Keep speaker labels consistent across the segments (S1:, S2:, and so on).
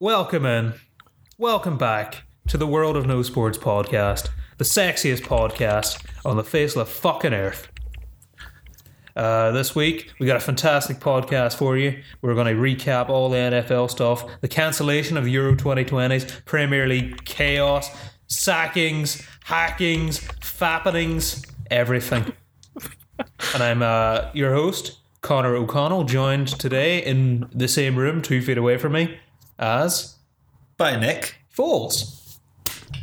S1: Welcome in. Welcome back to the World of No Sports podcast, the sexiest podcast on the face of the fucking earth. Uh, this week, we got a fantastic podcast for you. We're going to recap all the NFL stuff, the cancellation of Euro 2020s, Premier League chaos, sackings, hackings, fappenings, everything. and I'm uh, your host, Connor O'Connell, joined today in the same room, two feet away from me, as
S2: By Nick.
S1: Foles.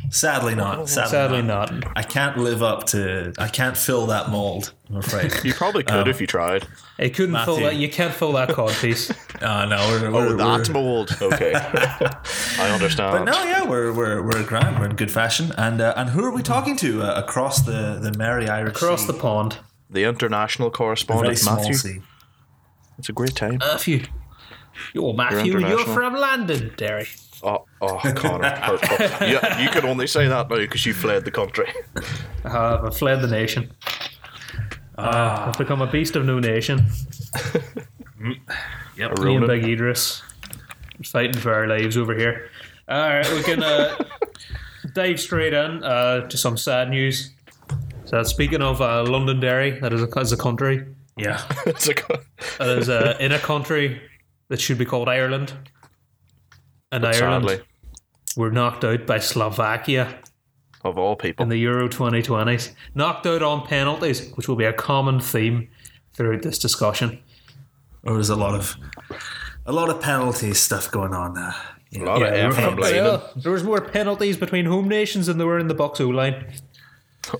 S2: Sadly not. Sadly,
S1: Oh, Sadly
S2: not.
S1: not.
S2: I can't live up to. I can't fill that mold. I'm afraid.
S3: You probably could if you tried.
S1: It couldn't fill
S2: Matthew.
S1: that. You can't fill that cod piece.
S2: Uh, no, we're, we're,
S3: Oh,
S2: we're-
S3: that mold. Okay, I
S2: But
S3: understand.
S2: no, yeah, we're we're we're grand. We're in good fashion. And uh, and who are we talking to uh, across the the merry Irish
S1: Mm-hmm. Across
S2: sea?
S1: the pond.
S3: The international
S2: very
S3: correspondent
S2: small
S3: Matthew.
S2: sea.
S3: It's a great time.
S1: Matthew. You're Matthew. You're,
S3: international.
S1: from London, Derry.
S3: Oh, oh Connor. Oh, oh. Yeah, you could only say that now because you fled the country.
S1: I have. I fled the nation. Uh, I've become a beast of no nation.
S3: A
S1: Me and
S3: Ronan.
S1: Big Idris. Fighting for our lives over here. All right, we can uh, dive straight in uh, to some sad news. So, speaking of uh, Londonderry, that is a, as a country,
S2: Yeah.
S3: It's a co-
S1: that is uh, in a country that should be called Ireland. And Ireland
S3: Sadly,
S1: were knocked out by Slovakia
S3: of all people.
S1: in the Euro 2020s, knocked out on penalties, which will be a common theme throughout this discussion.
S2: There was a lot of a lot of penalty stuff going on there.
S3: a lot
S1: Yeah,
S3: of
S1: we were-
S3: effort and blaming.
S1: there was more penalties between home nations than there were in the box O line.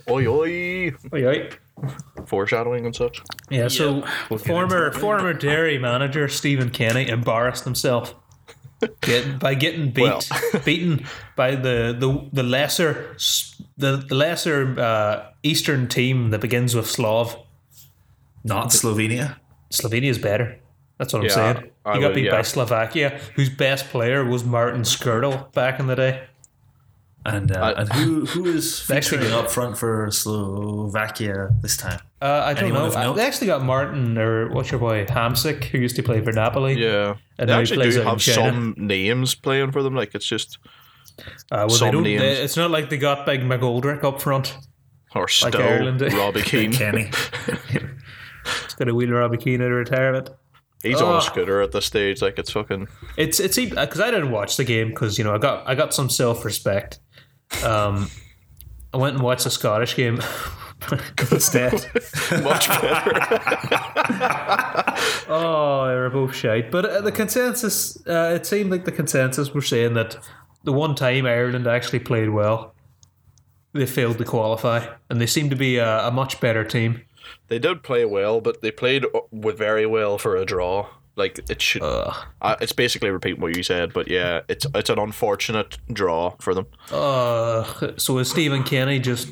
S3: Oi, oi.
S1: Oh, yeah.
S3: Foreshadowing and such.
S1: Yeah, so former former Derry manager Stephen Kenny embarrassed himself get, by getting beat
S3: Well.
S1: beaten by the the, the lesser s- the, the lesser uh, Eastern team that begins with Slav.
S2: Not Slovenia.
S1: Slovenia's better. That's what I'm
S3: Yeah,
S1: saying.
S3: I
S1: He got
S3: would-
S1: beat by
S3: yeah.
S1: Slovakia, whose best player was Martin Skirtle back in the day.
S2: And uh,
S3: I-
S2: and who who is
S1: Next
S2: featuring
S1: week.
S2: up front for Slovakia this time?
S1: Uh, I don't
S2: Anyone of
S1: know.
S2: note?
S1: They actually got Martin or what's your boy Hamsik, who used to play for Napoli.
S3: Yeah.
S1: And
S3: they
S1: now he
S3: actually
S1: plays
S3: do
S1: out in
S3: have
S1: China.
S3: some names playing for them. Like, it's just.
S1: Uh, well, they
S3: Some
S1: don't.
S3: names.
S1: They, it's not like they got big McGoldrick up front.
S3: Or still
S1: Ireland.
S3: Robbie Keane.
S2: Kenny.
S1: It's got a wheel Robbie Keane out of retirement.
S3: He's on
S1: Ah.
S3: a scooter at this stage. Like, it's fucking.
S1: It's it's because I didn't watch the game because you know I got I got some self respect. Um, I went and watched the Scottish game instead.
S3: Much better.
S1: Oh, they were both shite. But uh, the consensus, uh, it seemed like the consensus were saying that the one time Ireland actually played well, they failed to qualify, and they seemed to be a, a much better team.
S3: They did play well, but they played uh, with very well for a draw. Like it should. I, it's basically repeating what you said, but yeah, it's it's an unfortunate draw for them.
S1: Uh, so is Stephen Kenny just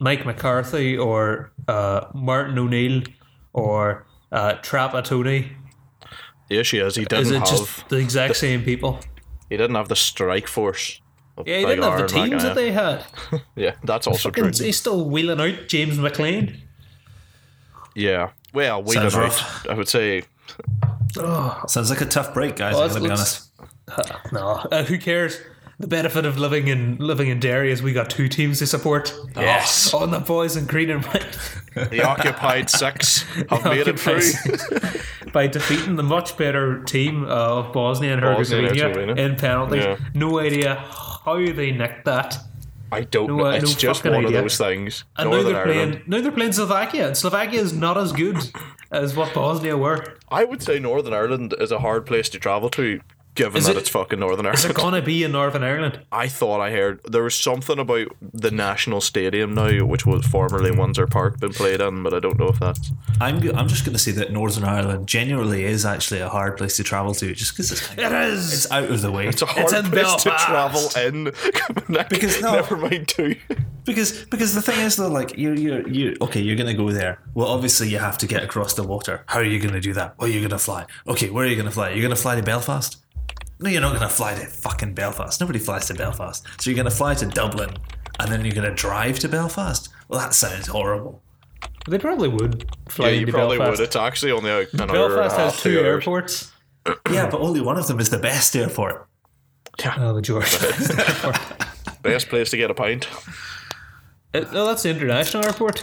S1: Mike McCarthy or uh, Martin O'Neill or uh, Trapattoni?
S3: The issue is he didn't
S1: Is it
S3: have
S1: just the exact same people?
S3: he didn't have the strike force. of
S1: Yeah, he
S3: Big
S1: didn't have the
S3: R and
S1: teams that
S3: Maguire.
S1: they had.
S3: Yeah, that's also true.
S1: He's still wheeling out James McLean.
S3: Yeah. Well, we
S2: Sounds
S3: don't know.
S2: rough.
S3: I would say
S2: Sounds like a tough break, guys.
S1: Well,
S2: I'm gonna be
S1: let's-
S2: honest.
S1: No, uh, who cares? The benefit of living in living in Derry is we got two teams to support.
S2: Yes.
S1: on the boys in green and white
S3: the occupied six have made it through.
S1: by defeating the much better team of Bosnia and
S3: Bosnia and
S1: Herzegovina
S3: Herzegovina.
S1: in penalties.
S3: Yeah.
S1: No idea how they nicked that.
S3: I don't.
S1: No,
S3: know.
S1: uh,
S3: It's
S1: no
S3: just
S1: fucking
S3: one of
S1: idea.
S3: those things.
S1: And now
S3: Northern
S1: they're
S3: Ireland.
S1: playing. Now they're playing Slovakia, and Slovakia is not as good as what Bosnia were.
S3: I would say Northern Ireland is a hard place to travel to, given
S1: Is
S3: that
S1: it-
S3: it's fucking Northern Ireland.
S1: They're gonna be in Northern Ireland.
S3: I thought I heard there was something about the National Stadium now, which was formerly Windsor Park, been played in, but I don't know if that's.
S2: I'm go- I'm just going to say that Northern Ireland generally is actually a hard place to travel to, just because it's kind of,
S1: It is.
S2: it's out of the way.
S3: It's a hard
S1: in
S3: place to
S1: Belfast.
S3: travel in. Like,
S2: Because no-
S3: never mind two.
S2: because because the thing is though, like you you you okay, you're going to go there. Well, obviously you have to get across the water. How are you going to do that? Well, you're going to fly. Okay, where are you going to fly? You're going to fly to Belfast. No, you're not going to fly to fucking Belfast. Nobody flies to Belfast. So you're going to fly to Dublin, and then you're going to drive to Belfast. Well, that sounds horrible.
S1: They probably would fly
S3: Yeah, you
S1: into
S3: probably
S1: Belfast.
S3: would. It's actually only like an hour and a
S1: Belfast
S3: half,
S1: has two
S3: hours.
S1: airports.
S2: Yeah, but only one of them is the best airport.
S1: Oh, the George.
S3: Best place to get a pint.
S1: Uh, no, that's the international airport.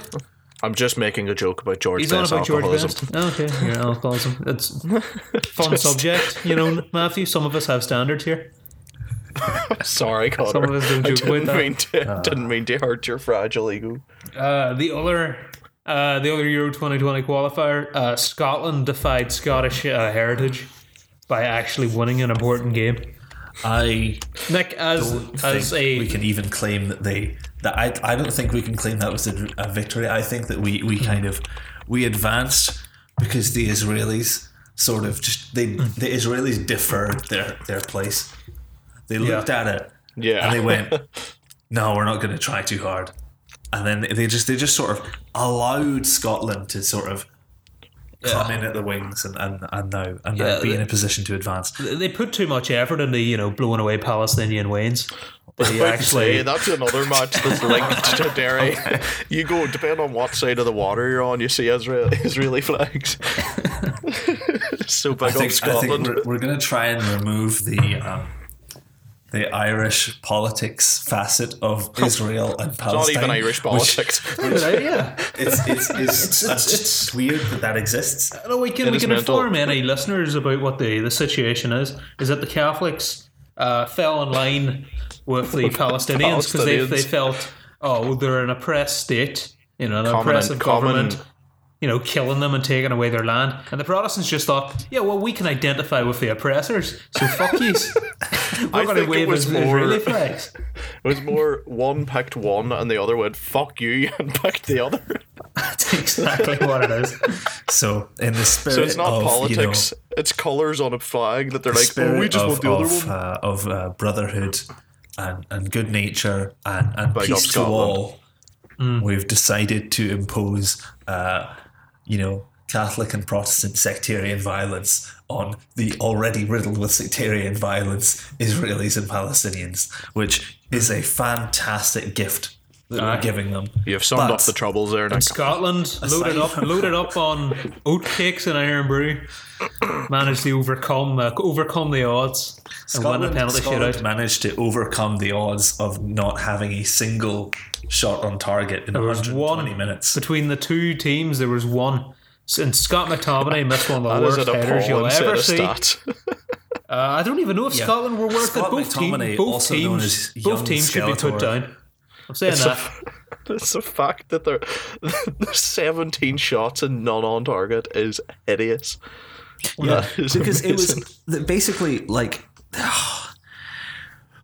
S3: I'm just making a joke about George
S1: He's on
S3: Best
S1: about George
S3: alcoholism.
S1: Best. Oh, okay, yeah, alcoholism. It's fun subject, you know, Matthew. Some of us have standards here.
S3: Sorry, Connor.
S1: Some of us don't
S3: I
S1: joke about
S3: didn't
S1: that. Ah.
S3: mean to, didn't mean to hurt your fragile ego.
S1: Uh, the other, uh, the other Euro 2020 qualifier, uh, Scotland defied Scottish uh, heritage by actually winning an important game.
S2: I
S1: Nick, as as
S2: think
S1: a
S2: we can even claim that they that I, I don't think we can claim that was a, a victory. I think that we
S1: Hmm.
S2: we kind of we advanced because the Israelis sort of just
S1: Hmm.
S2: they the Israelis deferred their their place. They looked at it
S3: Yeah.
S2: and they went, "No, we're not going to try too hard." And then they just they just sort of allowed Scotland to sort of come in at the wings and and, and now and now
S1: Yeah,
S2: be in
S1: the-
S2: a position to advance.
S1: they put too much effort into you know blowing away Palestinian wanes. They
S3: But say,
S1: actually,
S3: that's another match that's linked to Derry. You go, depending on what side of the water you're on, you see Israel, Israeli flags. so big
S2: I think,
S3: on
S2: I
S3: Scotland.
S2: think we're, we're going to try and remove the um, the Irish politics facet of Israel and Palestine.
S3: not even Irish politics.
S1: Good idea.
S2: It's, it's, it's, it's, it's weird that that exists.
S1: No, we can we
S3: is
S1: can
S3: mental.
S1: inform any listeners about what the, the situation is. Is that the Catholics uh, fell in line with the Palestinians because they,
S3: Palestinians.
S1: they felt oh well, they're an oppressed state, you know, an
S3: Common-
S1: oppressive
S3: common-
S1: government, you know, killing them and taking away their land. And the Protestants just thought, yeah, well, we can identify with the oppressors, so fuck yous. We're
S3: I
S1: going to
S3: think it
S1: wave
S3: was
S1: as
S3: more-
S1: Israeli flags.
S3: It was more one picked one and the other went, fuck you, and picked the other.
S1: That's exactly what it is.
S2: So, in the spirit
S3: So it's not
S2: of, you know,
S3: politics, it's colours on a flag that they're
S2: the
S3: like, oh, we
S2: spirit
S3: just want
S2: of,
S3: the other
S2: of,
S3: one.
S2: uh, of uh, brotherhood and, and good nature and, and
S3: Big up
S2: peace to
S3: Scotland.
S2: all, we've decided to impose, uh, you know, Catholic and Protestant sectarian violence on the already riddled with sectarian violence Israelis and Palestinians, which is a fantastic gift that
S1: Aye.
S2: we're giving them.
S3: You've Mm. summed up
S2: But-
S3: the troubles there, Nick.
S1: Scotland loaded up
S2: from-
S1: loaded up on oatcakes and iron brew. Managed to overcome uh, overcome the odds and win a penalty
S2: Scotland
S1: shootout.
S2: managed to overcome the odds of not having a single shot on target in
S1: was
S2: 120
S1: one
S2: minutes.
S1: Between the two teams, there was one. And Scott McTominay missed one of the
S3: That is
S1: worst
S3: an
S1: headers you'll
S3: appalling set
S1: ever
S3: of
S1: see. Uh,
S3: stats.
S1: I don't even know if Scotland were worth
S2: Scott
S1: it. Both, team,
S2: McTominay,
S1: both
S2: also known
S1: teams,
S2: as
S1: both
S2: young
S1: teams should be put
S2: Skeletor.
S1: down. I'm saying that.
S3: It's the fact that they're, the 17 shots and none on target is hideous. Yeah,
S2: because it was th- basically like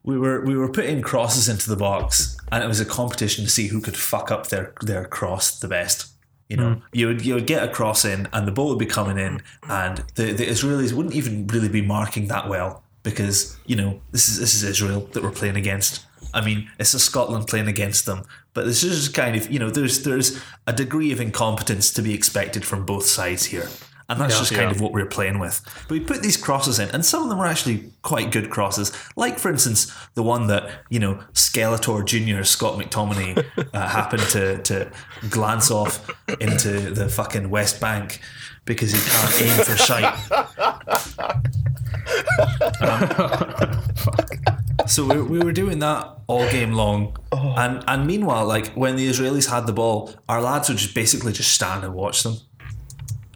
S2: we were we were putting crosses into the box, and it was a competition to see who could fuck up their their cross the best. You know, you would you would get a cross in, and the ball would be coming in, and the, the Israelis wouldn't even really be marking that well because you know this is this is Israel that we're playing against. I mean, it's a Scotland playing against them, but this is just kind of you know there's there's a degree of incompetence to be expected from both sides here, and that's just kind
S3: Yeah.
S2: of of what we were playing with. But we put these crosses in, and some of them were actually quite good crosses. Like, for instance, the one that, you know, Skeletor Jr. Scott McTominay uh, happened to, to glance off into the fucking West Bank because he can't aim for shite. Um, So we, we were doing that all game long, and and meanwhile, like when the Israelis had the ball, our lads would just basically just stand and watch them.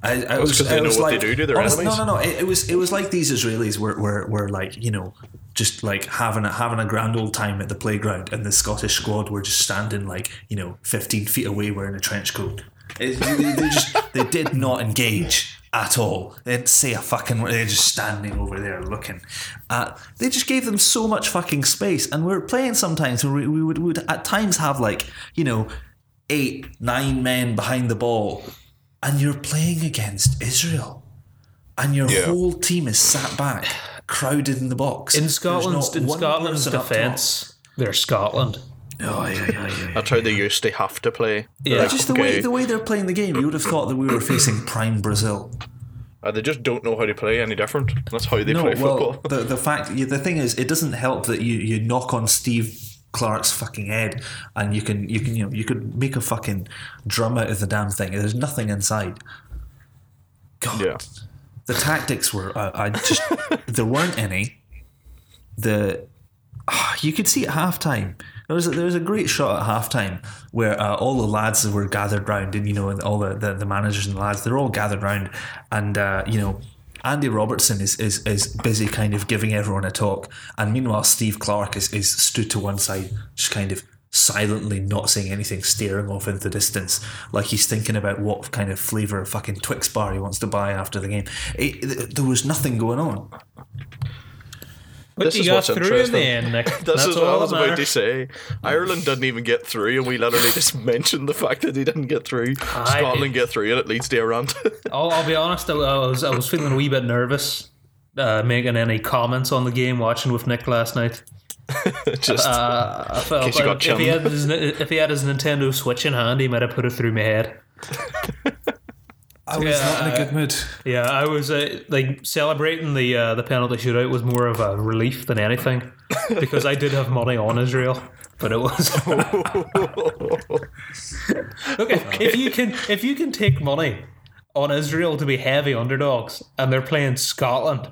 S2: I, I was
S3: 'cause they
S2: I
S3: know
S2: was
S3: what they
S2: like,
S3: do to their
S2: honest-
S3: enemies.
S2: No, no, no. It, it was it was like these Israelis were, were were like you know just like having a having a grand old time at the playground, and the Scottish squad were just standing like you know fifteen feet away wearing a trench coat. It, they, they just they did not engage at all. They didn't say a fucking word. They're just standing over there looking. At, they just gave them so much fucking space, and we were playing sometimes. where We we would, we would at times have like you know eight nine men behind the ball and you're playing against Israel, and your
S3: Yeah.
S2: whole team is sat back, crowded in the box.
S1: In
S2: There's
S1: Scotland's
S2: not
S1: in
S2: one
S1: Scotland's
S2: person up top.
S1: defence, they're Scotland.
S2: Oh, yeah, yeah, yeah, yeah.
S3: That's how they used to have to play.
S1: Yeah.
S3: Like,
S2: Just the way the way they're playing the game, you would have thought that we were facing prime Brazil.
S3: Uh, they just don't know how to play any different. That's how they
S2: No,
S3: play
S2: well,
S3: football.
S2: the the fact yeah, the thing is, it doesn't help that you you knock on Steve Clark's fucking head, and you can you can you know you could make a fucking drum out of the damn thing. There's nothing inside. God,
S3: Yeah.
S2: the tactics were I, I just there weren't any the you could see at halftime. There was a, there was a great shot at halftime where uh, all the lads were gathered round, and you know, and all the, the, the managers and the lads they're all gathered round, and uh, you know, Andy Robertson is, is is busy kind of giving everyone a talk, and meanwhile Steve Clark is is stood to one side, just kind of silently not saying anything, staring off into the distance, like he's thinking about what kind of flavour of fucking Twix bar he wants to buy after the game. It, th- there was nothing going on.
S1: But
S3: This
S1: you
S3: is
S1: got
S3: what's
S1: through in
S3: interesting.
S1: the end, Nick.
S3: This
S1: That's
S3: is what I
S1: all
S3: was
S1: that
S3: about to
S1: matters.
S3: say. Ireland didn't even get through, and we literally just mentioned the fact that they didn't get through.
S1: Aye.
S3: Scotland get through, and it leads to Iran.
S1: I'll, I'll be honest. I, I was I was feeling a wee bit nervous uh, making any comments on the game watching with Nick last night.
S3: just
S1: Uh, I felt
S3: case you got
S1: if, he had his, if he had his Nintendo Switch in hand, he might have put it through my head.
S2: I was
S1: Yeah,
S2: not in a good mood.
S1: Yeah, I was uh, like celebrating the uh, the penalty shootout was more of a relief than anything because I did have money on Israel, but it was okay. If you can if you can take money on Israel to be heavy underdogs and they're playing Scotland,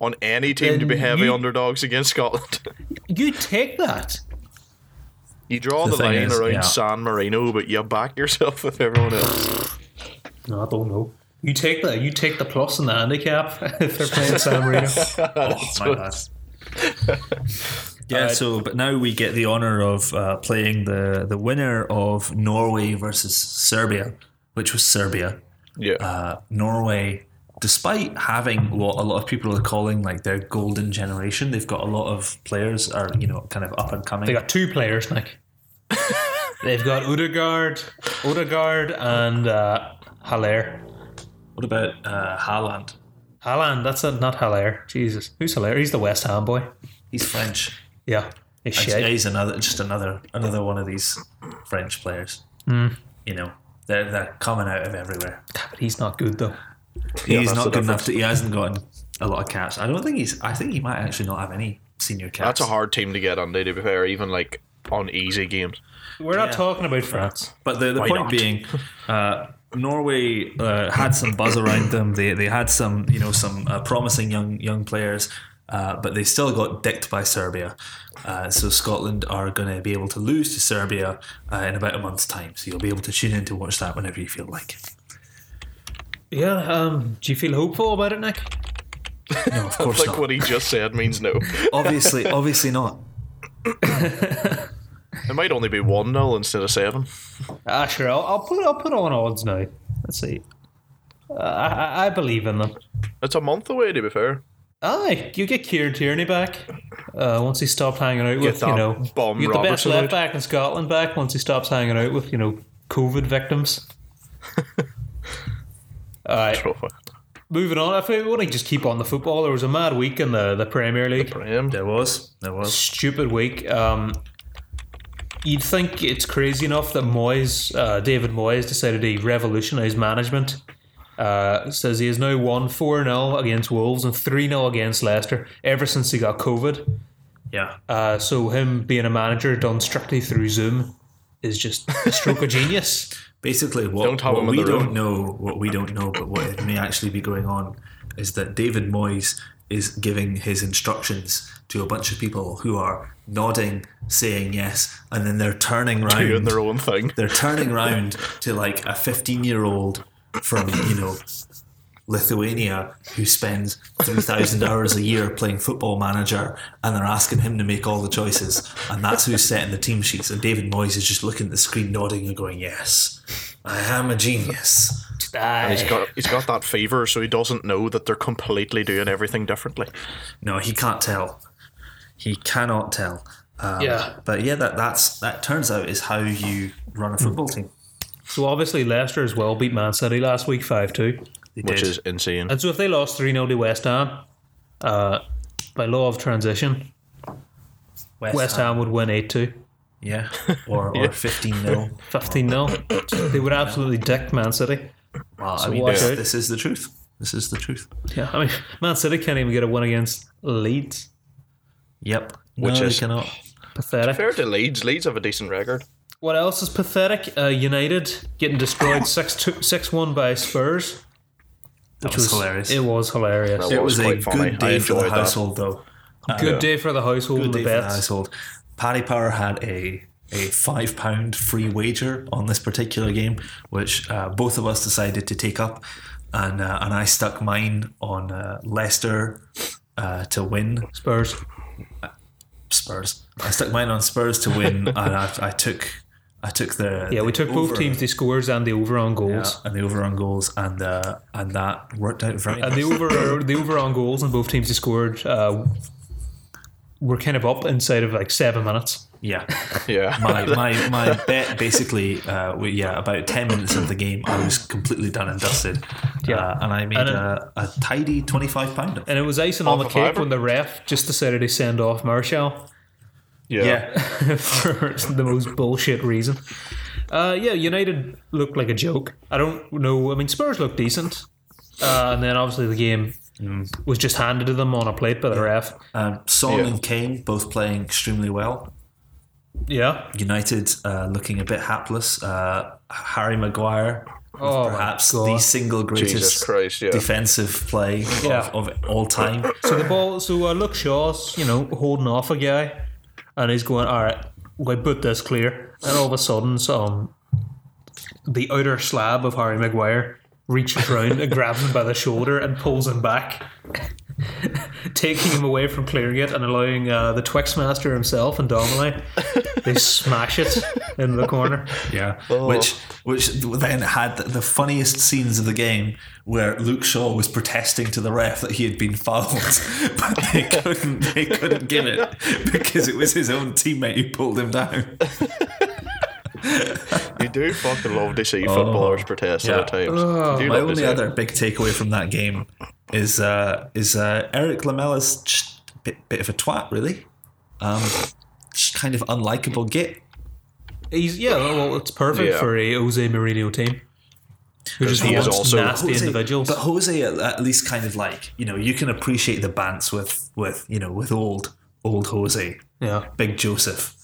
S3: on any team to be
S1: Then
S3: heavy
S1: you-
S3: underdogs against Scotland.
S1: you take that.
S3: You draw
S2: The
S3: the,
S2: thing
S3: line
S2: is,
S3: around
S2: yeah.
S3: San Marino, but you back yourself with everyone else.
S1: No, I don't know. You take the you take the plus and the handicap if they're playing San Marino.
S2: Oh, my bad. Yeah, so but now we get the honor of uh, playing the the winner of Norway versus Serbia, which was Serbia.
S3: Yeah.
S2: Uh, Norway, despite having what a lot of people are calling like their golden generation, they've got a lot of players are you know kind of up and coming.
S1: They got two players, Nick. They've got Odegaard, Odegaard, and uh, Haller.
S2: what about uh, Haaland?
S1: Haaland, that's it, not Haller. Jesus, who's Haller? He's the West Ham boy.
S2: He's French.
S1: Yeah, he's
S2: Yeah,
S1: shit.
S2: he's another just another another one of these French players.
S1: Hmm.
S2: You know. They're, they're coming out of everywhere.
S1: But he's not good though.
S2: he's
S3: that's
S2: not
S3: the
S2: good enough to. He hasn't gotten a lot of caps. I don't think he's. I think he might actually not have any senior caps.
S3: That's a hard team to get on, to be fair, even like on easy games.
S1: We're not talking about France.
S2: But the, the
S3: Why
S2: point
S3: not?
S2: being, uh, Norway uh, had some buzz around them. They they had some you know some uh, promising young young players, uh, but they still got dicked by Serbia. Uh, so Scotland are going to be able to lose to Serbia uh, in about a month's time. So you'll be able to tune in to watch that whenever you feel like. it.
S1: Yeah. Um. Do you feel hopeful about it, Nick?
S2: No, of course
S3: Like
S2: not.
S3: what he just said means no.
S2: Obviously, obviously not.
S3: It might only be 1 0 instead of 7.
S1: Ah, sure. I'll, I'll put I'll put on odds now. Let's see. Uh, I, I- I believe in them.
S3: It's a month away, to be fair.
S1: Aye, you get Kieran Tierney back uh, once he stopped hanging out with you
S3: that
S1: know
S3: bum
S1: you get the best
S3: Robertson out.
S1: left back in Scotland back once he stops hanging out with you know COVID victims. All right,
S3: Trophy.
S1: moving on. If we want to just keep on the football, there was a mad week in the, the Premier League.
S3: Brilliant.
S2: There was, there was.
S1: Stupid week. Um, you'd think it's crazy enough that Moyes, uh, David Moyes, decided to revolutionise management. Uh, says he has now won 4 0 against Wolves and 3 0 against Leicester ever since he got COVID.
S2: Yeah.
S1: Uh, so him being a manager done strictly through Zoom is just a stroke of genius.
S2: Basically, what,
S3: Don't have
S2: what
S3: him in
S2: we
S3: the room.
S2: don't know, what we don't know, but what may actually be going on is that David Moyes is giving his instructions to a bunch of people who are nodding, saying yes, and then they're turning
S3: Doing
S2: round.
S3: their own thing.
S2: They're turning round to like a 15 year old from, you know, Lithuania who spends 3,000 hours a year playing football manager and they're asking him to make all the choices. And that's who's setting the team sheets. And David Moyes is just looking at the screen, nodding and going, Yes, I am a genius.
S3: He's got, he's got that fever, so he doesn't know that they're completely doing everything differently.
S2: No, he can't tell. He cannot tell. Um,
S1: Yeah.
S2: But yeah, that, that's, that turns out is how you run a
S3: Hmm.
S2: football team.
S1: So obviously Leicester as well beat Man City last week five two.
S2: They
S3: which
S2: did.
S3: is insane.
S1: And so if they lost three 0 to West Ham, uh, by law of transition, West Ham would win eight two.
S2: Yeah. Or, or 15 0.
S1: 15 0. They would absolutely dick Man City.
S2: Well, Uh, I mean,
S1: watch
S2: this,
S1: out.
S2: this is the truth. This is the truth.
S1: Yeah, I mean, Man City can't even get a win against Leeds.
S2: Yep.
S3: Which
S2: no,
S3: is-
S2: they cannot.
S1: Pathetic.
S3: Fair to Leeds. Leeds have a decent record.
S1: What else is pathetic? Uh, United getting destroyed 6 1 by Spurs.
S2: That
S1: which
S2: was hilarious.
S1: It was hilarious.
S3: That
S2: It was,
S3: was
S2: a
S3: quite funny.
S2: good
S3: I
S2: day for the
S3: enjoyed that.
S2: household, though.
S1: Good day for the household and the
S2: Good day for the
S1: bets.
S2: household. Paddy Power had a a five pound free wager on this particular game, which uh, both of us decided to take up, and uh, and I stuck mine on uh, Leicester uh, to win
S1: Spurs.
S2: Spurs. I stuck mine on Spurs to win, and I, I took I took the
S1: Yeah, we took both teams the scores and the over on goals.
S2: and the over on goals, and uh, and that worked out very.
S1: And the over the over on goals and both teams they scored uh, were kind of up inside of like seven minutes.
S2: yeah.
S3: Yeah.
S2: my my my bet basically uh we, yeah about 10 minutes of the game i was completely done and dusted
S1: Yeah.
S2: uh, and i made
S1: And it-
S2: a, a tidy 25 pounder
S1: And it was icing on
S3: Off
S1: the
S3: a
S1: cake
S3: fiver?
S1: when the ref just decided to send off Marshall
S3: yeah.
S1: for the most bullshit reason. Uh, yeah, United looked like a joke. I don't know. I mean, Spurs looked decent. Uh, and then obviously the game
S2: Mm.
S1: was just handed to them on a plate by the ref.
S2: um, son
S3: Yeah.
S2: and kane both playing extremely well
S1: Yeah.
S2: united uh, looking a bit hapless uh, harry maguire was
S1: Oh my
S2: perhaps
S1: God.
S2: the single greatest
S3: Jesus Christ, yeah.
S2: defensive play
S1: Yeah.
S2: of, of all time
S1: So the ball. So uh, look, Shaw's you know holding off a guy, and he's going, "All right, we put this clear." And all of a sudden, some the outer slab of Harry Maguire reaches round and grabs him by the shoulder and pulls him back, taking him away from clearing it and allowing uh, the Twixmaster himself and Domine they smash it in the corner.
S2: Yeah, which which then had the funniest scenes of the game where Luke Shaw was protesting to the ref that he had been fouled, but they couldn't they couldn't give it because it was his own teammate who pulled him down.
S3: You do fucking love to see footballers protest
S2: Oh. yeah. Oh,
S3: at times. You do
S2: My
S3: love to
S2: only
S3: see it.
S2: other big takeaway from that game is uh, is uh, Eric Lamella's just bit, bit of a twat, really, um, just kind of unlikable git.
S1: He's yeah, well, it's perfect
S3: Yeah.
S1: for a Jose Mourinho team. Who just
S3: he is
S1: wants
S3: also-
S1: nasty
S2: Jose-
S1: individuals.
S2: But Jose, at, at least, kind of like you know, you can appreciate the bants with with you know with old old Jose,
S1: Yeah.
S2: big Joseph.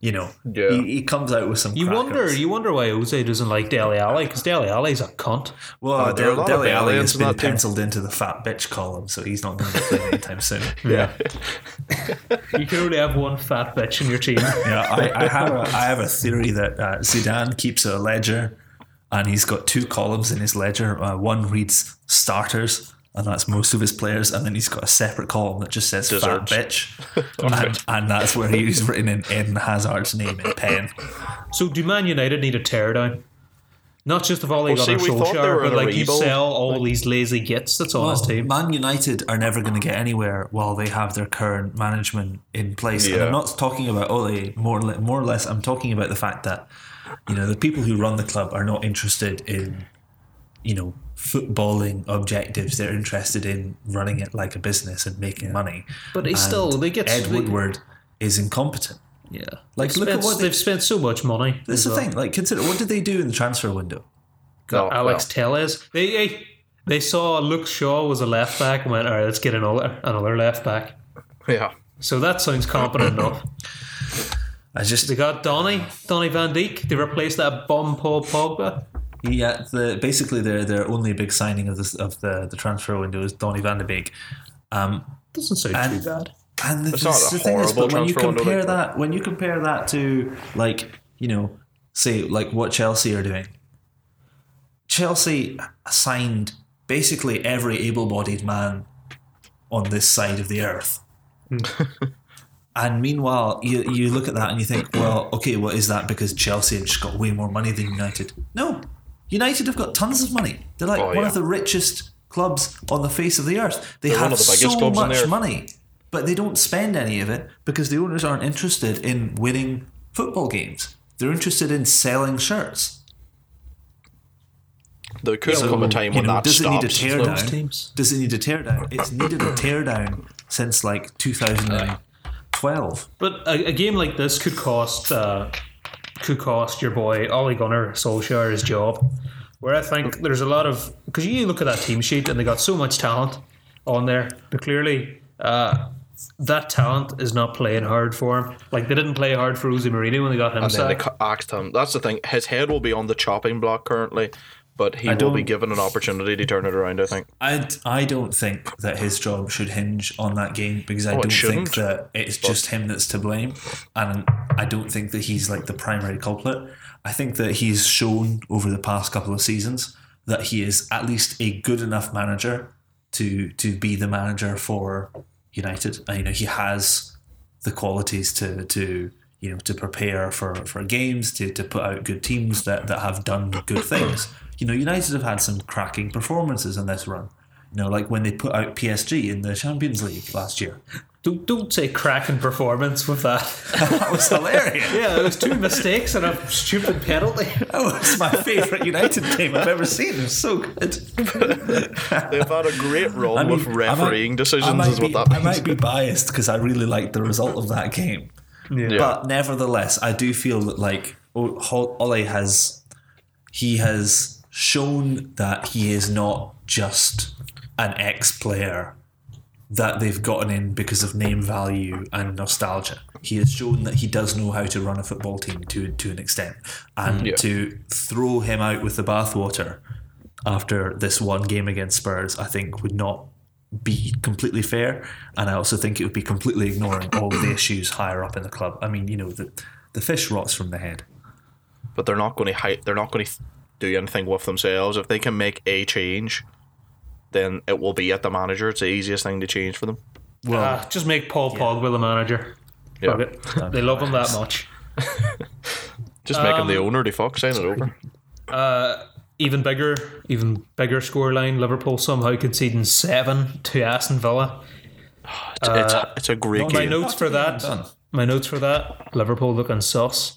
S2: You know,
S3: Yeah.
S2: he, he comes out with some.
S1: You
S2: crackers.
S1: wonder, you wonder why Jose doesn't like Deli Alley because Deli Alley's a cunt.
S2: Well,
S3: there are a
S2: Del,
S3: lot of
S2: Dele Alli
S3: aliens
S2: has
S3: in
S2: been
S3: that team.
S2: penciled into the fat bitch column, so he's not going to be playing anytime soon.
S1: Yeah, you can only have one fat bitch in your team.
S2: Yeah, I, I have a, I have a theory that uh, Zidane keeps a ledger, and he's got two columns in his ledger. Uh, one reads starters, and that's most of his players, and then he's got a separate column that just says
S3: Desserts.
S2: "fat bitch," and, and that's where he's written in Eden Hazard's name in pen.
S1: So, do Man United need a teardown? Not just of all they got
S3: Well, see,
S1: on
S3: we thought they
S1: Solskjaer,
S3: were
S1: but
S3: in a
S1: like you
S3: rebuild.
S1: sell all these lazy gits that's on this team.
S2: Man United are never going to get anywhere while they have their current management in place. And
S3: Yeah.
S2: I'm not talking about Ole, more, or le- more or less, I'm talking about the fact that, you know, the people who run the club are not interested in, you know, footballing objectives. They're interested in running it like a business and making money.
S1: But he's
S2: And
S1: still- they get-
S2: Ed
S1: they-
S2: Woodward is incompetent.
S1: Yeah,
S2: Like, look at
S1: Spent-
S2: what they,
S1: they've spent so much money.
S2: this is the thing. Like, consider what did they do in the transfer window?
S3: No,
S1: Alex
S3: well,
S1: Tellez. They, they they saw Luke Shaw was a left back and went, all right, let's get another another left back.
S3: yeah.
S1: So that sounds competent enough.
S2: I just
S1: They got Donny, Donny Van Dijk. They replaced that bum Paul Pogba.
S2: Yeah, the basically their their only big signing of this of the, the transfer window is Donny Van de Beek.
S1: Doesn't sound
S2: And-
S1: too bad.
S2: And the,
S3: not
S2: the
S3: a
S2: thing is, but
S3: horrible
S2: when you
S3: transfer window,
S2: compare
S3: like-
S2: that, when you compare that to like you know, say like what Chelsea are doing, Chelsea signed basically every able-bodied man on this side of the earth. And meanwhile, you, you look at that and you think, well, okay, well, is that because Chelsea have just got way more money than United? No. United have got tons of money. They're like
S3: Oh,
S2: one
S3: yeah.
S2: of the richest clubs on the face of the earth. They
S3: They're
S2: have
S3: one of the biggest
S2: so
S3: clubs in
S2: much
S3: there.
S2: money, but they don't spend any of it because the owners aren't interested in winning football games. They're interested in selling shirts.
S3: There could
S2: So,
S3: come a time
S2: you
S3: when
S2: know,
S3: that
S2: does it need
S3: stops.
S2: a tear down?
S1: Those teams.
S2: Does it need a teardown? It's needed a teardown since like 2012.
S1: But a, a game like this could cost uh, could cost your boy Ollie Gunnar Solskjaer his job. Where I think there's a lot of because you look at that team sheet and they got so much talent on there, but clearly uh, that talent is not playing hard for him. Like they didn't play hard for Jose Mourinho when they got him
S3: and then they
S1: sacked.
S3: cu- axed him. That's the thing. His head will be on the chopping block currently but he
S2: I
S3: will be
S2: don't-
S3: given an opportunity to turn it around. I think.
S2: I, d- I don't think that his job should hinge on that game because I
S3: Oh, it
S2: don't
S3: shouldn't,
S2: think that it's just him that's to blame. And I don't think that he's like the primary culprit. I think that he's shown over the past couple of seasons that he is at least a good enough manager to to be the manager for United. And, you know, he has the qualities to to you know to prepare for, for games to, to put out good teams that, that have done good things. You know, United have had some cracking performances in this run. You know, like when they put out PSG in the Champions League last year.
S1: Don't, don't say cracking performance with that.
S2: That was hilarious.
S1: Yeah, it was two mistakes and a stupid penalty.
S2: Oh, it's my favourite United game I've ever seen. It was so good.
S3: They've had a great run with
S2: mean, I might-
S3: refereeing
S2: I
S3: decisions,
S2: might,
S3: is what
S2: be,
S3: that
S2: I
S3: means.
S2: might be biased because I really liked the result of that game.
S3: Yeah.
S2: But nevertheless, I do feel that like O- Ho- Ole has he has shown that he is not just an ex player that they've gotten in because of name value and nostalgia. He has shown that he does know how to run a football team to to an extent, and
S3: Yeah.
S2: to throw him out with the bathwater after this one game against Spurs, I think would not be completely fair, and I also think it would be completely ignoring all the issues higher up in the club. I mean, you know, the the fish rots from the head.
S3: but they're not going to hide. They're not going to do anything with themselves. If they can make a change, then it will be at the manager. It's the easiest thing to change for them.
S2: Well,
S1: Ah, just make Paul Pogba the manager.
S3: Yeah,
S1: Fuck it. They love him that much.
S3: just make him
S2: Um,
S3: the owner. The fuck, sign it over.
S1: Even bigger, even bigger scoreline. Liverpool somehow conceding seven to Aston Villa.
S3: It's, it's,
S2: uh,
S3: it's a great
S1: My
S3: game.
S1: notes for that.
S2: done.
S1: My notes for that. Liverpool looking sus.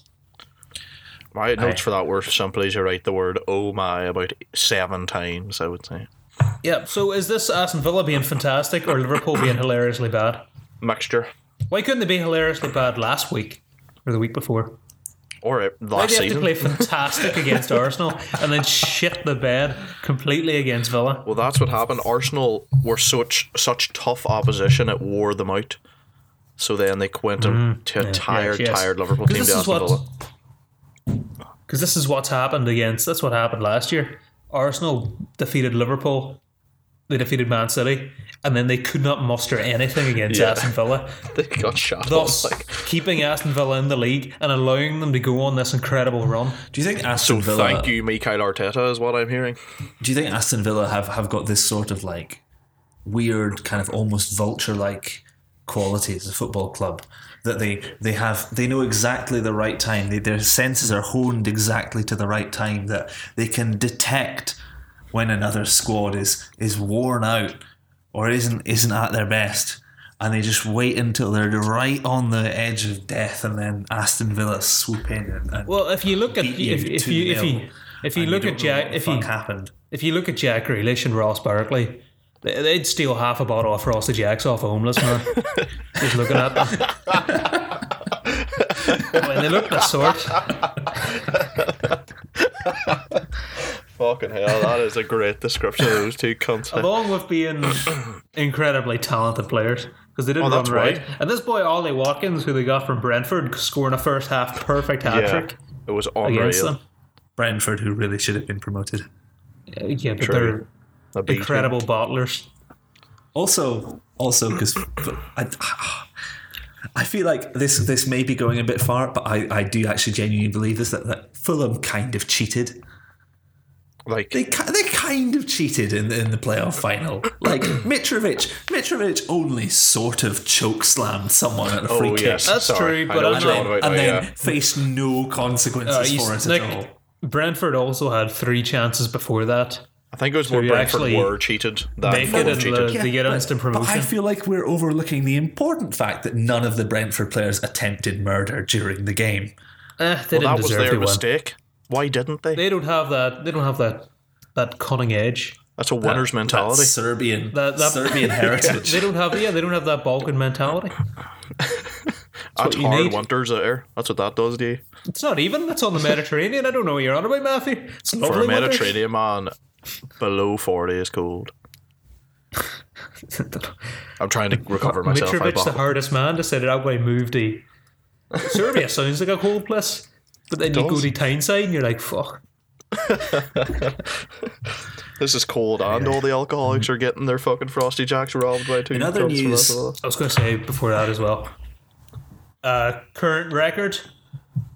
S3: My notes for that were simply to write the word "oh my" about seven times. I would say
S1: Yep. So is this Aston Villa being fantastic or Liverpool being hilariously bad?
S3: mixture
S1: Why couldn't they be hilariously bad last week or the week before?
S3: or it-
S1: Why
S3: last
S1: do you have to
S3: season.
S1: play fantastic against Arsenal and then shit the bed completely against Villa?
S3: Well, that's what happened. Arsenal were such such tough opposition; it wore them out. So then they went and to a tired,
S1: Mm, yes.
S3: tired Liverpool
S1: 'Cause
S3: team
S1: this
S3: to
S1: is
S3: Aston
S1: what-
S3: Villa.
S1: Because this is what's happened against. That's what happened last year. Arsenal defeated Liverpool. They defeated Man City, and then they could not muster anything against
S3: Yeah.
S1: Aston Villa,
S3: They got shot.
S2: Oh
S1: thus
S3: Like,
S1: keeping Aston Villa in the league and allowing them to go on this incredible run.
S2: do you think Aston
S3: so
S2: Villa?
S3: thank you, Mikhail Arteta, is what I'm hearing.
S2: Do you think Aston Villa have have got this sort of like weird kind of almost vulture like quality as a football club that they they have they know exactly the right time they, their senses are honed exactly to the right time that they can detect when another squad is is worn out or isn't isn't at their best and they just wait until they're right on the edge of death and then Aston Villa swoop in and, and
S1: Well, if you look at
S2: Beat you
S1: if, if you if
S2: 2-0,
S1: you if you
S2: and
S1: look
S2: you
S1: at
S2: don't know what
S1: Jack
S2: the
S1: if
S2: fuck
S1: you
S2: happened
S1: if you look at Jack Grealish and Ross Barkley, they- they'd steal half a bottle of Frosty Jacks off a homeless man. Just looking at them. when they look the sort,
S3: Fucking hell, that is a great description of those two cunts. eh?
S1: along with being incredibly talented players, because they didn't
S3: Oh,
S1: run
S3: that's
S1: right.
S3: right.
S1: And this boy Ollie Watkins, who they got from Brentford, scoring a first half perfect hat
S3: Yeah,
S1: trick
S3: it was
S1: against
S3: unreal.
S1: them.
S2: Brentford who really should have been promoted
S1: Uh, Yeah, but
S3: True. A
S1: they're
S3: beat.
S1: incredible bottlers.
S2: Also, also because I, I feel like this this may be going a bit far, but I, I do actually genuinely believe this that, that Fulham kind of cheated.
S3: Like
S2: They ki- they kind of cheated in the, in the playoff final. Like Mitrovic, Mitrovic only sort of choke slammed someone at a free
S3: oh
S2: kick.
S3: yes,
S1: That's
S3: sorry.
S1: true,
S3: I
S1: but
S3: know
S1: I'm
S3: what
S2: And
S3: you're
S1: not-
S2: then,
S3: on about
S2: and
S3: now,
S2: then
S3: yeah.
S2: faced no consequences
S1: Uh,
S2: for
S1: he's-
S2: it
S1: like,
S2: at all.
S1: Brentford also had three chances before that.
S3: I think it was more
S1: you
S3: Brentford
S1: actually
S3: were cheated than
S1: make it
S3: Fulham
S1: in
S3: cheated.
S1: the- they uh, get instant
S2: But I
S1: promotion.
S2: feel like we're overlooking the important fact that none of the Brentford players attempted murder during the game.
S1: Eh, they
S3: That
S1: didn't
S3: was
S1: deserve
S3: their
S1: to win.
S3: mistake. Why didn't they?
S1: They don't have that. They don't have that that cunning edge.
S3: That's a winner's mentality.
S2: That's Serbian,
S1: That- that-
S2: Serbian heritage.
S1: They don't have. Yeah, they don't have that Balkan mentality.
S3: That's
S1: what you
S3: hard
S1: need.
S3: winters out there. That's what that does to you.
S1: It's not even. It's on the Mediterranean. I don't know what you're on about, Matthew. It's lovely
S3: For a
S1: weather.
S3: Mediterranean man, below 40 is cold. I'm trying to recover myself. I
S1: Mitrovic's the
S3: bottled-
S1: hardest man to set it up by move to Serbia sounds like a cold place, but then you go
S3: does.
S1: to Tyneside and you're like, fuck.
S3: This is cold, and all the alcoholics are getting their fucking frosty jacks robbed by two.
S2: In other
S3: cunts from
S2: news-
S3: Alphaville.
S1: I was going to say before that as well. Uh, current record: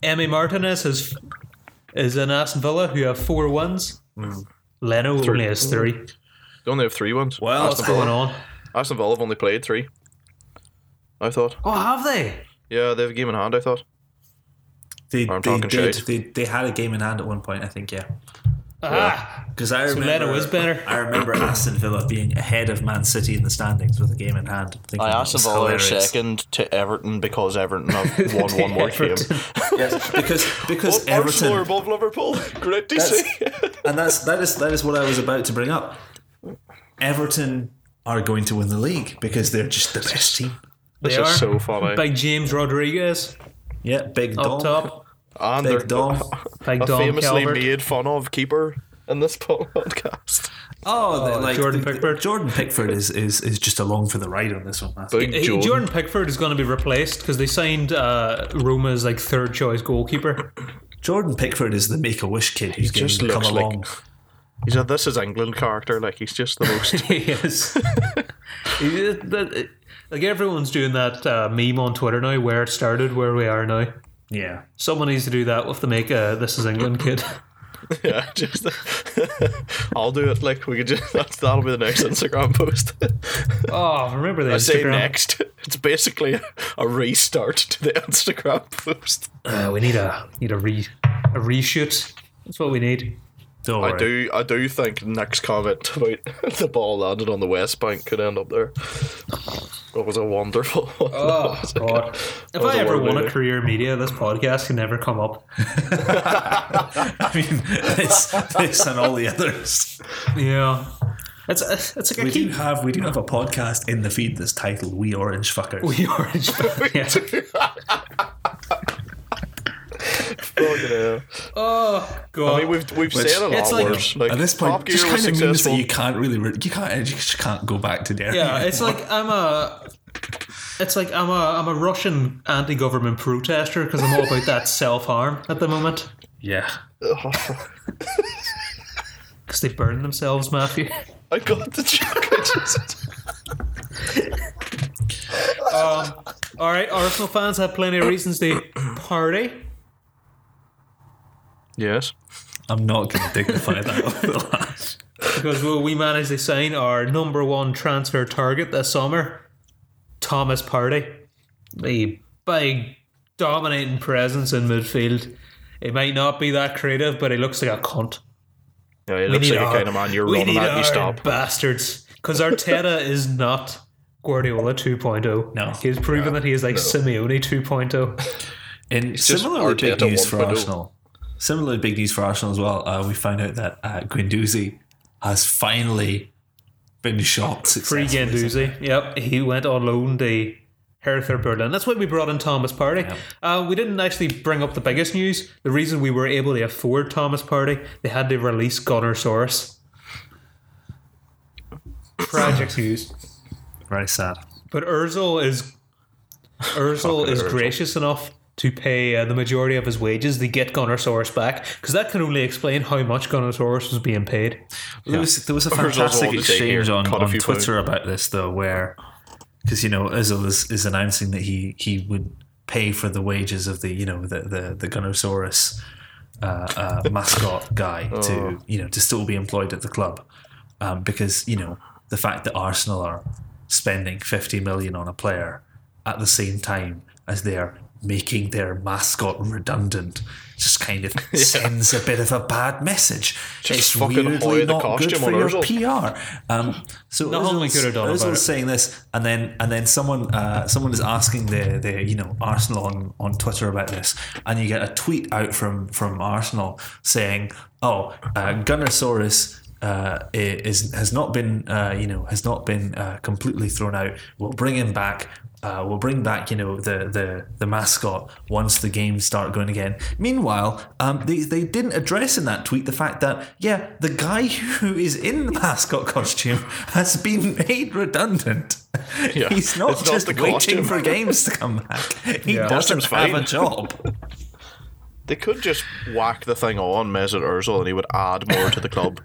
S1: Emmy Martinez is is in Aston Villa, who have four wins.
S3: Hmm.
S1: Leno only has three.
S3: they only have three wins.
S2: Well,
S1: What's going on?
S3: Aston Villa have only played three. I thought.
S1: Oh, have they?
S3: Yeah, they have a game in hand. I thought.
S2: They,
S3: I'm
S2: they
S3: talking
S2: did.
S3: shit.
S2: They, they had a game in hand at one point, I think, yeah.
S1: Ah,
S2: Because I remember,
S1: Leno is better.
S2: I remember Aston Villa being ahead of Man City in the standings with a game in hand. Thinking
S3: I
S2: that
S3: asked
S2: was
S3: them all their
S2: hilarious.
S3: second to Everton because Everton have won one more game.
S1: Everton.
S2: Yes, because because
S3: Arsenal are
S2: Everton,
S3: above Liverpool. Great to
S2: That's-
S3: see.
S2: and that's that is that is what I was about to bring up. Everton are going to win the league because they're just the best team.
S1: they
S3: This
S1: are
S3: is so funny.
S1: Big James Rodriguez
S2: Yeah, big
S1: up
S2: dog.
S1: top.
S3: and
S2: Big
S3: they're
S2: Dom.
S1: Big
S3: a
S1: Dom
S3: famously
S1: Calvert.
S3: made fun of keeper in this podcast.
S2: Oh, they're
S1: Oh,
S2: like
S1: Jordan
S2: the- the-
S1: Pickford.
S2: Jordan Pickford is, is is just along for the ride on this one. man.
S3: Big
S1: Hey,
S3: Jordan.
S1: Jordan. Pickford is going to be replaced because they signed uh, Roma as like third choice goalkeeper.
S2: Jordan Pickford is the Make a Wish kid who's going
S3: just
S2: to come
S3: looks like-
S2: along.
S3: He's a this is England character. Like he's just the most.
S1: he is. He is- that- like everyone's doing that uh, meme on Twitter now, where it started, where we are now.
S2: Yeah,
S1: Someone needs to do that with the make a "This Is England" kid.
S3: yeah, just. I'll do it. Like we could just. That's, that'll be the next Instagram post.
S1: Oh, remember the
S3: I say
S1: Instagram?
S3: next. It's basically a, a restart to the Instagram post.
S1: Uh, we need a need a re a reshoot. That's what we need.
S2: Don't
S3: I
S2: worry.
S3: do. I do think Nick's comment about the ball landed on the West Bank could end up there. That was a wonderful. one.
S1: Oh God! If
S3: was
S1: I
S3: a
S1: ever
S3: world
S1: won a
S3: leader.
S1: career in media, this podcast can never come up.
S2: I mean, this, this and all the others.
S1: Yeah, it's it's like
S2: We
S1: I keep
S2: do have we do have a podcast in the feed that's titled "We Orange Fuckers."
S1: we orange. yeah.
S3: Fucking hell.
S1: Oh God!
S3: I mean, we've we've
S2: Which-
S3: said a lot
S1: It's like-
S3: worse.
S2: At this
S3: Top
S2: point,
S3: Gear
S2: just
S3: was
S2: kind of means that
S3: successful.
S2: you can't really re- you can't you just can't go back to Derry.
S1: Yeah, it's like I'm a. It's like I'm a I'm a Russian anti-government protester because I'm all about that self-harm at the moment
S2: yeah.
S1: because they burn themselves, Matthew.
S3: I got the joke. I just-
S1: All right, Arsenal fans have plenty of reasons to party.
S3: yes.
S2: I'm not going to dignify that with the last.
S1: Because well, we managed to sign our number one transfer target this summer, Thomas Party. The big dominating presence in midfield. It might not be that creative, but he looks like a cunt.
S3: Yeah, it looks like
S1: our-
S3: a kind of man you're
S1: we
S3: running
S1: need
S3: at.
S1: our
S3: You stop.
S1: bastards. Because Arteta is not Guardiola 2.0.
S2: No.
S1: he's proven that he is like Simeone oh. 2.0.
S2: In
S3: just
S2: similarly big
S3: Arteta
S2: news for
S3: 1.0.
S2: Arsenal. Similarly big news for Arsenal as well. Uh, we found out that uh, Guendouzi has finally been shot.
S1: Free
S2: successfully.
S1: Gendouzi. Yep, he went on loan to Hertha Berlin. That's why we brought in Thomas Party. Uh, we didn't actually bring up the biggest news. The reason we were able to afford Thomas Party, they had to release Gunnar Soros. Tragic news.
S2: Very sad.
S1: But Urzel is Urzel is
S3: Ozil.
S1: gracious enough to pay uh, the majority of his wages to get Gunnersaurus back because that can only explain how much Gunnersaurus was being paid.
S2: There was there was a
S3: Urzel's
S2: fantastic
S3: wanted to take
S2: exchange
S3: here,
S2: on,
S3: cut a
S2: on
S3: few
S2: Twitter about this though, where because you know Özil is, is announcing that he he would pay for the wages of the you know the the, the Gunnosaurus uh, uh, mascot guy
S3: Oh.
S2: to you know to still be employed at the club um, because you know the fact that Arsenal are spending fifty million on a player at the same time as they are making their mascot redundant just kind of sends a bit of a bad message. it's
S3: fucking
S2: weirdly
S3: hoy the
S2: not good
S3: costume
S2: for
S3: on
S2: your
S3: Ozil.
S2: PR. Um, so
S1: Not only
S2: Ozil's-
S1: could have done
S2: Ozil's
S1: about it.
S2: saying this, and then and then someone uh, someone is asking the the you know Arsenal on, on Twitter about this, and you get a tweet out from from Arsenal saying, "Oh, uh, Gunnersaurus." Uh, i- is has not been uh, you know has not been uh, completely thrown out. We'll bring him back. Uh, we'll bring back you know the the the mascot once the games start going again. Meanwhile, um, they they didn't address in that tweet the fact that yeah, the guy who is in the mascot costume has been made redundant.
S3: Yeah,
S2: He's not
S3: it's not
S2: just
S3: the
S2: waiting
S3: costume.
S2: for games to come back. He
S1: Yeah.
S2: doesn't
S3: Costume's
S2: have
S3: fine.
S2: a job.
S3: They could just whack the thing on Mesut Ozil, and he would add more to the club.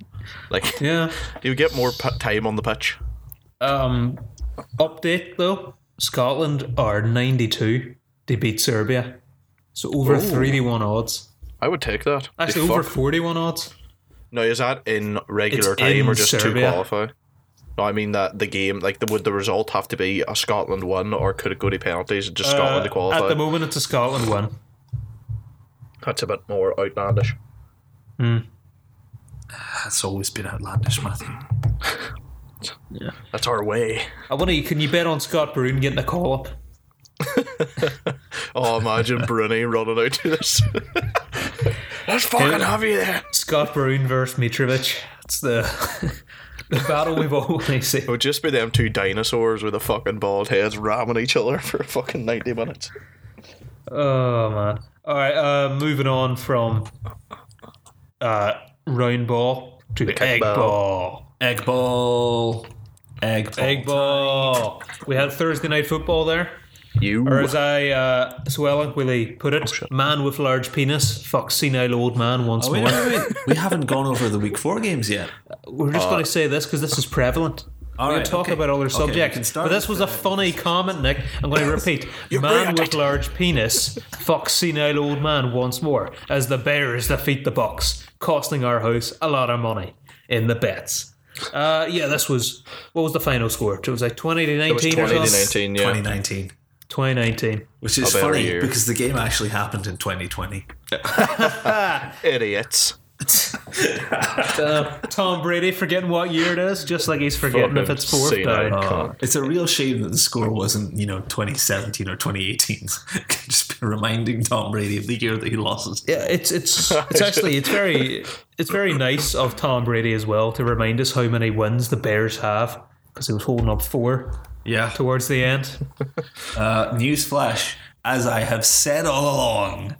S3: Like
S1: Yeah.
S3: he would get more p- time on the pitch.
S1: Um, update though Scotland are 92. They beat Serbia. So over 3 to 1 odds.
S3: I would take that. Oh. They
S1: Actually, over
S3: fuck-
S1: 41 odds.
S3: No, is that in regular
S1: It's
S3: time
S1: in
S3: or just
S1: Serbia.
S3: to qualify? No, I mean that the game. Like, the, would the result have to be a Scotland win, or could it go to penalties and just Scotland to
S1: Uh, at
S3: qualify?
S1: the moment, it's a Scotland win.
S3: That's a bit more outlandish.
S2: That's always been outlandish, Matthew.
S3: That's our way.
S1: I wonder, can you bet on Scott Broom getting a call up?
S3: Oh, imagine Bruni running out to this. Let's fucking have you there.
S1: Scott Broom versus Mitrovic. That's the the battle we've always seen.
S3: It would just be them two dinosaurs with the fucking bald heads ramming each other for fucking 90 minutes.
S1: Oh man. All right. Uh, moving on from uh round ball to
S3: The
S1: egg
S3: kick ball.
S1: ball.
S2: Egg ball. Egg ball.
S1: Egg ball. We had Thursday night football there,
S3: You.
S1: or as I uh, so eloquently put
S3: Oh,
S1: it, man with large penis fucks senile old man once
S2: Wait,
S1: more.
S2: wait, wait. we haven't gone over the week four games yet.
S1: We're just going to say this because this is prevalent.
S2: Uh, All
S1: we
S2: right,
S1: can talk
S2: okay.
S1: about other
S2: Okay, we
S1: subjects,
S2: can start
S1: but this
S2: with
S1: was a funny comment, Nick. I'm going to repeat: man
S3: brilliant.
S1: with large penis, fox senile old man once more as the Bears defeat the Bucks, costing our house a lot of money in the bets. Uh, yeah, this was what was the final score? It was like 20 to 19
S3: was
S1: or
S3: 20 to
S1: something.
S3: 19, yeah.
S2: 2019,
S1: 2019.
S2: which is
S3: Of every
S2: funny
S3: year.
S2: because the game actually happened in 2020.
S3: Idiots.
S1: Uh, Tom Brady forgetting what year it is, just like he's forgetting if
S3: Fucking
S1: it's fourth
S3: senile
S1: down.
S3: cunt.
S2: It's a real shame that the score wasn't, you know, 2017 or 2018. Just be reminding Tom Brady of the year that he lost his
S1: Yeah, it's it's it's actually it's very it's very nice of Tom Brady as well to remind us how many wins the Bears have because he was holding up four
S2: Yeah.
S1: towards the end.
S2: Uh, newsflash: As I have said all along,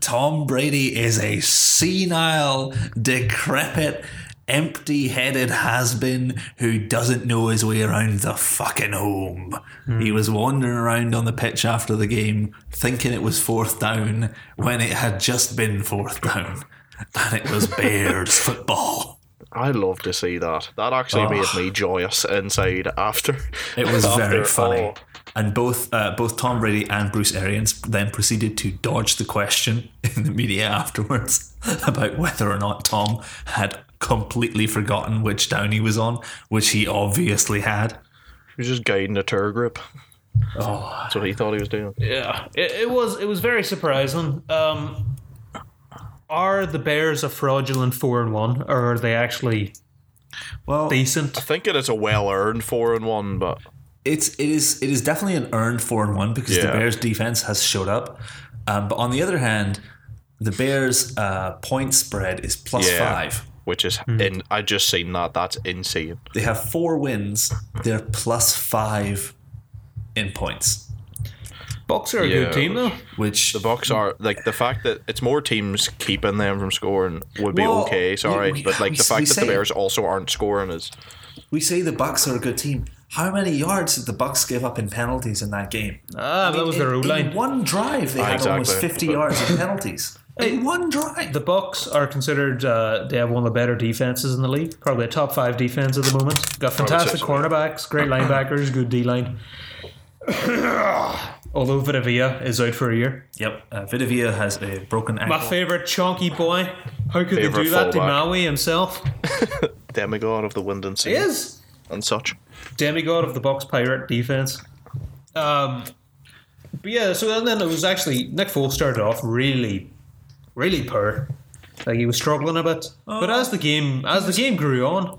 S2: Tom Brady is a senile, decrepit, empty-headed has-been who doesn't know his way around the fucking home. He was wandering around on the pitch after the game, thinking it was fourth down when it had just been fourth down, and it was Bears football.
S3: I love to see that. That
S1: Ah.
S3: actually made me joyous inside after.
S2: It was
S3: after
S2: very funny.
S3: all.
S2: And both uh, both Tom Brady and Bruce Arians then proceeded to dodge the question in the media afterwards about whether or not Tom had completely forgotten which down he was on, which he obviously had.
S3: He was just guiding a tour group.
S2: Oh,
S3: That's what he thought he was doing.
S1: Yeah, it, it was it was very surprising. Um, are the Bears a fraudulent four and one, or are they actually
S2: well,
S1: decent?
S3: I think it is a well earned 4 and 1, but
S2: it's it is it is definitely an earned four and one because the
S3: Yeah.
S2: Bears defense has showed up. Um, but on the other hand, the Bears uh, point spread is plus
S3: Yeah.
S2: five.
S3: which is.
S1: Hmm.
S3: in I just seen that. That's insane.
S2: They have four wins. They're plus five in points,
S1: Bucks are a
S3: Yeah.
S1: good team though.
S2: which
S3: The Bucks are like the fact that it's more teams keeping them from scoring would be
S2: Well,
S3: okay. Sorry,
S2: we- we-
S3: but like
S2: we-
S3: the
S2: we
S3: fact that
S2: say-
S3: the Bears also aren't scoring is
S2: we say the Bucks are a good team. How many yards did the Bucks give up in penalties in that game?
S1: Ah, that was
S2: in,
S1: their own
S2: in
S1: line.
S2: one drive, they had almost
S3: exactly.
S2: fifty yards in penalties. In one drive,
S1: The Bucks are considered uh, they have one of the better defenses in the league. Probably a top five defense at the moment. Got fantastic
S3: so.
S1: cornerbacks, great linebackers, good D line. Although Vitavia is out for a year.
S2: yep. Uh, Vidavia has a broken ankle.
S1: My favorite chunky boy. How could they
S3: Favourite
S1: do that to
S3: fullback.
S1: Maui himself?
S3: demigod of the wind and sea
S1: He is
S3: and such.
S1: demigod of the Bucks pirate defense. Um, but yeah, so and then it was actually Nick Foles started off really, really poor. Like he was struggling a bit, but as the game as the game grew on,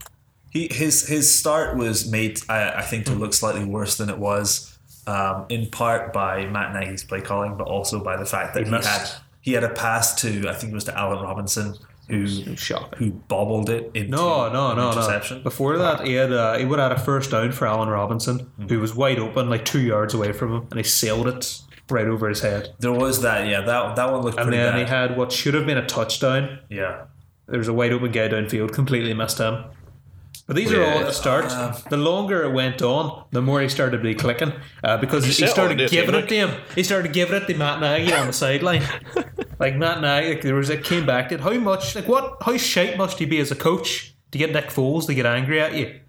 S2: He, his his start was made, I, I think, to
S1: Hmm.
S2: look slightly worse than it was, um, in part by Matt Nagy's play calling, but also by the fact that he,
S1: missed.
S2: had he had a pass to I think it was to Alan Robinson who
S1: Shocking.
S2: who bobbled it into
S1: No, no,
S2: an
S1: no, no.
S2: interception.
S1: Before that, he had uh, he would have had a first down for Alan Robinson, who was wide open, like two yards away from him, and he sailed it right over his head.
S2: There was that, yeah. That that one looked
S1: And
S2: pretty
S1: then
S2: bad.
S1: he had what should have been a touchdown.
S2: yeah.
S1: There was a wide open guy downfield, completely missed him. But these are all at
S3: Yeah.
S1: the start. the longer it went on, the more he started to be clicking uh, because he
S3: said all
S1: started
S3: this,
S1: giving
S3: didn't
S1: it to him. He started giving it to Matt Nagy on the sideline. Like Matt and I, like, there was it came back to it. How much, like, what, how shite must you be as a coach to get Nick Foles to get angry at you?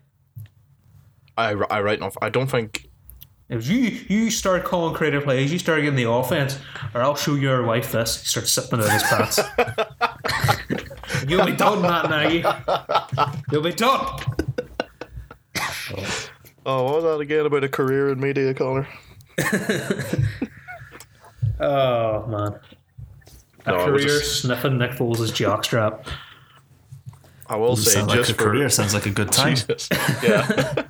S3: I, I write off. I don't think.
S1: It was you. You start calling creative plays. You start getting the offense, or I'll show your wife this. He starts sipping out his pants. You'll be done, Matt Nagy. You'll be done.
S3: Oh, what was that again about a career in media, Connor?
S1: Oh man. A
S3: No, I
S1: career
S3: was Oh, just-
S1: sniffing Nick Foles' jockstrap.
S3: I will say,
S2: Sounds like
S3: just
S2: a
S3: for
S2: career sounds like a good time.
S3: Jesus. Yeah.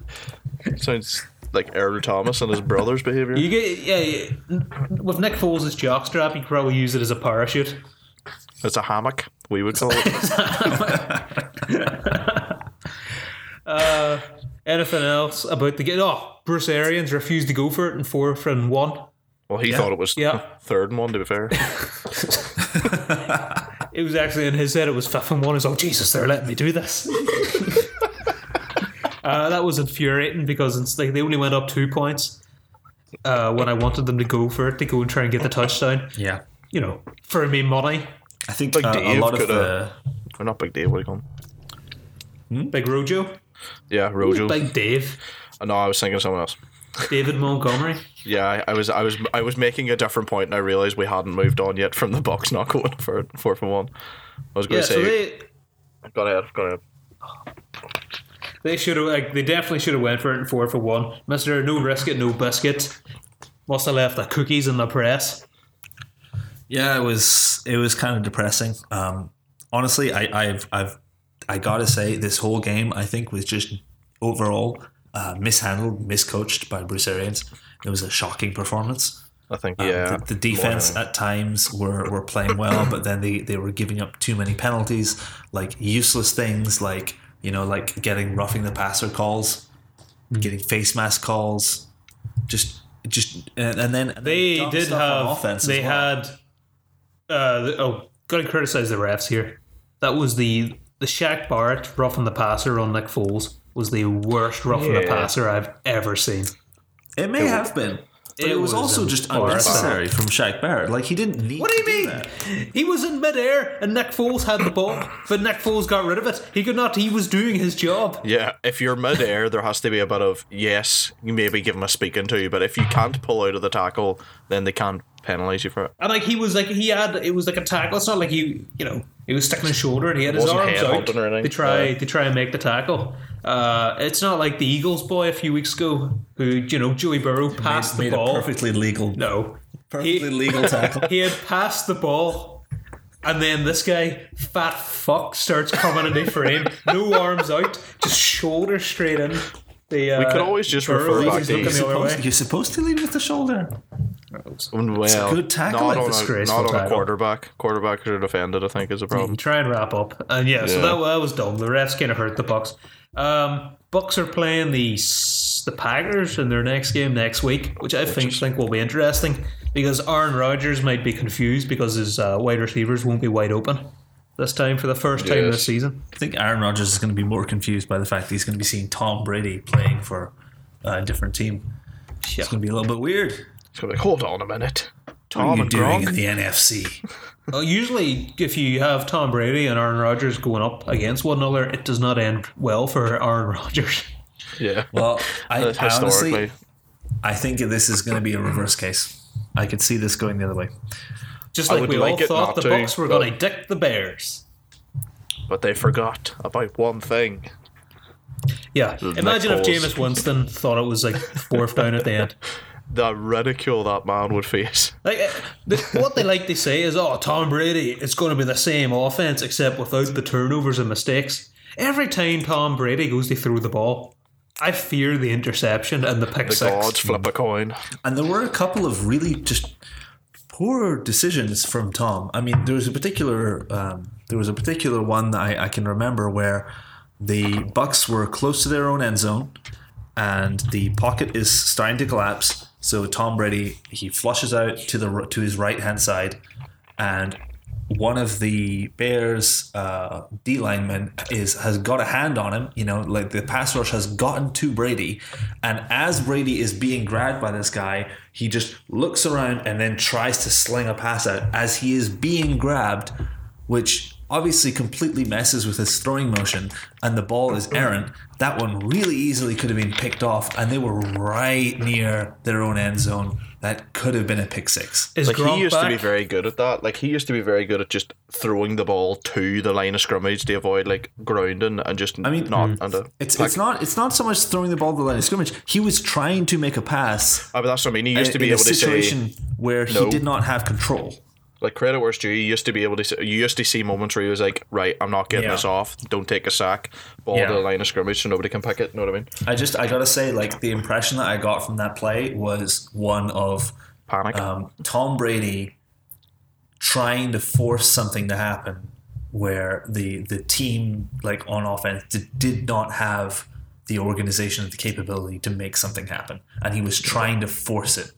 S3: Sounds like Errol Thomas and his brother's behavior.
S1: You get yeah, yeah. With Nick Foles' jockstrap, you could probably use it as a parachute.
S3: It's a hammock, we would call it.
S1: Anything else about the game? Oh, Bruce Arians refused to go for it in four and one.
S3: Well, he thought it was
S1: Yeah.
S3: third and one, to be fair.
S1: It was actually in his head. It was fifth and one. He's like, Jesus, they're letting me do this. uh, that was infuriating because it's like they only went up two points uh, when I wanted them to go for it to go and try and get the touchdown.
S2: Yeah,
S1: You know, for me money,
S2: I think
S3: Like
S2: uh, a
S3: Dave
S2: lot of
S3: coulda-
S2: the
S3: We're not Big Dave, what do you call him?
S1: big Rojo,
S3: Yeah, Rojo. Uh,
S1: big Dave,
S3: no, I was thinking of someone else.
S1: David Montgomery.
S3: Yeah, I, I was, I was, I was making a different point, and I realized we hadn't moved on yet from the box not going for it, four for one. I was
S1: Yeah,
S3: going to
S1: so
S3: say,
S1: they
S3: go ahead, go ahead.
S1: they should have like they definitely should have went for it in four for one. Mister, no risk it, no biscuit. Must have left the cookies in the press.
S2: yeah, it was it was kind of depressing. Um, honestly, I, I've I've I gotta say this whole game I think was just overall uh, mishandled, miscoached by Bruce Arians. It was a shocking performance.
S3: I think, yeah,
S2: Um, the, the defense at times were, were playing well, but then they, they were giving up too many penalties, like useless things, like you know, like getting roughing the passer calls,
S1: Hmm.
S2: getting face mask calls, just just and, and then and
S1: They
S2: then dumb
S1: did
S2: stuff on
S1: have.
S2: offense.
S1: they
S2: as well.
S1: had. Uh, the- oh, got to criticize the refs here. That was the the Shaq Barrett roughing the passer on Nick Foles was the worst roughing the
S3: Yeah.
S1: passer I've ever seen.
S2: it may have been. But
S1: It
S2: it, was,
S1: was
S2: also just
S1: embarrassing.
S2: unnecessary from Shaq Barrett. Like he didn't need.
S1: What do you
S2: to
S1: mean?
S2: that.
S1: He was in midair and Nick Foles had the ball, but Nick Foles got rid of it. He could not. He was doing his job.
S3: yeah. If you're midair, there has to be a bit of yes, you maybe give him a speaking to, but if you can't pull out of the tackle, then they can't penalise you for it.
S1: And like he was like he had it was like a tackle. It's not like he you know he was sticking his shoulder and he had his
S3: Wasn't
S1: arms out
S3: headhunting or anything.
S1: to try
S3: Yeah.
S1: to try and make the tackle. Uh, it's not like the Eagles boy a few weeks ago who you know Joey Burrow passed
S2: Made
S1: the
S2: a
S1: ball.
S2: perfectly legal,
S1: no,
S2: perfectly legal tackle.
S1: he had passed the ball. And then this guy, fat fuck, starts coming into frame, no arms out, just shoulder straight in. The, uh, we
S3: could always just refer back to
S1: looking
S3: he's
S1: the other
S2: Supposed-
S1: way.
S2: you're supposed to lead with the shoulder.
S3: Well,
S2: good tackle,
S3: not
S2: a
S3: on a,
S1: disgraceful
S3: not on a
S1: tackle.
S3: quarterback. Quarterback should have defended. I think is
S2: Mm-hmm.
S3: a problem.
S1: Try and wrap up. And yeah, so
S3: Yeah.
S1: that, that was dumb. The refs kind of hurt the Bucks. Um, Bucks are playing the S- the Packers in their next game next week, which I think think will be interesting because Aaron Rodgers might be confused because his uh, wide receivers won't be wide open this time for the first time
S3: Yes.
S1: this season.
S2: I think Aaron Rodgers is going to be more confused by the fact that he's going to be seeing Tom Brady playing for a different team.
S1: Yeah.
S2: It's going to be a little bit weird.
S3: So like, hold on a minute.
S2: What
S3: Tom
S2: are you
S3: and
S2: doing in
S3: Gronk.
S2: the NFC?
S1: Uh, usually, if you have Tom Brady and Aaron Rodgers going up against one another, it does not end well for Aaron Rodgers.
S3: Yeah.
S2: Well, I, I honestly,
S3: Historically,
S2: I think this is going to be a reverse case. I could see this going the other way.
S1: Just
S3: I
S1: like
S3: would
S1: we
S3: like
S1: all
S3: it
S1: thought
S3: not
S1: the
S3: to,
S1: Bucks were
S3: but-
S1: going to dick the Bears.
S3: but they forgot about one thing.
S1: Yeah. Imagine if
S3: balls.
S1: Jameis Winston thought it was like fourth down at the end.
S3: The ridicule that man would face.
S1: Like eh, the, what they like to say is, "Oh, Tom Brady, it's going to be the same offense except without the turnovers and mistakes." Every time Tom Brady goes to throw the ball, I fear the interception and the pick
S3: The
S1: six.
S3: gods flip a coin.
S2: And there were a couple of really just poor decisions from Tom. I mean, there was a particular um, there was a particular one that I, I can remember where the Bucks were close to their own end zone, and the pocket is starting to collapse. So Tom Brady he flushes out to the r- to his right hand side, and one of the Bears uh, D linemen is has got a hand on him. You know, like the pass rush has gotten to Brady, and as Brady is being grabbed by this guy, he just looks around and then tries to sling a pass out as he is being grabbed, which obviously completely messes with his throwing motion and the ball is errant that one really easily could have been picked off and they were right near their own end zone that could have been a pick six
S1: Is
S3: Like
S1: Gronk
S3: he used
S1: back?
S3: to be very good at that. Like he used to be very good at just throwing the ball to the line of scrimmage to avoid like grounding and just I
S2: mean, mm.
S3: not under.
S2: It's
S3: like,
S2: it's not it's not so much throwing the ball to the line of scrimmage. He was trying to make a pass
S3: I mean, Ah, that's what I mean. He used to be
S2: in
S3: able
S2: a
S3: to
S2: situation
S3: say
S2: where he
S3: no.
S2: did not have control.
S3: like credit where it's due. You used to be able to. Say, you used to see moments where he was like, "Right, I'm not getting
S2: Yeah.
S3: this off. Don't take a sack. Ball
S2: Yeah.
S3: to the line of scrimmage so nobody can pick it." You know what I mean?
S2: I just I gotta say, like the impression that I got from that play was one of
S3: Panic.
S2: um, Tom Brady trying to force something to happen where the the team like on offense did, did not have the organization and the capability to make something happen and he was trying to force it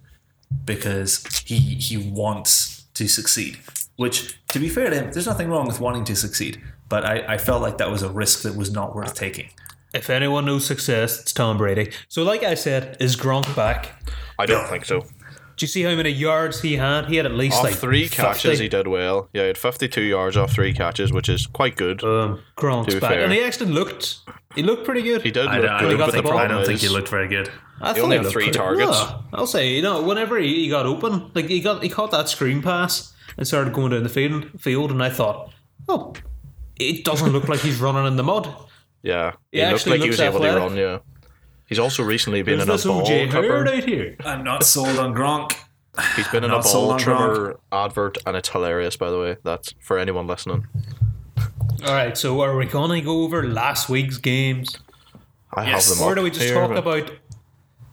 S2: because he he wants to succeed which to be fair to him there's nothing wrong with wanting to succeed but I, I felt like that was a risk that was not worth taking
S1: If anyone knows success, it's Tom Brady. So, like I said, is Gronk back?
S3: I don't think so.
S1: Do you see how many yards he had? He had at least
S3: Off
S1: like
S3: three
S1: 50.
S3: catches, he did well. Yeah, he had 52 yards off three catches, which is quite good.
S2: Uh,
S1: Um, Gronk's
S3: To be
S1: back,
S3: fair.
S1: and he actually looked. He looked pretty good.
S3: he did
S2: I
S3: look
S2: don't, I
S3: good,
S2: don't
S3: but
S2: think,
S3: the
S1: I
S3: problem
S2: I don't think he
S3: is-
S2: looked very good
S1: I
S3: He only
S1: thought
S3: had
S1: looked
S3: three
S1: pretty-
S3: targets.
S1: Yeah, I'll say, you know, whenever he, he got open, like he got he caught that screen pass and started going down the field, field and I thought, oh, it doesn't look like he's running in the mud.
S3: Yeah, he,
S1: He
S3: looked
S1: actually
S3: like he
S1: looks
S3: was able to
S1: athletic.
S3: run. Yeah, he's also recently been
S1: Is
S3: in a
S1: this OJ Howard
S3: ball tripper.
S1: out here?
S2: I'm not sold on Gronk
S3: He's been in a
S2: Not so
S3: ball
S2: long,
S3: tripper advert, and it's hilarious. By the way, that's for anyone listening.
S1: All right, so are we gonna go over last week's games,
S3: I
S2: Yes.
S3: have them.
S1: or
S3: up
S1: do we just
S3: here,
S1: talk
S3: but-
S1: about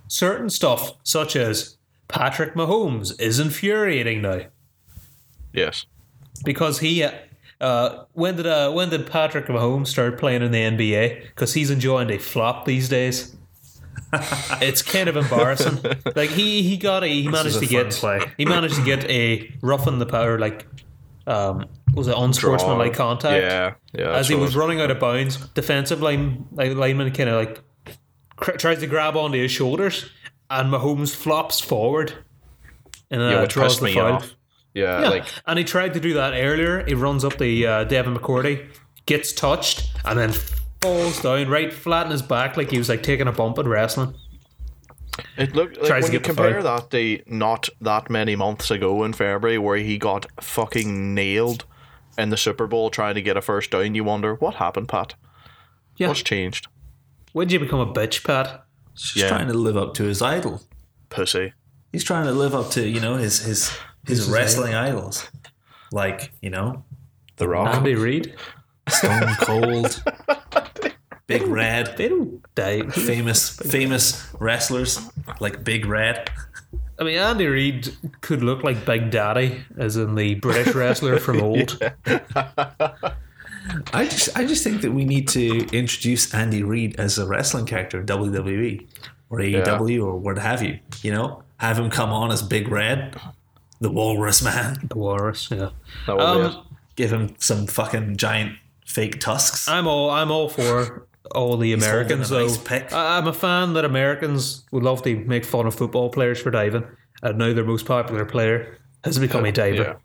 S1: certain stuff such as Patrick Mahomes is infuriating now
S3: Yes,
S1: because he. uh, Uh, when did uh, when did Patrick Mahomes start playing in the NBA? Because he's enjoying a flop these days. it's kind of embarrassing. like he he got a he
S2: was
S1: managed
S2: a
S1: to
S2: fun
S1: get
S2: play.
S1: he managed to get a rough in the power like um was it unsportsmanlike
S3: Draw.
S1: contact?
S3: Yeah, yeah.
S1: as
S3: that's
S1: he
S3: what
S1: was
S3: it
S1: running out of bounds, defensive line, like, lineman kind of like cr- tries to grab onto his shoulders, and Mahomes flops forward and uh,
S3: yeah, which
S1: draws
S3: pissed
S1: the
S3: me
S1: foul.
S3: off. Yeah,
S1: Yeah,
S3: like
S1: and he tried to do that earlier. He runs up the uh, Devin McCourty, gets touched, and then falls down right flat on his back like he was like taking a bump at wrestling.
S3: it looked
S1: tries to
S3: like when you
S1: get the
S3: compare that to not that many months ago in February, where he got fucking nailed in the Super Bowl trying to get a first down. You wonder what happened, Pat.
S1: Yeah.
S3: What's changed?
S1: When did you become a bitch, Pat?
S2: He's
S3: Yeah.
S2: trying to live up to his idol.
S3: Pussy.
S2: He's trying to live up to you know his his his wrestling idols, like you know
S3: The Rock.
S1: Andy Reid?
S2: Stone Cold, Big Red,
S1: They don't die.
S2: famous famous wrestlers like Big Red.
S1: I mean, Andy Reid could look like Big Daddy, as in the British wrestler from old.
S2: I just I just think that we need to introduce Andy Reid as a wrestling character in WWE or AEW or what have you. You know, have him come on as Big Red, the Walrus Man.
S1: The walrus, yeah.
S3: That would be
S1: Um,
S3: it.
S2: Give him some fucking giant fake tusks.
S1: I'm all I'm all for all the Americans
S2: holding a
S1: though.
S2: nice pick.
S1: I, I'm a fan that Americans would love to make fun of football players for diving, and now their most popular player has become a diver,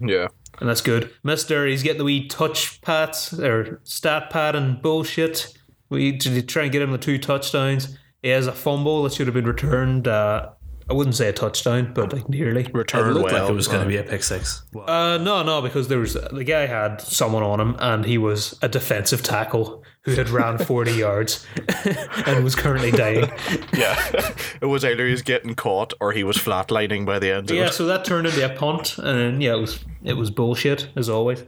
S3: Yeah. Yeah.
S1: and that's good. Mister, he's getting the wee touch pats or stat pad and bullshit. We to try and get him the two touchdowns. He has a fumble that should have been returned. Uh, I wouldn't say a touchdown, but like nearly.
S2: it
S3: Return
S2: looked
S3: well.
S2: like it was going to be a pick six.
S1: Uh, no, no, because there was the guy had someone on him, and he was a defensive tackle who had ran forty yards and was currently dying.
S3: Yeah. it was either he was getting caught or he was flatlining by the end of
S1: Yeah,
S3: it.
S1: so that turned into a punt, and yeah, it was it was bullshit as always.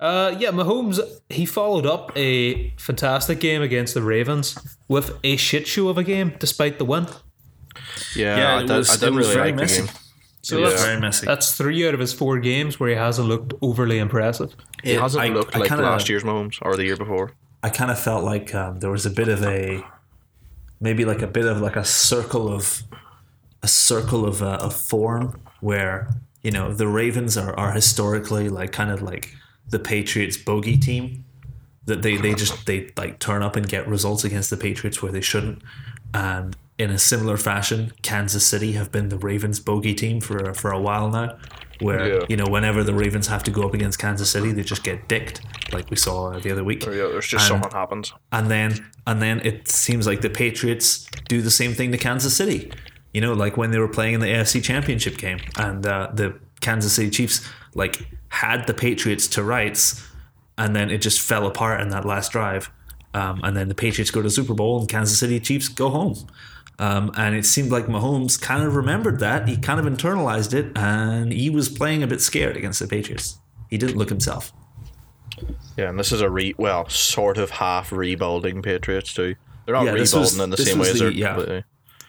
S1: Uh, yeah, Mahomes he followed up a fantastic game against the Ravens with a shit show of a game, despite the win.
S3: Yeah,
S2: Yeah,
S3: I,
S2: it
S3: did,
S2: was-
S3: I
S2: it
S3: didn't
S2: was
S3: really
S2: very
S3: like the
S2: messy.
S3: game.
S1: So
S3: Yeah.
S2: It's
S1: that's,
S2: very messy.
S1: that's three out of his four games where he hasn't looked overly impressive.
S3: It, hasn't looked like uh,
S2: kinda,
S3: last year's Mahomes or the year before.
S2: I kind of felt like um, there was a bit of a, maybe like a bit of like a circle of, a circle of uh, of form where you know, the Ravens are, are historically like kind of like the Patriots bogey team that they, they just they like turn up and get results against the Patriots where they shouldn't. And in a similar fashion, Kansas City have been the Ravens bogey team for for a while now. Where
S3: Yeah.
S2: you know, whenever the Ravens have to go up against Kansas City, they just get dicked, like we saw uh, the other week.
S3: Yeah, there's just
S2: And-
S3: something happens.
S2: and then and then it seems like the Patriots do the same thing to Kansas City. You know, like when they were playing in the AFC Championship game, and uh, the Kansas City Chiefs like had the Patriots to rights, and then it just fell apart in that last drive. Um, and then the Patriots go to the Super Bowl, and Kansas City Chiefs go home. Um, and it seemed like Mahomes kind of remembered that. He kind of internalized it, and he was playing a bit scared against the Patriots. He didn't look himself.
S3: Yeah, and this is a re well, sort of half rebuilding Patriots too. They're not
S2: Yeah, this
S3: rebuilding
S2: was-
S3: in the
S2: this
S3: same
S2: was
S3: way as
S2: the-
S3: they're.
S2: yeah.
S3: but, uh,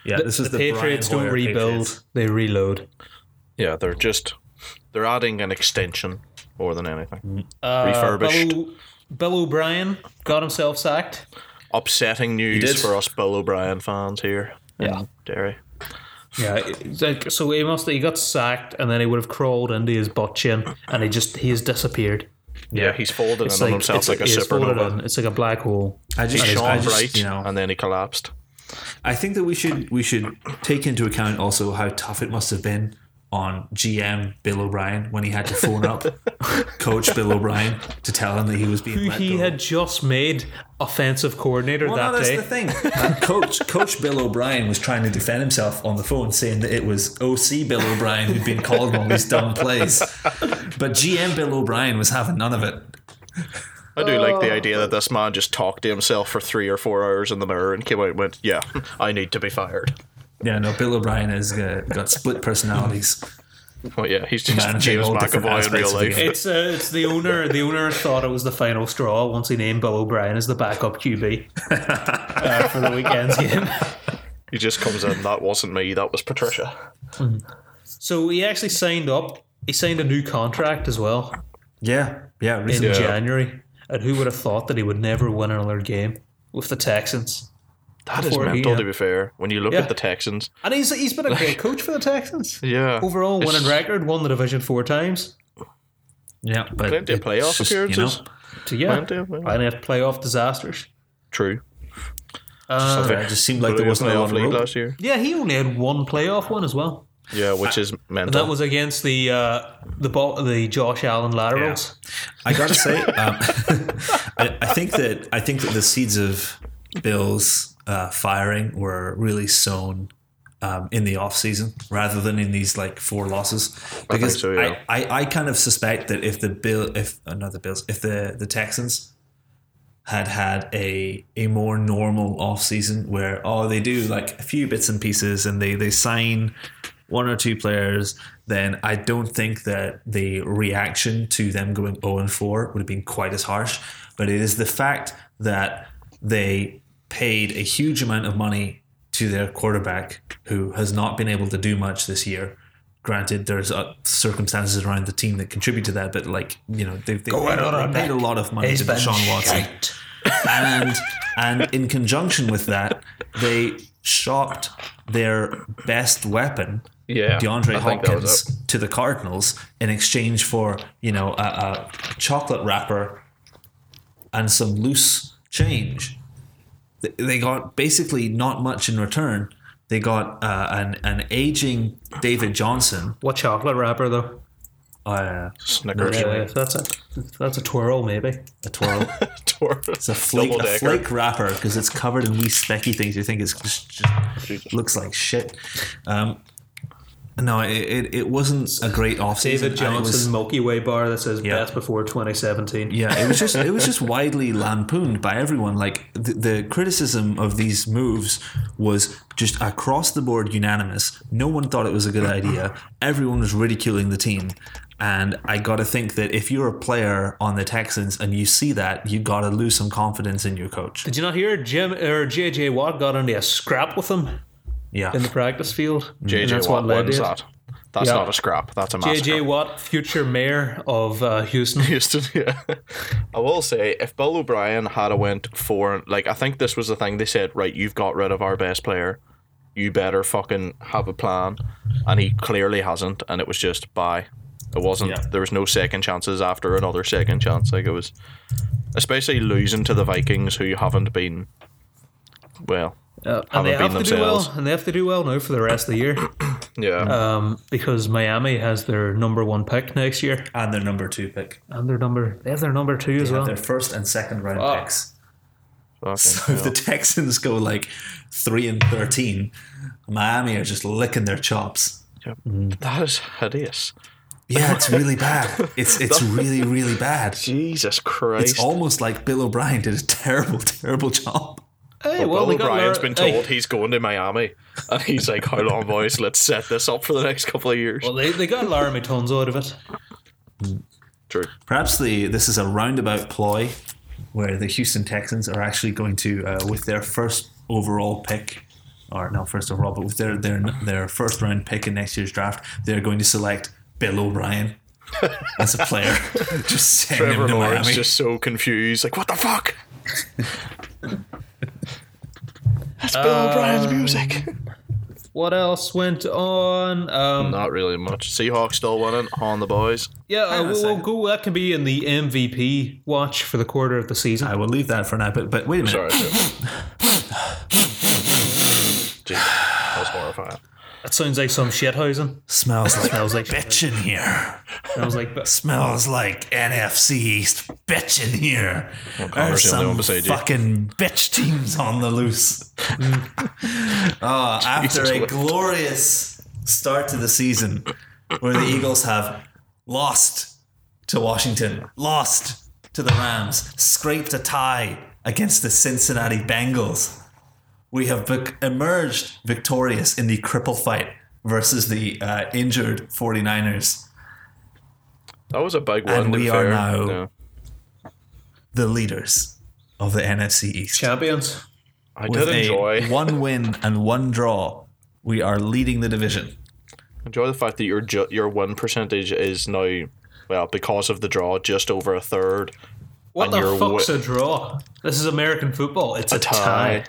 S2: Yeah, this is
S1: the,
S2: the,
S1: Patriots
S2: Brian
S1: don't
S2: Hoyer
S1: rebuild;
S2: Patriots.
S1: they reload.
S3: yeah, they're just they're adding an extension more than anything.
S1: Uh,
S3: Refurbished.
S1: Bill, Bill O'Brien got himself sacked.
S3: Upsetting
S2: did.
S3: news for us Bill O'Brien fans here.
S1: Yeah.
S3: in Derry.
S1: Yeah, it's like so he must he got sacked and then he would have crawled into his butt chin and he just he has disappeared.
S3: Yeah, he's folded in
S1: It's
S3: on
S1: like,
S3: himself
S1: it's,
S3: like a
S1: he has folded in.
S3: supernova.
S1: It's like a black hole.
S2: I just,
S3: He's
S2: I
S3: Sean
S2: just,
S3: Bright,
S2: you know,
S3: and then he collapsed.
S2: I think that we should we should take into account also how tough it must have been on GM Bill O'Brien when he had to phone up Coach Bill O'Brien to tell him that he was being
S1: Who
S2: let
S1: he
S2: go.
S1: had just made offensive coordinator
S2: well, no,
S1: that
S2: that's
S1: day.
S2: the thing. Uh, Coach Coach Bill O'Brien was trying to defend himself on the phone, saying that it was OC Bill O'Brien who'd been called on these dumb plays, but GM Bill O'Brien was having none of it.
S3: I do like the idea that this man just talked to himself for three or four hours in the mirror and came out and went, "Yeah, I need to be fired."
S2: Yeah, no, Bill O'Brien has uh, got split personalities.
S3: Oh yeah, he's just
S2: Managing
S3: James
S2: all different
S3: McAvoy in
S2: aspects
S3: real
S2: of the
S3: life.
S2: game.
S1: It's uh, it's the owner. The owner thought it was the final straw once he named Bill O'Brien as the backup QB uh, for the weekend's game.
S3: He just comes in. That wasn't me. That was Patricia.
S1: So he actually signed up. He signed a new contract as well
S2: Yeah, yeah,
S1: in
S2: recently.
S1: January. And who would have thought that he would never win another game with the Texans?
S3: That is
S1: Before he,
S3: mental.
S1: uh,
S3: to be fair, when you look
S1: Yeah.
S3: at the Texans,
S1: And he's he's been a great coach for the Texans.
S3: yeah,
S1: Overall
S3: It's-
S1: winning record, won the division four times.
S2: Yeah, but
S3: Plenty of
S2: it's
S3: playoff
S2: just,
S3: appearances.
S2: You know,
S1: So yeah,
S3: Plenty of-
S1: and had playoff disasters.
S3: True.
S1: Uh,
S2: it just seemed like there
S3: They
S2: wasn't a
S3: were
S2: lot
S3: playoff
S2: of
S3: league
S2: rope.
S3: last year.
S1: yeah, he only had one playoff one as well.
S3: Yeah, which is mental.
S1: That was against the uh, the ball, the Josh Allen laterals.
S2: I gotta say, um, I, I think that I think that the seeds of Bill's uh, firing were really sown um, in the off season rather than in these like four losses. Because I,
S3: so, yeah.
S2: I, I, kind of suspect that if the Bill, if uh, not the Bills, if the the Texans had had a a more normal off season where oh they do like a few bits and pieces and they they sign one or two players, then I don't think that the reaction to them going 0 and 4 would have been quite as harsh. But it is the fact that they paid a huge amount of money to their quarterback who has not been able to do much this year. Granted, there's uh, circumstances around the team that contribute to that, but like, you know, they've, they've paid,
S1: out on
S2: they paid a
S1: that.
S2: lot of money to
S1: been
S2: Deshaun Watson
S1: shite.
S2: and and in conjunction with that, they shopped their best weapon,
S3: Yeah,
S2: DeAndre
S3: I think that was
S2: Hopkins, to the Cardinals in exchange for you know a, a chocolate wrapper and some loose change. Th- They got basically not much in return. They got uh, an an aging David Johnson.
S1: What chocolate wrapper though?
S2: Uh,
S3: Snickers.
S1: Yeah, if that's a if that's a twirl maybe.
S2: a twirl. It's a flake,
S3: Double
S2: a
S3: decker.
S2: flake wrapper because it's covered in wee specky things. You think it's just, just looks like shit. Um, no, it, it, it wasn't a great off season.
S1: David Johnson Milky Way bar that says
S2: Yeah.
S1: best before 2017.
S2: yeah, it was just it was just widely lampooned by everyone. Like the, the criticism of these moves was just across the board unanimous. No one thought it was a good idea. Everyone was ridiculing the team. And I got to think that if you're a player on the Texans and you see that, you got to lose some confidence in your coach.
S1: Did you not hear Jim or JJ Watt got into a scrap with him
S2: Yeah.
S1: in the practice field?
S2: Mm.
S1: And
S3: JJ
S1: that's
S3: Watt
S1: what led
S3: wins
S1: to it.
S3: that. That's
S1: Yeah.
S3: not a scrap. That's a massacre.
S1: JJ Watt, future mayor of uh, Houston.
S3: Houston, yeah. I will say, if Bill O'Brien had a went for, like, I think this was the thing they said, right, you've got rid of our best player. you better fucking have a plan. And he clearly hasn't. And it was just bye. It wasn't,
S2: Yeah.
S3: there was no second chances after another second chance. Like it was, especially losing to the Vikings who haven't been, well,
S1: Uh, and they
S3: Haven't
S1: have
S3: been
S1: to do well,
S3: themselves.
S1: and they have to do well now for the rest of the year,
S3: yeah.
S1: um, because Miami has their number one pick next year,
S2: and their number two pick.
S1: and their number they have their number two as
S2: They have
S1: well.
S2: their first and second round
S1: Fuck.
S2: picks.
S3: Fucking
S2: So if the Texans go like three and thirteen, Miami are just licking their chops.
S3: That is hideous.
S2: Yeah, it's really bad. It's it's really really bad.
S3: Jesus Christ.
S2: It's almost like Bill O'Brien did a terrible terrible job.
S1: Hey, well,
S3: Bill
S1: they got
S3: O'Brien's
S1: Lara-
S3: been
S1: hey,
S3: told he's going to Miami, and he's like, "How long, boys? Let's set this up for the next couple of years."
S1: well, they, they got Laramie Tons out of it.
S3: True.
S2: Perhaps the this is a roundabout ploy where the Houston Texans are actually going to uh, with their first overall pick. Or not first overall, but with their their their first round pick in next year's draft, they're going to select Bill O'Brien as a player. just send him
S3: Trevor
S2: to
S3: Lawrence
S2: Miami.
S3: just so confused, like, "What the fuck?" That's Bill O'Brien's music.
S1: What else went on? Um,
S3: Not really much. Seahawks still winning on the boys.
S1: yeah, uh,
S2: on a
S1: we'll, we'll
S2: second.
S1: go. That can be in the MVP watch for the quarter of the season.
S2: I will leave that for now. But but wait a minute.
S3: Sorry. Jeez, that was horrifying.
S1: That sounds like some shithousing.
S2: Smells like
S1: Smells like
S2: bitch in here.
S1: I was like,
S2: Smells like NFC East bitch in here. There's
S3: Connor's the only
S2: some
S3: one beside you.
S2: fucking bitch teams on the loose. oh, after
S3: Jesus
S2: a
S3: Christ.
S2: glorious start to the season where the Eagles have lost to Washington, lost to the Rams, scraped a tie against the Cincinnati Bengals. We have bec- emerged victorious in the cripple fight versus the uh, injured 49ers.
S3: That was a big one.
S2: And
S3: to be
S2: we are
S3: fair.
S2: now-
S3: Yeah.
S2: the leaders of the NFC East.
S1: champions.
S3: I
S2: With
S3: did
S2: a
S3: enjoy.
S2: one win and one draw, we are leading the division.
S3: Enjoy the fact that your ju- your win percentage is now, well, because of the draw, just over a third.
S1: What
S3: And
S1: the
S3: you're
S1: fuck's
S3: wi-
S1: a draw? This is American football. It's a, tie.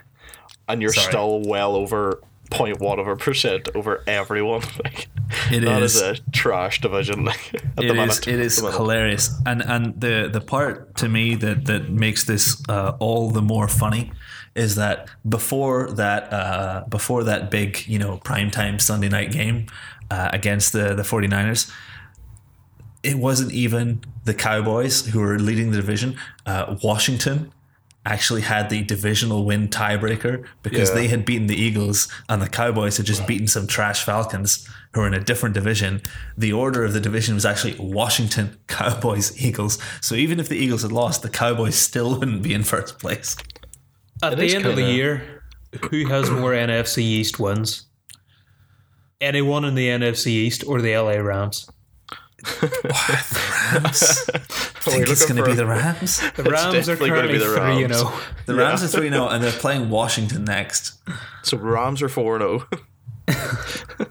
S3: and you're
S2: Sorry.
S3: still well over point whatever percent over everyone. like,
S2: It
S3: that
S2: is-
S3: is a trash division. Like at the
S2: It is,
S3: minute,
S2: it is
S3: At the minute.
S2: hilarious, and and the the part to me that that makes this uh, all the more funny is that before that uh, before that big you know primetime Sunday night game uh, against the the 49ers, it wasn't even the Cowboys who were leading the division. Uh, Washington actually had the divisional win tiebreaker because
S3: Yeah.
S2: they had beaten the Eagles and the Cowboys had just beaten some trash Falcons who are in a different division. The order of the division was actually Washington, Cowboys, Eagles. So even if the Eagles had lost, the Cowboys still wouldn't be in first place.
S1: At the
S3: is
S1: end of the
S3: kinda-
S1: year, who has more NFC East wins? Anyone in the NFC East or the LA Rams?
S2: Rams. I think it's
S3: looking
S2: going to be
S3: for-
S2: the Rams.
S1: The Rams are
S3: definitely gonna
S1: currently
S3: be the
S1: three, oh. you
S3: Rams.
S1: know.
S2: The Rams are 3 0 and they're playing Washington next.
S3: So Rams are four zero.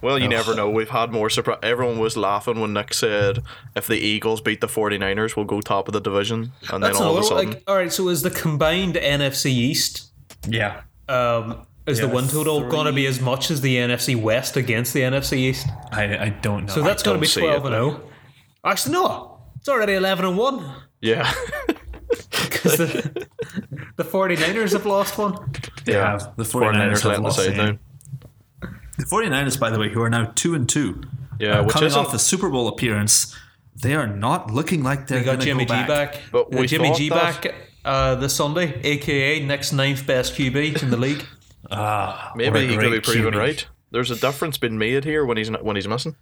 S3: Well, you
S2: Oh.
S3: never know. We've had more surprise. Everyone was laughing when Nick said, "If the Eagles beat the 49ers, we'll go top of the division." And
S1: That's
S3: then all of
S1: another
S3: a sudden,
S1: like. All right, so is the combined NFC East?
S2: Yeah.
S1: Um, is the
S2: Yeah,
S1: win total going to be as much as the NFC West against the NFC East?
S2: I, I don't know.
S1: So that's going to
S3: don't
S1: be
S3: see
S1: twelve
S3: it.
S1: and zero. Actually, no, it's already eleven and one
S3: yeah,
S1: because the, the 49ers have lost one.
S2: they
S3: yeah.
S2: have. The 49ers,
S3: 49ers
S2: have
S3: letting the
S2: lost
S3: side
S2: the
S3: down.
S2: The 49ers, by the way, who are now 2 and 2.
S3: Yeah,
S2: uh,
S3: which
S2: coming
S3: isn't
S2: off a Super Bowl appearance, they are not looking like they're
S1: They got
S2: going to
S1: Jimmy
S2: go
S1: G
S2: back.
S1: back.
S3: But
S1: Uh,
S3: we
S1: Jimmy
S3: thought
S1: G
S3: that-
S1: back uh, this Sunday, aka next ninth best QB in the league.
S2: Ah, what
S3: Maybe
S2: a
S3: he could
S2: great
S3: be proven
S2: QB.
S3: right. There's a difference been made here when he's not, when he's missing.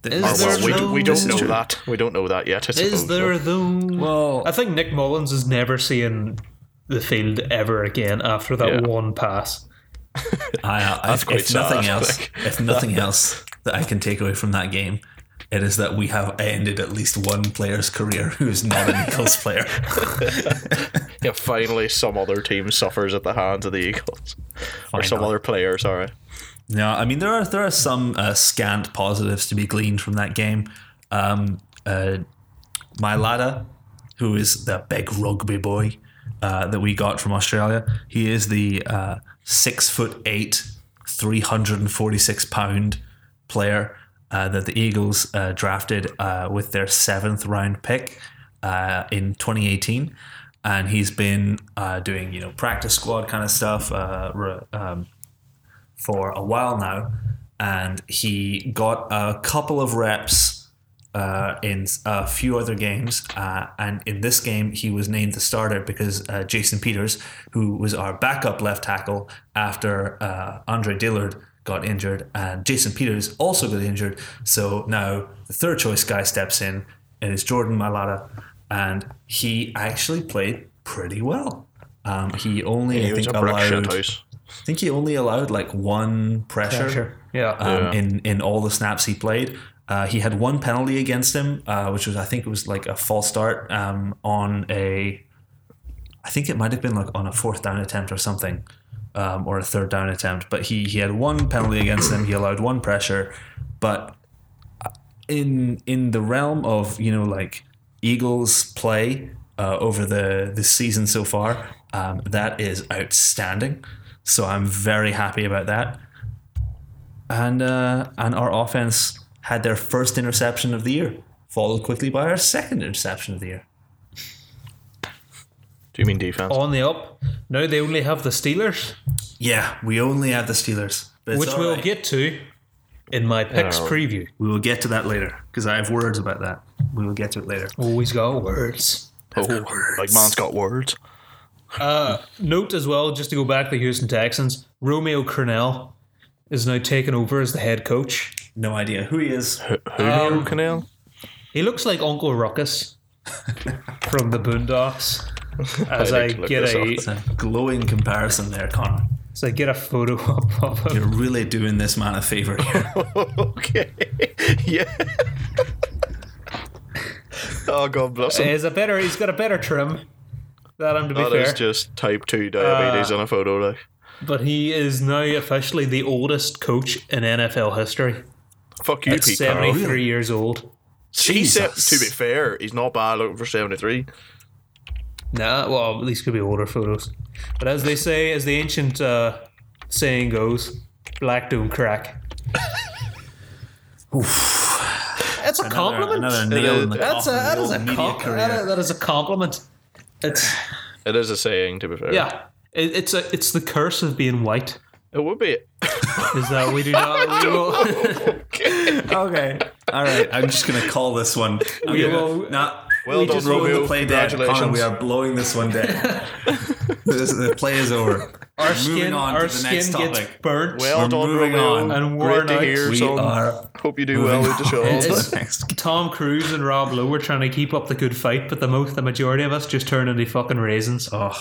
S2: The-
S1: Is
S2: Oh,
S1: there
S3: Well, we,
S1: no-
S3: we
S1: this
S3: don't
S1: is
S3: know
S1: true.
S3: that. We don't know that yet. I
S1: Is
S3: suppose,
S1: there
S3: but-
S1: though?
S2: Well-
S1: I think Nick Mullins is never seeing the field ever again after that
S3: Yeah.
S1: one pass.
S2: I, I, if,
S3: quite
S2: if nothing
S3: sad, I
S2: else,
S3: think.
S2: if nothing else that I can take away from that game, it is that we have ended at least one player's career who is not an Eagles player.
S3: Yeah, finally, some other team suffers at the hands of the Eagles, or some
S2: Finally.
S3: other player. Sorry.
S2: No, I mean there are there are some uh, scant positives to be gleaned from that game. Um, uh, my ladder, who is the big rugby boy, uh, that we got from Australia. He is the uh, six foot eight, 346 pound player uh, that the Eagles uh, drafted uh, with their seventh round pick uh, in 2018. And he's been uh, doing, you know, practice squad kind of stuff, uh, re- um, for a while now, and he got a couple of reps uh, in a few other games. Uh, and in this game, he was named the starter because uh, Jason Peters, who was our backup left tackle after uh, Andre Dillard got injured, and Jason Peters also got injured. So now the third choice guy steps in, and it's Jordan Malata, and he actually played pretty well. Um, he only
S3: He
S2: I
S3: was
S2: think
S3: a brick shit
S2: allowed
S3: house.
S2: I think he only allowed like one pressure,
S1: Sure. Uh-huh. Yeah.
S2: um,
S3: Yeah.
S2: in in all the snaps he played. Uh, he had one penalty against him, uh, which was I think it was like a false start um, on a, I think it might have been like on a fourth down attempt or something, um, or a third down attempt. But he he had one penalty against him. He allowed one pressure, but uh, in in the realm of you know like Eagles play uh, over the the season so far, um, that is outstanding. So I'm very happy about that. And uh, and our offense had their first interception of the year, followed quickly by our second interception of the year.
S3: Do you mean defense?
S1: on the up. Now they only have the Steelers,
S2: Yeah, we only have the Steelers, but it's
S1: which
S2: all
S1: we'll
S2: right.
S1: get to in my picks
S3: Yeah.
S1: preview.
S2: we will get to that later because I have words about that. We will get to it later.
S1: Always got words.
S3: Oh, like man's got words.
S1: Note as well, just to go back to the Houston Texans, Romeo Cornell is now taken over as the head coach.
S2: No idea who he is.
S1: Um,
S3: Julio Canal.
S1: He looks like Uncle Ruckus from the Boondocks. As
S3: I
S1: I
S3: need to look
S1: get
S3: this
S1: a,
S2: It's a glowing comparison there, Connor.
S1: as I get a photo up of him.
S2: You're really doing this man a favor here.
S3: okay. yeah. oh God bless him.
S1: He's a better. He's got a better trim. That I'm to be
S3: Oh, That
S1: fair. Uh,
S3: is just type two diabetes in a photo. Like
S1: but he is now officially the oldest coach in NFL history.
S3: fuck you,
S1: At
S3: Pete.
S1: 73
S3: Carroll.
S1: years old.
S3: He said,
S2: Jesus.
S3: to be fair, he's not bad looking for seventy three.
S1: Nah, well, these could be older photos. But as they say, as the ancient uh, saying goes, black don't crack. That's a compliment.
S2: Another nail in the
S1: That's a that
S2: coffin of the
S1: is a
S2: old media
S1: comp-
S2: career.
S1: that is- that is a compliment. It's
S3: It is a saying, to be fair.
S1: yeah. It, it's a it's the curse of being white.
S3: It would be.
S1: Is that we do not we will,
S2: okay. All right. I'm just gonna call this one. I'm
S1: We
S2: gonna-
S1: will-
S2: not.
S3: Well
S2: we
S3: done,
S2: just rolled
S3: Romeo.
S2: the play dead.
S3: Congratulations.
S2: Connor, we are blowing this one dead. this, the play is over.
S1: our
S2: Moving
S1: skin
S2: on
S1: our
S2: to the next
S1: skin gets
S2: topic.
S1: burnt.
S3: Well
S2: We're
S3: done,
S2: moving
S3: Romeo.
S2: on.
S1: And worn
S3: Great to
S1: out.
S3: hear.
S2: We
S3: son.
S2: are
S3: Hope you do
S2: moving
S3: well with the
S2: on to
S3: show.
S1: It's-
S2: the next.
S1: Tom Cruise and Rob Lowe were trying to keep up the good fight, but the most the majority of us just turned into fucking raisins.
S2: Oh.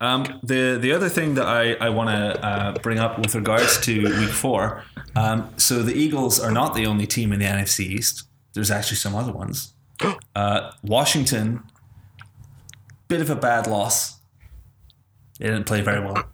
S2: Um, the the other thing that I, I want to uh, bring up with regards to week four, um, so the Eagles are not the only team in the NFC East. There's actually some other ones. Uh, Washington, bit of a bad loss. They didn't play very well.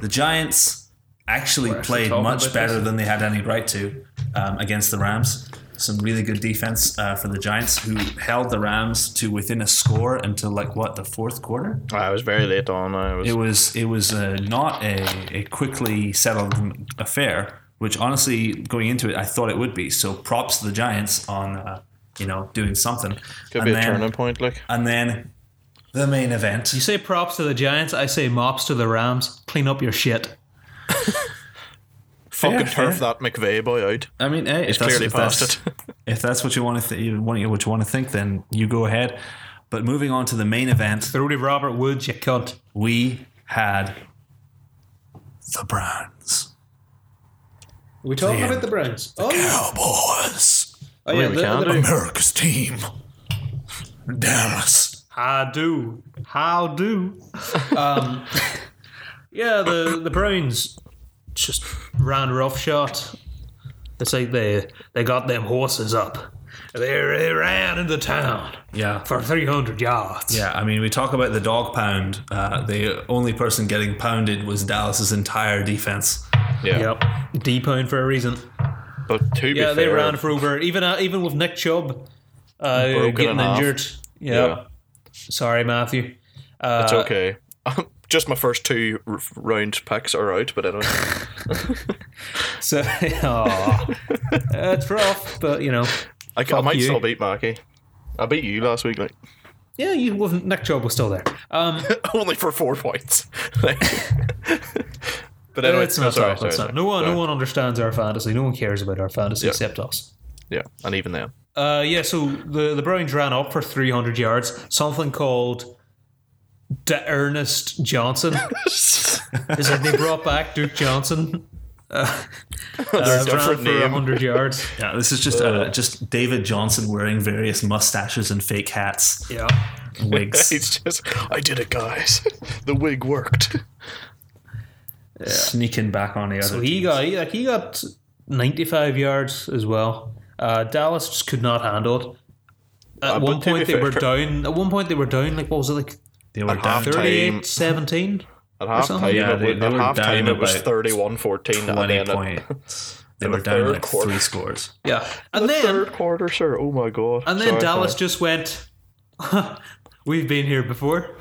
S2: The Giants actually played
S1: talking
S2: much
S1: about
S2: better
S1: this.
S2: than they had any right to um, against the Rams. Some really good defense uh, for the Giants, who held the Rams to within a score until like what the fourth quarter.
S3: I was very late on. I was.
S2: It was it was uh, not a, a quickly settled m- affair, which honestly, going into it, I thought it would be. So props to the Giants on uh, you know doing something.
S3: could
S2: and
S3: be a
S2: then,
S3: turning point. Like
S2: And then the main event.
S1: You say props to the Giants, I say mops to the Rams. Clean up your shit.
S3: fucking
S2: fair.
S3: turf that McVeigh boy out.
S2: I mean, hey, if that's,
S3: Clearly
S2: if,
S3: past
S2: that's,
S3: it.
S2: if that's what you want to th- you want what you want to think, then you go ahead. But moving on to the main event,
S1: Throw to Robert Woods, you cunt.
S2: we had the Browns,
S1: Are we talking
S2: about
S1: the Browns? Oh, yeah.
S2: Cowboys,
S1: oh yeah,
S3: we can. they're-
S2: America's team, Dallas.
S1: How do? How do? Um, yeah, the the Browns just ran rough shot. It's like they they got them horses up. They, they ran into town
S2: Yeah.
S1: for three hundred yards.
S2: Yeah, I mean, we talk about the dog pound. Uh, the only person getting pounded was Dallas's entire defense.
S3: Yeah.
S1: Yep, D pound for a reason.
S3: But to be
S1: Yeah,
S3: fair,
S1: they ran for over even uh, even with Nick Chubb uh,
S3: Broken
S1: getting
S3: in half.
S1: injured. Yeah.
S3: Yeah.
S1: sorry, Matthew.
S3: it's okay. Just my first two r- round picks are out, but anyway.
S1: So, aw. it's rough, but you know,
S3: I, c- I
S1: Fuck
S3: might
S1: you.
S3: still beat Mackie. I beat you last week, like
S1: yeah, you wasn't. Nick Job was still there. Um,
S3: only for four points. Like- but
S1: no,
S3: anyway,
S1: it's
S3: no,
S1: not
S3: sorry,
S1: tough,
S3: sorry,
S1: it's
S3: sorry.
S1: not. No one,
S3: Sorry.
S1: no one understands our fantasy. No one cares about our fantasy
S3: Yeah.
S1: except us.
S3: Yeah, and even then,
S1: Uh, yeah, so the, the Browns ran up for 300 yards. Something called De Ernest Johnson. is that they brought back Duke Johnson?
S3: They're
S1: Uh, ran
S3: different
S1: for
S3: name.
S1: 100 yards.
S2: Yeah, this is just uh, just David Johnson wearing various mustaches and fake hats,
S1: Yeah.
S2: and wigs,
S3: It's just, I did it, guys. the wig worked.
S2: sneaking back on the other.
S1: So he got he, like he got 95 yards as well. Uh, Dallas just could not handle it. At
S3: Uh, but
S1: one
S3: to be
S1: point they were
S3: fair-
S1: down. At one point they were down. Like what was it like
S2: they were
S3: At half
S2: down
S3: time.
S1: 38-17?
S3: At half
S1: something.
S3: time,
S2: Yeah,
S3: it,
S2: they-
S3: was-
S2: they
S3: at
S2: were
S3: half time
S2: down
S3: it was
S2: about
S3: 31 14. And
S2: twenty
S3: then at
S2: points. They
S3: in
S2: were
S3: the
S2: down
S3: third
S2: like
S3: quarter.
S2: three scores.
S1: Yeah, and then
S3: third quarter, sir. Oh my god.
S1: and then
S3: Sorry,
S1: Dallas
S3: sorry.
S1: just went. We've been here before.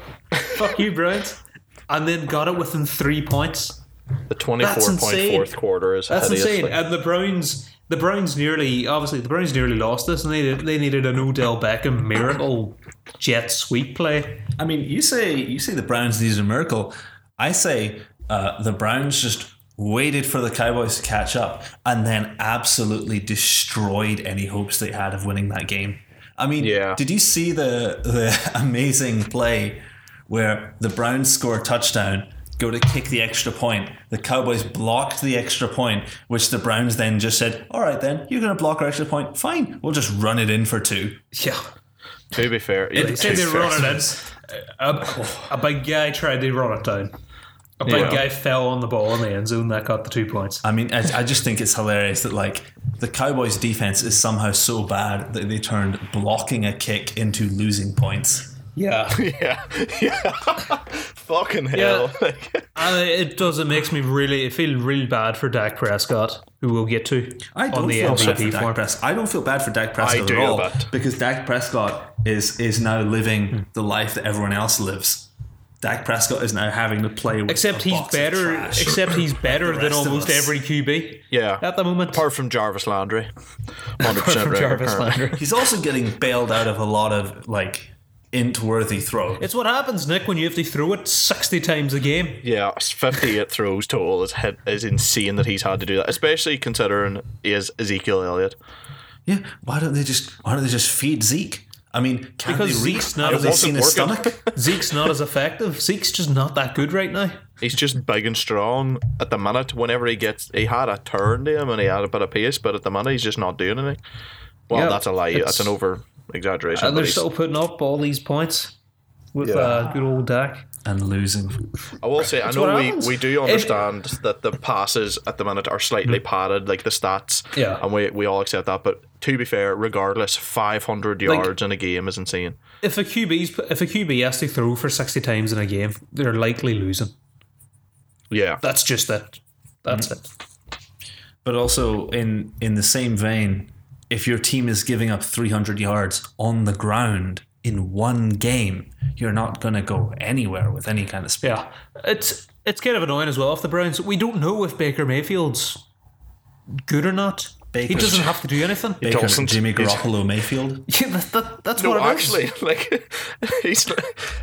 S1: Fuck you, Browns. And then got it within three points.
S3: The 24
S1: That's
S3: point
S1: insane.
S3: fourth quarter is
S1: That's
S3: hideous.
S1: insane.
S3: Like,
S1: And the Browns, the Browns nearly, obviously, the Browns nearly lost this, and they they needed an Odell Beckham miracle jet sweep play.
S2: I mean, you say you say the Browns needed a miracle. I say uh, the Browns just waited for the Cowboys to catch up and then absolutely destroyed any hopes they had of winning that game. I mean,
S3: Yeah.
S2: did you see the the amazing play where the Browns score a touchdown, go to kick the extra point, the Cowboys blocked the extra point, which the Browns then just said, "All right, then you're going to block our extra point. Fine, we'll just run it in for two.
S1: Yeah,
S3: to be fair, yeah,
S1: they said they
S3: to be fair.
S1: run it in. A, a big guy tried to run it down. A big
S3: Yeah.
S1: guy fell on the ball in the end zone that got the two points.
S2: I mean, I, I just think it's hilarious that like the Cowboys' defense is somehow so bad that they turned blocking a kick into losing points.
S1: Yeah,
S3: Yeah, yeah. Fucking hell. Like,
S1: and it does. It makes me really I feel really bad for Dak Prescott, who we'll get to
S2: I don't
S1: on the
S2: feel bad for
S1: MVP
S2: Dak
S1: form.
S2: Pres- I don't feel bad for Dak
S3: I
S2: Prescott
S3: do
S2: at
S3: a
S2: all
S3: bit.
S2: because Dak Prescott is is now living the life that everyone else lives. Dak Prescott is now having to play with
S1: Except
S2: a
S1: he's
S2: box of
S1: better.
S2: trash.
S1: Except he's better
S2: The
S1: than
S2: rest of
S1: almost
S2: us.
S1: every QB
S3: yeah.
S1: at the moment.
S3: Apart from Jarvis Landry. 100%
S1: from
S3: right,
S1: Jarvis
S3: apparently.
S1: Landry.
S2: he's also getting bailed out of a lot of like int worthy throws.
S1: It's what happens, Nick, when you have to throw it 60 times a game.
S3: Yeah, it's 58 throws total is, hit, is insane that he's had to do that, especially considering he is Ezekiel Elliott.
S2: Yeah, why don't they just why don't they just feed Zeke? I mean, can
S1: Because
S2: they reach?
S1: Zeke's not-
S2: Have
S1: it
S2: they seen
S3: wasn't
S2: his
S3: working.
S2: stomach?
S1: Zeke's not as effective. Zeke's just not that good right now.
S3: He's just big and strong at the minute. Whenever he gets, he had a turn to him and he had a bit of pace, but at the minute he's just not doing anything. Well,
S1: Yeah,
S3: that's a lie. That's an over exaggeration.
S1: And they're still putting up all these points with uh, good old Dak.
S2: and losing.
S3: I will say, I
S1: what
S3: know we,
S1: happens.
S3: we do understand that the passes at the minute are slightly padded, like the stats.
S1: Mm. Yeah.
S3: And we, we all accept that. But to be fair, regardless, 500 yards in a game is insane.
S1: If a QB's if a QB has to throw for 60 times in a game, they're likely losing.
S3: Yeah.
S1: That's just it.
S2: Mm.
S1: That's it.
S2: But also in in the same vein, if your team is giving up 300 yards on the ground in one game, you're not going to go anywhere with any kind of speed.
S1: Yeah. It's it's kind of annoying as well if the Browns we don't know if Baker Mayfield's good or not. He
S2: Baker's-
S1: doesn't have to do anything.
S2: Baker,
S3: Dawson.
S2: Jimmy
S3: He's-
S2: Garoppolo, Mayfield.
S1: Yeah, that, that, that's
S3: No,
S1: what it is.
S3: actually, like he's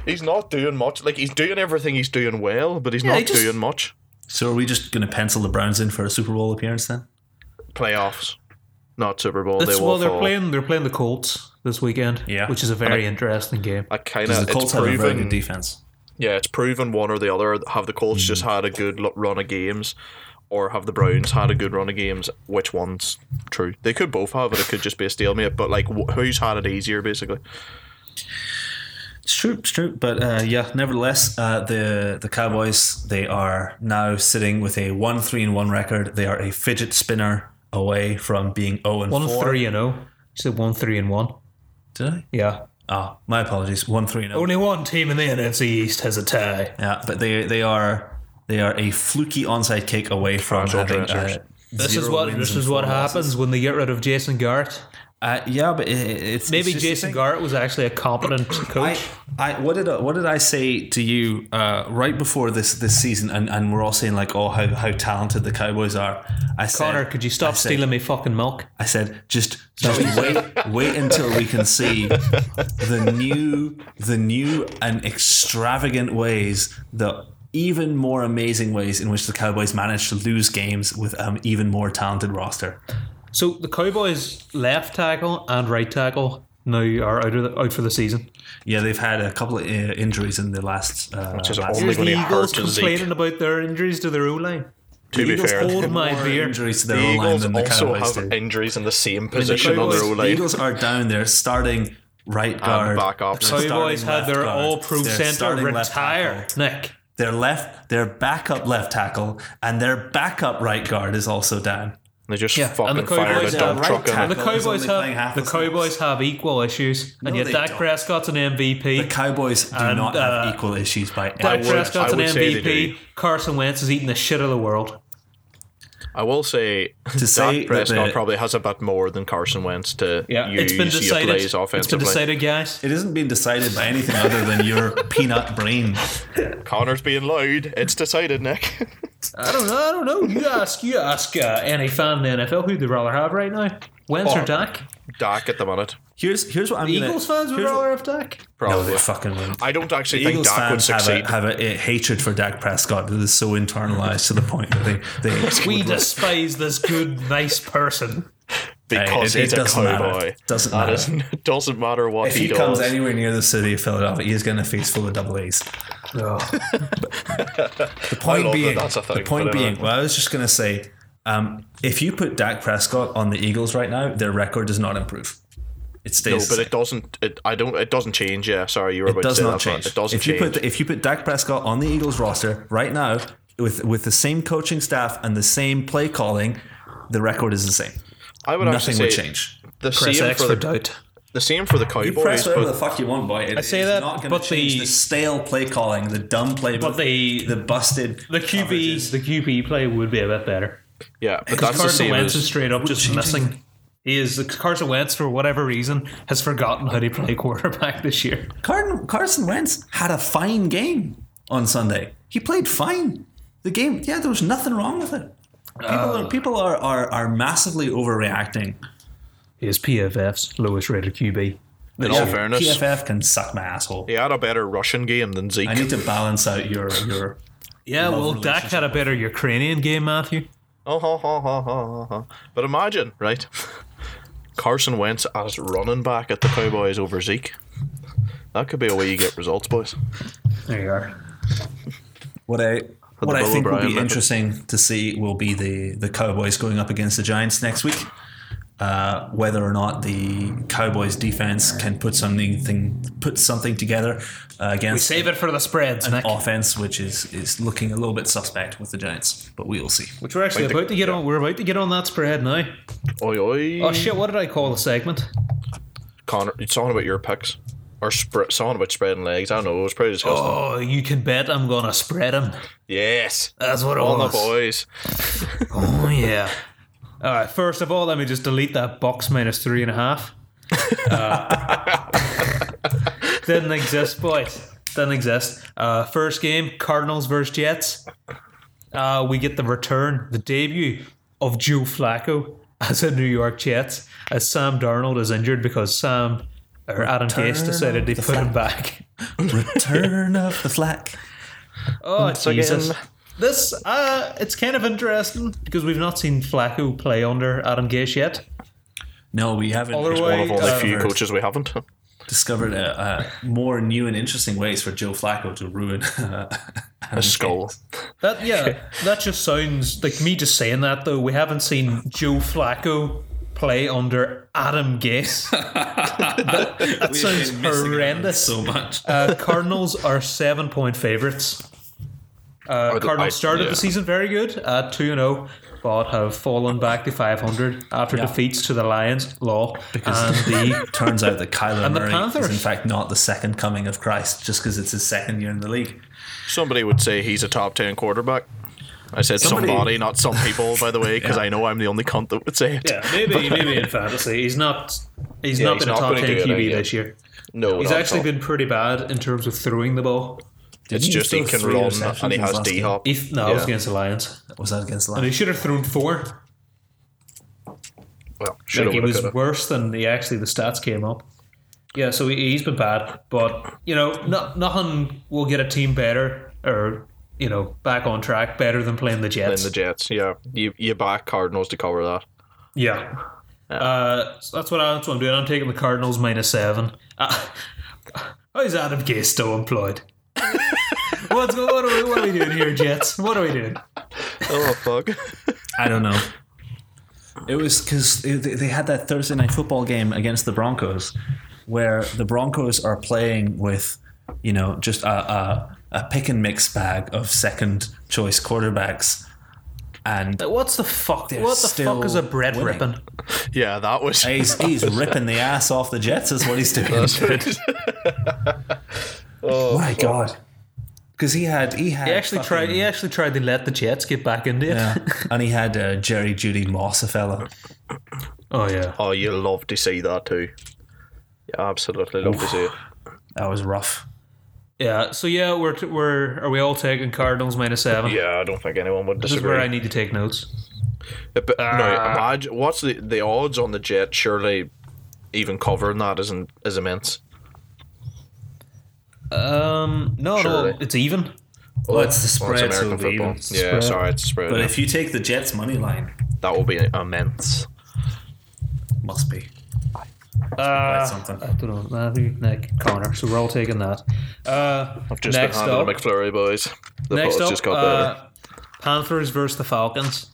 S3: he's not doing much. Like he's doing everything he's doing well, but he's not
S1: he just-
S3: doing much.
S2: So are we just going to pencil the Browns in for a Super Bowl appearance then?
S3: Playoffs, not Super Bowl.
S1: That's
S3: they
S1: well,
S3: will
S1: they're
S3: fall.
S1: playing. They're playing the Colts this weekend,
S2: Yeah.
S1: which is a very interesting game.
S3: I kind
S2: Because
S3: of
S2: the Colts
S3: it's
S2: have a very good
S3: proven.
S2: defense.
S3: Yeah, it's proven one or the other. Have the Colts
S2: Hmm.
S3: just had a good lo- run of games, or have the Browns had a good run of games? Which one's true? They could both have it. It could just be a stalemate. But like, wh- who's had it easier, basically?
S2: It's true, it's true. But uh, yeah, nevertheless, uh, the the Cowboys they are now sitting with a one three and one record. They are a fidget spinner away from being zero and
S1: One
S2: four.
S1: three and zero. You said one three and one.
S2: Did I?
S1: Yeah,
S2: Oh, my apologies. One three and zero.
S1: only one team in the NFC East has a tie.
S2: Yeah, but they they are they are a fluky onside kick away from
S3: Casual
S2: having. Uh,
S3: dressers.
S1: This
S2: zero
S1: is what
S2: wins
S1: this
S2: and
S1: is what
S2: four losses.
S1: happens when they get rid of Jason Garrett.
S2: Uh, yeah, but it, it- it's
S1: Maybe
S2: it's just the
S1: Jason
S2: thing.
S1: Garrett was actually a competent
S2: I,
S1: coach.
S2: I what did I, what did I say to you uh, right before this this season? And, and we're all saying like, oh, how, how talented the Cowboys are. I said,
S1: Connor, could you stop
S2: I said-
S1: stealing me fucking milk?
S2: I said, just just wait wait until we can see the new the new and extravagant ways the even more amazing ways in which the Cowboys manage to lose games with an even more talented roster.
S1: So the Cowboys left tackle and right tackle now are out of the, out for the season.
S2: Yeah, they've had a couple of uh, injuries in the last. Uh,
S3: Which is
S2: last
S3: only
S1: Here's
S3: when
S1: the
S3: he
S1: Eagles
S3: hurt Zeke.
S1: complaining about their injuries to their O line.
S3: To be
S2: Eagles
S3: fair,
S1: Hold
S3: the
S1: my
S2: more
S1: beer.
S2: injuries to their own line
S3: Eagles
S2: than the
S3: also
S2: Cowboys
S3: have
S2: do.
S3: injuries in the same position on their
S1: Cowboys-
S3: own
S2: The
S3: line.
S2: Eagles are down there, starting right guard,
S3: backup.
S2: their
S3: Cowboys
S2: starting
S1: Cowboys had
S2: left
S1: their
S2: guard,
S1: all-pro
S2: their
S1: center
S2: starting left
S1: retire.
S2: tackle,
S1: Nick,
S2: Their left, their backup left tackle, and their backup right guard is also down.
S3: They just
S1: Yeah, and the
S3: fucking
S1: Cowboys
S3: fired a
S1: are
S3: dump
S2: right
S3: truck in
S1: the
S2: tackle.
S3: it.
S2: Well, he's
S1: Cowboys
S2: only playing
S1: have
S2: half
S1: the
S2: the snaps.
S1: Cowboys have equal issues, and
S2: No,
S1: yet
S2: they
S1: Dak
S2: don't.
S1: Prescott's an
S2: The
S1: MVP.
S2: Cowboys do
S1: And,
S2: not
S1: uh,
S2: have equal issues by
S1: Dak
S2: any.
S3: would- I
S1: Prescott's an
S3: would say they
S1: MVP.
S3: do.
S1: Carson Wentz is eating the shit of the world.
S3: I will say,
S2: To say
S3: Dak
S2: that
S3: Prescott
S2: the-
S3: probably has a bit more than Carson Wentz to use,
S1: it's been decided.
S3: utilize offensively.
S1: It's been decided, guys.
S2: It isn't being decided by anything other than your peanut brain.
S3: Connor's being loud. It's decided, Nick.
S1: I don't know. I don't know. You ask. You ask uh, any fan in the NFL who they'd rather have right now. Wentz or
S3: Oh.
S1: Dak?
S3: Dak at the minute,
S2: Here's here's what I'm gonna.
S1: Eagles fans would
S2: here's what-
S1: rather have Dak.
S2: No,
S3: probably.
S2: they fucking win.
S3: I don't actually
S2: The
S3: think
S2: Eagles
S3: Dak would
S2: fans have
S3: succeed.
S2: a, have a, a hatred for Dak Prescott that is so internalized to the point that they they
S1: We despise this good, nice person.
S3: because
S2: Hey, it- it
S3: he's a
S2: doesn't matter.
S3: cowboy.
S2: Doesn't
S3: That
S2: matter.
S3: isn't- doesn't matter what
S2: if
S3: he,
S2: he comes
S3: does.
S2: anywhere near the city of Philadelphia, he's getting a face full of double A's.
S1: Oh,
S2: The point
S3: love that
S2: being,
S3: that's a thing,
S2: the point
S3: but anyway.
S2: being, well, I was just gonna say, um, if you put Dak Prescott on the Eagles right now, their record does not improve. It
S3: no,
S2: stays.
S3: but it doesn't. It, I don't. It doesn't change. Yeah, sorry, you were
S2: It
S3: about
S2: does
S3: to say
S2: not
S3: that. but
S2: change.
S3: It doesn't
S2: if
S3: change.
S2: you put the, if you put Dak Prescott on the Eagles roster right now with with the same coaching staff and the same play calling, the record is the same.
S3: I would
S2: Nothing
S3: actually
S2: would
S3: say
S2: change.
S3: the
S1: Press
S3: same
S1: X
S3: for
S1: for
S3: the,
S1: doubt.
S3: the same for the Cowboys, but
S2: fuck you want, boy. I
S1: say it's that, not gonna but change the- the
S2: stale play calling, the dumb play,
S1: But the
S2: the busted
S1: the QB the QB play would be a bit better.
S3: yeah, but
S2: Because
S3: that's the
S1: Carson
S3: same
S1: Wentz is
S3: as
S1: straight up just missing. He is Carson Wentz for whatever reason has forgotten how to play quarterback this year.
S2: Carson, Carson Wentz had a fine game on Sunday. He played fine. The game, yeah, there was nothing wrong with it. People,
S3: Uh,
S2: are, people are, are, are massively overreacting.
S1: His PFF's lowest rated QB.
S3: in
S2: Yeah,
S3: all fairness.
S2: PFF can suck my asshole.
S3: He had a better Russian game than Zeke.
S2: I need to balance out your your.
S1: Yeah, well, Dak had a better Ukrainian game, Matthew.
S3: Oh, ha, ha, ha, ha, ha, ha. But imagine, right? Carson Wentz as running back at the Cowboys over Zeke. That could be a way you get results, boys.
S1: There you are.
S2: What I what
S3: the
S2: I
S3: Bill
S2: think will be
S3: O'Brien method.
S2: interesting to see will be the the Cowboys going up against the Giants next week. Uh, whether or not the Cowboys defense can put something thing, put something together uh, against
S1: Save it for the spreads, Nick.
S2: offense, which is is looking a little bit suspect with the Giants, but we'll see.
S1: Which we're actually
S3: Wait, the-
S1: about to get on. We're about to get on that spread now.
S3: Oi, oi.
S1: Oh shit! What did I call the segment?
S3: Connor, it's on about your picks. Or sp- something about spreading legs. I don't know. It was pretty disgusting.
S1: Oh, you can bet I'm gonna spread him.
S3: Yes.
S1: That's what it
S3: On the
S1: was.
S3: boys.
S1: Oh yeah. All right. First of all, let me just delete that box minus three and a half. Uh, didn't exist, boys. Didn't exist. Uh, first game: Cardinals versus Jets. Uh, we get the return, the debut of Joe Flacco as a New York Jets, as Sam Darnold is injured because Sam or Adam Gase
S2: Return
S1: decided to
S2: of the
S1: put him back.
S2: Return of the flack.
S1: Oh Jesus!
S3: again.
S1: This uh, it's kind of interesting because we've not seen Flacco play under Adam Gase yet.
S2: No, we haven't
S1: Otherwise-
S3: One of only
S1: Uh,
S3: few
S2: first.
S3: coaches we haven't.
S2: discovered uh, uh, more new and interesting ways for Joe Flacco to ruin uh,
S3: A skull.
S1: That yeah, that just sounds like me just saying that though. We haven't seen Joe Flacco play under Adam Gase. that that sounds horrendous.
S2: so much.
S1: Uh, Cardinals are seven point favorites. Uh,
S3: the- I-
S1: Cardinals started
S3: yeah.
S1: the season very good at two and zero, but have fallen back to five hundred after defeats to the Lions, Law, Uh, and the
S2: Turns out that Kyler
S1: the
S2: Murray
S1: Panthers.
S2: is in fact not the second coming of Christ, just because it's his second year in the league.
S3: Somebody would say he's a top 10 quarterback. I said
S2: Somebody-
S3: somebody, not some people, by the way, because I know I'm the only cunt that would say it.
S1: Yeah, maybe maybe in fantasy he's not he's
S3: Yeah,
S1: not
S3: he's
S1: been a
S3: not
S1: top
S3: gonna
S1: ten
S3: do it,
S1: QB
S3: yeah.
S1: this year.
S3: No,
S1: He's
S3: not at
S1: actually
S3: all.
S1: been pretty bad in terms of throwing the ball.
S3: It's
S2: Didn't
S3: just
S2: throw
S3: he can
S2: three
S3: run
S2: interceptions
S3: and he has
S2: last
S3: D
S2: game?
S3: hop.
S1: If no, it was
S3: Yeah.
S1: against the Lions,
S2: Was that against the
S1: and he
S2: Lions?
S1: should have thrown four.
S3: Well, should
S1: Like
S3: have
S1: he was
S3: could
S1: worse than he actually the stats came up. Yeah, so he, he's been bad, but you know, no, nothing will get a team better or you know back on track better than playing the
S3: in
S1: Jets.
S3: the Jets. Yeah, you you back Cardinals to cover that.
S1: yeah, uh, so that's what, I, that's what I'm doing. I'm taking the Cardinals minus seven. Uh, how is Adam Gase still employed? What's go- what are, we, what are we doing here, Jets? What are we doing?
S3: Oh fuck!
S2: I don't know. It was because they they had that Thursday night football game against the Broncos, where the Broncos are playing with, you know, just a, a, a pick and mix bag of second choice quarterbacks, and
S1: What's the fuck? what the
S2: still
S1: fuck is a bread ripping?
S2: winning.
S3: yeah, that was.
S2: he's he's ripping the ass off the Jets is what he's doing. oh my god! Because he had he had
S1: He actually tried. He actually tried to let the Jets get back into it.
S2: yeah, and he had uh, Jerry Judy Moss a fella.
S1: Oh yeah.
S3: oh, you love to see that too. You absolutely love to see it.
S2: That was rough.
S1: Yeah. So yeah, we're t- we're are we all taking Cardinals minus seven?
S3: Yeah, I don't think anyone would
S1: This is
S3: disagree.
S1: where I need to take notes.
S3: But, no, imagine what's the, the odds on the jet? Surely, even covering that isn't is immense.
S1: Um, no,
S3: Surely.
S1: no, it's even.
S2: Well, it's the
S3: Well,
S2: spread,
S3: it's
S2: so
S3: American
S2: it'll be
S3: football.
S2: even. It's the
S3: Yeah,
S2: spread.
S3: sorry, it's spread.
S2: But if you take the Jets money line,
S3: that will be immense.
S2: must be
S1: Uh,
S2: something.
S1: I don't know, Matthew, Nick, Connor. So we're all taking that. Uh,
S3: I've just
S1: next
S3: been handed
S1: up,
S3: the McFlurry boys. The
S1: next
S3: Bullets
S1: up,
S3: just got
S1: uh, Panthers versus the Falcons.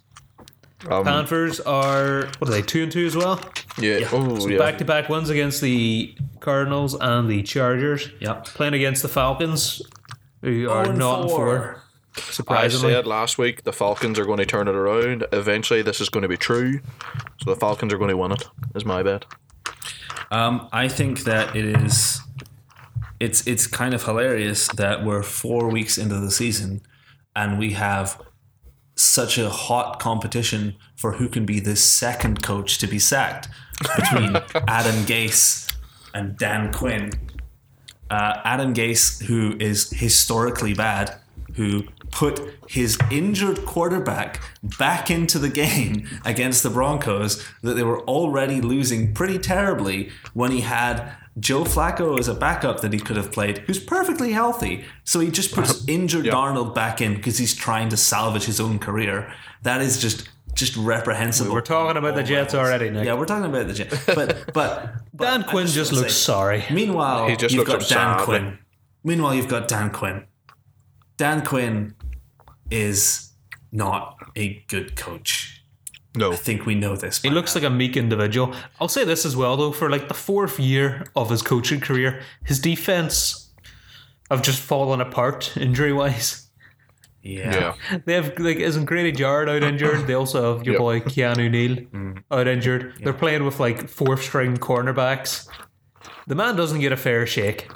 S3: better. Um,
S1: Panthers are what are they two and two as well?
S3: yeah, Oh, yeah.
S1: Back to back wins against the Cardinals and the Chargers.
S2: Yep.
S1: Playing against the Falcons, who are not in four.
S3: I
S1: Surprisingly,
S3: said last week the Falcons are going to turn it around. Eventually, this is going to be true. So the Falcons are going to win it. Is my bet.
S2: Um, I think that it is. It's it's kind of hilarious that we're four weeks into the season, and we have such a hot competition for who can be the second coach to be sacked between Adam Gase and Dan Quinn. Uh, Adam Gase, who is historically bad, who put his injured quarterback back into the game against the Broncos that they were already losing pretty terribly when he had Joe Flacco as a backup that he could have played, who's perfectly healthy. So he just puts injured Darnold back in because he's trying to salvage his own career. That is just just reprehensible.
S1: We're talking about the Jets already, Nick.
S2: yeah, we're talking about the Jets, but but, but
S1: Dan
S2: I
S1: Quinn just
S2: wanna
S1: looks
S2: say-
S1: sorry.
S2: Meanwhile,
S3: He just
S2: you've got
S3: looks
S2: Dan
S3: upset.
S2: Quinn. Meanwhile, you've got Dan Quinn. Dan Quinn is not a good coach.
S3: No,
S2: I think we know this.
S1: He looks like a meek individual. I'll say this as well, though, for like the fourth year of his coaching career, his defense have just fallen apart injury wise.
S2: yeah.
S3: yeah,
S1: They have like isn't Grady Jarrett out injured? They also have your
S3: Yep.
S1: boy Keanu Neal
S2: Mm.
S1: out injured. They're playing with like fourth string cornerbacks. The man doesn't get a fair shake.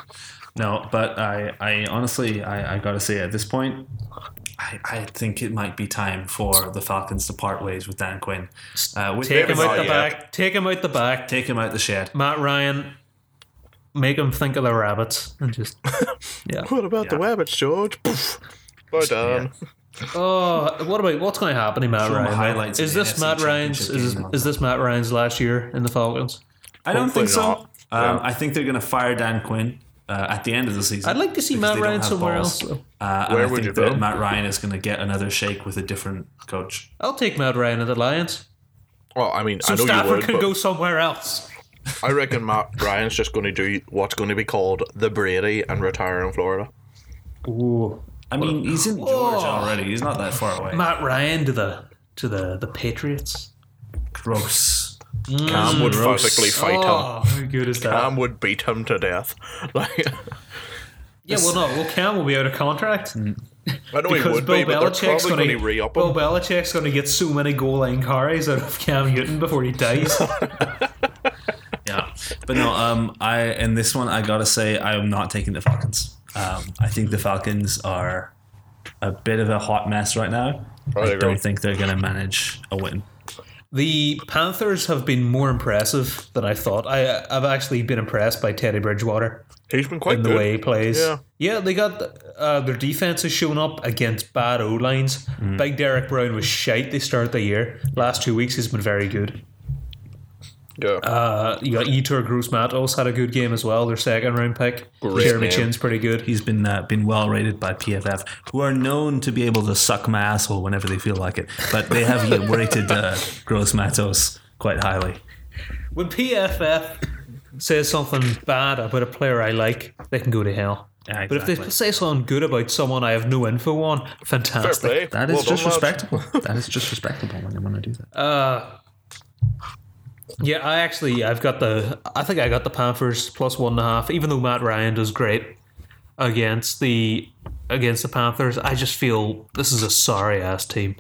S2: No, but I, I honestly, I, I got to say at this point, I, I think it might be time for the Falcons to part ways with Dan Quinn. Uh, with
S1: Take him
S3: Maybe
S1: out the
S3: not yet.
S1: back. Take him out the back.
S2: Take him out the shed.
S1: Matt Ryan, make him think of the rabbits and just
S3: What about the rabbits, George? Poof. Well done.
S1: Oh, what about what's going to happen to Matt
S2: him
S1: Ryan?
S2: highlights of
S1: is
S2: the
S1: this
S2: NFC
S1: Matt Ryan's?
S2: Championship
S1: Is,
S2: game and
S1: is this Matt Ryan's last year in the Falcons?
S2: I don't think so.
S3: Hopefully
S2: Um,
S3: not. Yeah.
S2: I think they're going to fire Dan Quinn uh, at the end of the season.
S1: I'd like to see
S2: because
S1: Matt
S2: they don't
S1: Ryan
S2: have
S1: somewhere
S2: balls.
S1: else. though.
S2: Uh, and
S3: Where
S2: I
S3: would
S2: think
S3: you
S2: that
S3: go?
S2: Matt Ryan is going to get another shake with a different coach.
S1: I'll take Matt Ryan at the Lions.
S3: Well, I mean,
S1: So
S3: I know you
S1: Stafford
S3: would,
S1: can
S3: but
S1: go somewhere else.
S3: I reckon Matt Ryan's just going to do what's going to be called the Brady and retire in Florida.
S1: Ooh,
S2: I mean, he's in
S3: Oh.
S2: Georgia already. He's not that far away.
S1: Matt Ryan to the to the the Patriots.
S2: Gross.
S3: Cam would
S2: gross.
S3: physically fight him.
S1: Mm, Oh, how good is that?
S3: Cam would beat him to death. Like,
S1: yeah, well, no, well, Cam will be out of contract
S3: I know he
S1: because
S3: would
S1: Bill
S3: be, but they're
S1: Belichick's
S3: probably going
S1: going
S3: to re
S1: to
S3: up
S1: Bill
S3: him.
S1: Belichick's going to get so many goal line carries out of Cam Newton before he dies.
S2: Yeah, but no. Um, I in this one, I gotta say, I am not taking the Falcons. Um, I think the Falcons are a bit of a hot mess right now.
S3: I
S2: I,
S3: agree.
S2: don't think they're going to manage a win.
S1: The Panthers have been more impressive than I thought. I, I've actually been impressed by Teddy Bridgewater
S3: He's been quite
S1: in the
S3: good.
S1: way he plays.
S3: Yeah.
S1: they got uh, their defense has shown up against bad O lines.
S3: Mm.
S1: Big Derek Brown was shite. They start the year. Last two weeks, he's been very good.
S3: Yeah.
S1: Uh, you got Etor Gross also had a good game as well. Their second round pick.
S3: Great
S1: Jeremy
S3: name.
S1: Chin's pretty good.
S2: He's been uh, been well rated by PFF, who are known to be able to suck my asshole whenever they feel like it. But they have rated uh, Gross Matos quite highly.
S1: When PFF says something bad about a player I like, they can go to hell.
S2: Yeah,
S1: But if they
S2: exactly.
S1: say something good about someone I have no info on,
S3: Fair
S1: fantastic.
S3: play.
S2: That
S3: Well
S2: is
S3: done,
S2: just
S3: lads.
S2: respectable. that is just respectable when they want to do that.
S1: Yeah, I actually I've got the I think I got the Panthers plus one and a half, even though Matt Ryan does great against the against the Panthers. I just feel this is a sorry ass team.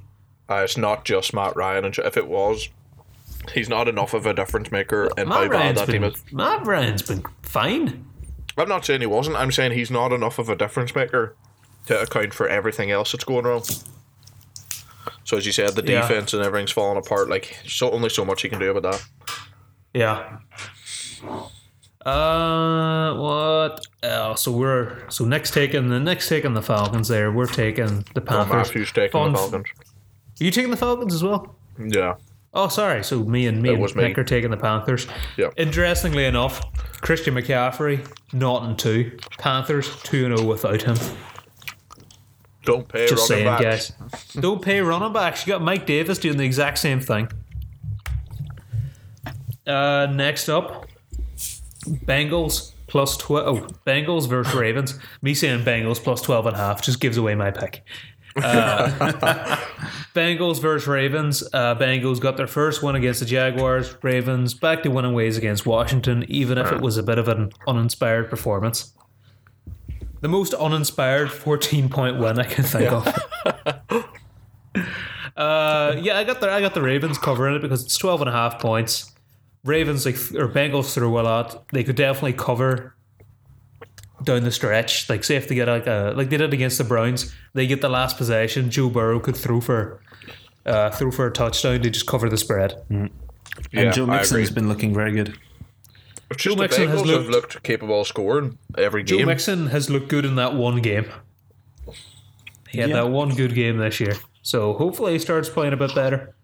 S3: Uh, it's not just Matt Ryan. And if it was, he's not enough of a difference maker in how
S1: Matt
S3: bad
S1: Ryan's
S3: that team
S1: been
S3: is.
S1: Matt Ryan's been fine.
S3: I'm not saying he wasn't. I'm saying he's not enough of a difference maker to account for everything else that's going wrong. So as you said, the
S1: Yeah.
S3: defense and everything's falling apart. Like so, only so much he can do about that.
S1: Yeah. Uh, what else? So we're so next taking the next taking the Falcons. There, we're taking the
S3: Oh,
S1: Panthers.
S3: Matthews taking
S1: Fun-
S3: the Falcons.
S1: Are you taking the Falcons as well?
S3: Yeah,
S1: Oh, sorry. So me and me and
S3: was me.
S1: Nick are taking the Panthers.
S3: Yeah.
S1: Interestingly enough, Christian McCaffrey not in two. Panthers two and zero without him.
S3: don't pay
S1: Just saying,
S3: running back.
S1: guys. Don't pay running backs. You got Mike Davis doing the exact same thing. Uh, next up, Bengals plus twelve. Oh, Bengals versus Ravens. Me saying Bengals plus twelve and a half just gives away my pick. Uh, Bengals versus Ravens. Uh, Bengals got their first win against the Jaguars. Ravens back to winning ways against Washington, even if it was a bit of an uninspired performance. The most uninspired 14 point win I can think of. Uh, yeah, I got the I got the Ravens covering it because it's 12 and a half points. Ravens like or Bengals threw a lot. They could definitely cover down the stretch. Like say if they get like a, like they did against the Browns, they get the last possession. Joe Burrow could throw for uh, throw for a touchdown to just cover the spread.
S3: Yeah,
S2: and Joe
S3: I
S2: Mixon's
S3: agree.
S2: been looking very good.
S3: It's just
S1: Joe
S3: the
S1: Mixon has
S3: Bengals have
S1: looked-
S3: looked capable of scoring every
S1: Joe
S3: game.
S1: Mixon has looked good in that one game. He had
S2: Yeah.
S1: that one good game this year. So hopefully he starts playing a bit better.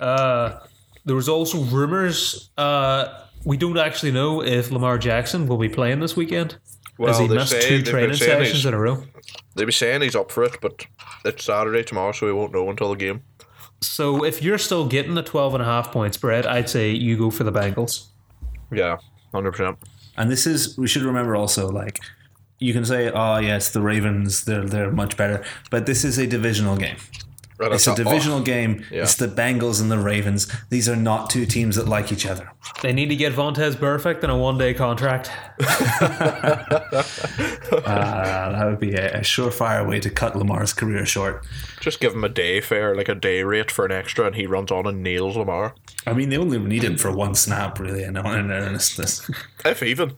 S1: Uh, there was also rumors. Uh, we don't actually know if Lamar Jackson will be playing this weekend.
S3: Well,
S1: as he
S3: they
S1: missed
S3: say-
S1: two
S3: they've been
S1: training
S3: saying he's-
S1: sessions in a row.
S3: They be saying he's up for it, but it's Saturday tomorrow, so we won't know until the game.
S1: So if you're still getting a 12 and a half point spread, I'd say you go for the Bengals.
S3: Yeah, hundred percent.
S2: And this is we should remember also like you can say oh yes the Ravens they're they're much better, but this is a divisional game. It's a divisional game. It's the Bengals and the Ravens. These are not two teams that like each other.
S1: They need to get Vontez perfect in a one day contract.
S2: Uh, that would be a, a surefire way to cut Lamar's career short.
S3: Just give him a day fare, like a day rate for an extra, and he runs on and nails Lamar.
S2: I mean, they only need him for one snap, really, in, all- in earnestness.
S3: If even.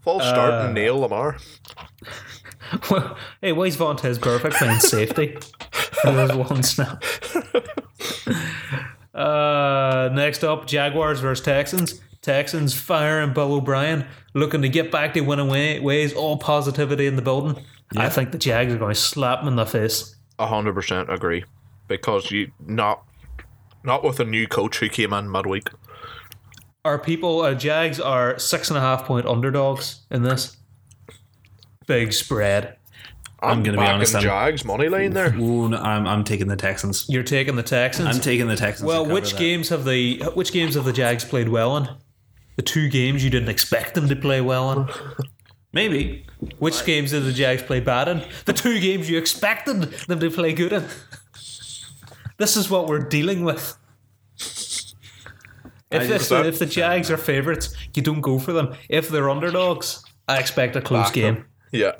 S3: False start
S1: Uh.
S3: and nail Lamar.
S1: Well, hey, why is Vontez perfect playing safety? There's one snap. Uh, next up, Jaguars versus Texans. Texans firing Bill O'Brien, looking to get back to winning way, ways. All positivity in the building. I think the Jags are going to slap him in the face.
S3: A hundred percent agree. Because you not not with a new coach who came in midweek.
S1: Our people, uh, Jags are six and a half point underdogs in this big spread.
S3: I'm,
S2: gonna be
S3: backing
S2: honest, I'm-
S3: Jags money line there.
S2: Ooh, no, I'm, I'm taking the Texans.
S1: You're taking the Texans.
S2: I'm taking the Texans.
S1: Well,
S2: to cover
S1: which
S2: that.
S1: games have they? Which games have the Jags played well in? The two games you didn't expect them to play well in.
S2: Maybe.
S1: Which games did the Jags play bad in? The two games you expected them to play good in. This is what we're dealing with. If,
S2: just-
S1: if, if the Jags are favourites, you don't go for them. If they're underdogs, I expect a close
S3: Back
S1: game.
S3: them. Yeah.